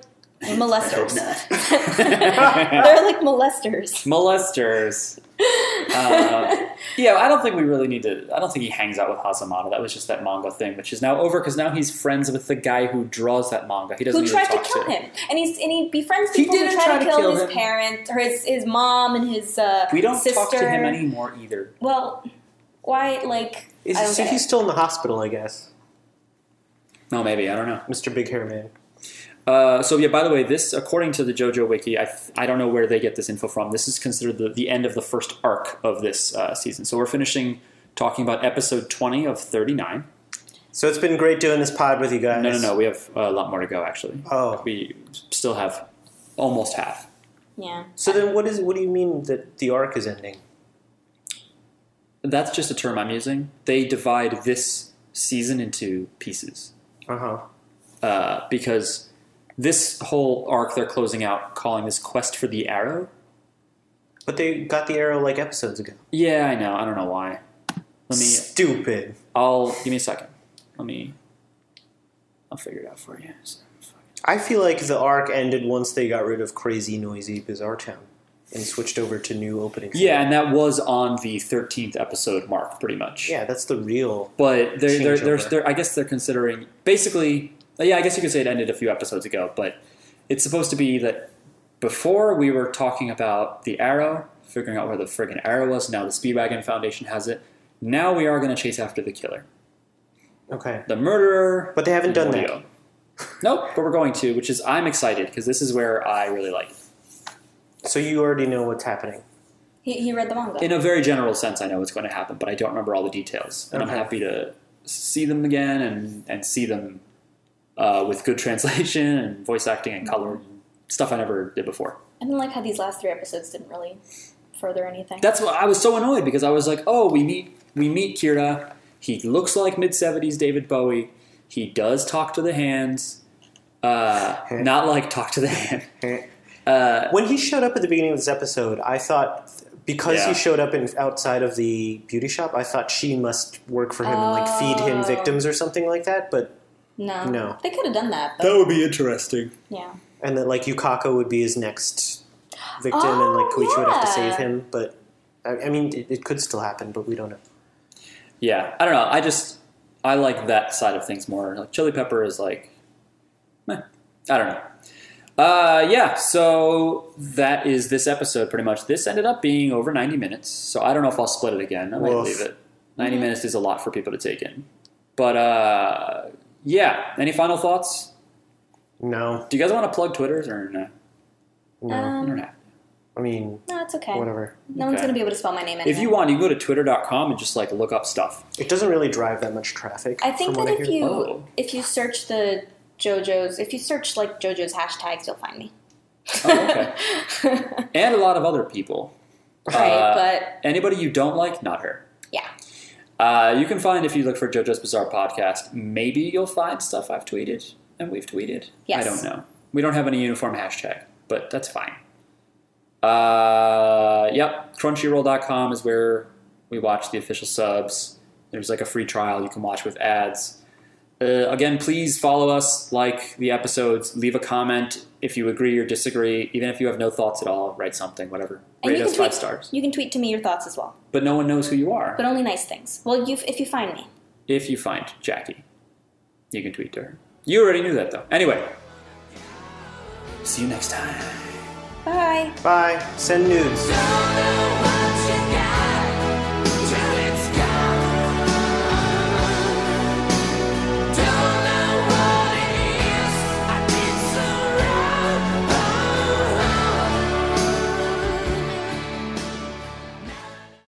S1: [laughs]
S2: molesters.
S1: not. [laughs]
S2: [laughs] they're like molesters.
S1: molesters Uh, yeah, I don't think we really need to. I don't think he hangs out with Hazamada. That was just that manga thing, which is now over because now he's friends with the guy who draws that manga. He doesn't
S2: who
S1: even
S2: tried to
S1: talk
S2: kill him, and he's and he befriends
S1: He
S2: people who
S1: didn't
S2: try, to, kill, his
S1: him.
S2: parents or his, his mom and his uh,
S1: We don't
S2: sister.
S1: talk to him anymore either.
S2: Well, why like
S3: [laughs] Is
S2: I
S3: he,
S2: don't
S3: so
S2: get
S3: he's
S2: it.
S3: still in the hospital, I guess.
S1: No, maybe I don't know.
S3: Mr. Big Hair Man.
S1: Uh, so yeah, by the way, this according to the JoJo Wiki, I, I don't know where they get this info from. This is considered the, the end of the first arc of this uh, season. So we're finishing talking about episode twenty of thirty nine.
S3: So it's been great doing this pod with you guys.
S1: No, no, no. We have a lot more to go actually.
S3: Oh.
S1: We still have almost half.
S2: yeah.
S3: So then what is what do you mean that the arc is ending?
S1: That's just a term I'm using. They divide this season into pieces
S3: Uh-huh.
S1: uh, because this whole arc they're closing out, calling this quest for the arrow.
S3: But they got the arrow like episodes ago.
S1: Yeah, I know. I don't know why. Let me.
S3: Stupid.
S1: I'll give me a second. Let me. I'll figure it out for you. So, fuck.
S3: I feel like the arc ended once they got rid of crazy, noisy, bizarre town and switched over to new opening.
S1: Yeah, and that was on the 13th episode mark, pretty much.
S3: yeah, that's the real.
S1: But they're, they're, they're,
S3: Changeover.
S1: they're, I guess they're considering basically. Yeah, I guess you could say it ended a few episodes ago, but it's supposed to be that before we were talking about the arrow, figuring out where the friggin' arrow was. Now the Speedwagon Foundation has it. Now we are going to chase after the killer,
S3: Okay,
S1: the murderer.
S3: but they haven't done that.
S1: Mario. Nope, but we're going to, which is I'm excited because this is where I really like. it.
S3: So you already know what's happening.
S2: He, he read the manga.
S1: In a very general sense, I know what's going to happen, but I don't remember all the details, and I'm
S3: Okay.
S1: happy to see them again and and see them uh, with good [laughs] translation and voice acting and color and stuff I never did before.
S2: I didn't like how these last three episodes didn't really further anything.
S1: That's why I was so annoyed because I was like, oh, we meet we meet Kira. He looks like mid seventies David Bowie. He does talk to the hands, uh, not like talk to the [laughs] hand. Uh,
S3: When he showed up at the beginning of this episode, I thought because
S1: Yeah.
S3: he showed up in, outside of the beauty shop, I thought she must work for him and like feed him
S2: Oh.
S3: victims or something like that. But
S2: no,
S3: No.
S2: they could have done that. But,
S1: would be interesting.
S2: yeah.
S3: and that like Yukako would be his next victim, and like
S2: Oh,
S3: Koichi would have to
S2: yeah.
S3: save him. But I, I mean, it, it could still happen, but we don't know.
S1: Yeah, I don't know. I just I like that side of things more. Like Chili Pepper is like, meh, I don't know. Uh, yeah, so that is this episode pretty much. This ended up being over 90 minutes, so I don't know if I'll split it again. I might
S3: Woof.
S1: leave it. 90 minutes is a lot for people to take in. But uh, yeah, any final thoughts?
S3: No,
S1: Do you guys want to plug Twitters or no?
S3: no.
S2: Um,
S1: Internet.
S3: I mean,
S2: no, it's okay.
S3: whatever.
S2: No one's
S1: Okay.
S2: gonna be able to spell my name. Anyway.
S1: If you want, you can go to twitter.com and just like look up stuff.
S3: It doesn't really drive that much traffic.
S2: I think
S3: from
S2: that
S3: what
S2: if
S3: hear.
S2: you
S1: Oh.
S2: if you search the JoJo's, if you search like JoJo's hashtags, you'll find me.
S1: Oh, And a lot of other people.
S2: [laughs] right,
S1: Uh,
S2: but
S1: Anybody you don't like, not her.
S2: Yeah.
S1: Uh, you can find if you look for JoJo's Bizarre Podcast. Maybe you'll find stuff I've tweeted and we've tweeted.
S2: Yes.
S1: I don't know. We don't have any uniform hashtag, but that's fine. Uh, yep. Crunchyroll.com is where we watch the official subs. There's like a free trial you can watch with ads. Uh, again, please follow us, like the episodes, leave a comment if you agree or disagree. Even if you have no thoughts at all, write something, whatever.
S2: and
S1: Rate
S2: you
S1: us
S2: can
S1: five
S2: tweet,
S1: stars.
S2: You can tweet to me your thoughts as well,
S1: But no one knows who you are.
S2: but only nice things. Well, you if you find me.
S1: if you find Jackie, you can tweet to her. You already knew that though. Anyway, see you next time.
S2: Bye.
S3: Bye. Send nudes.
S4: Don't know why.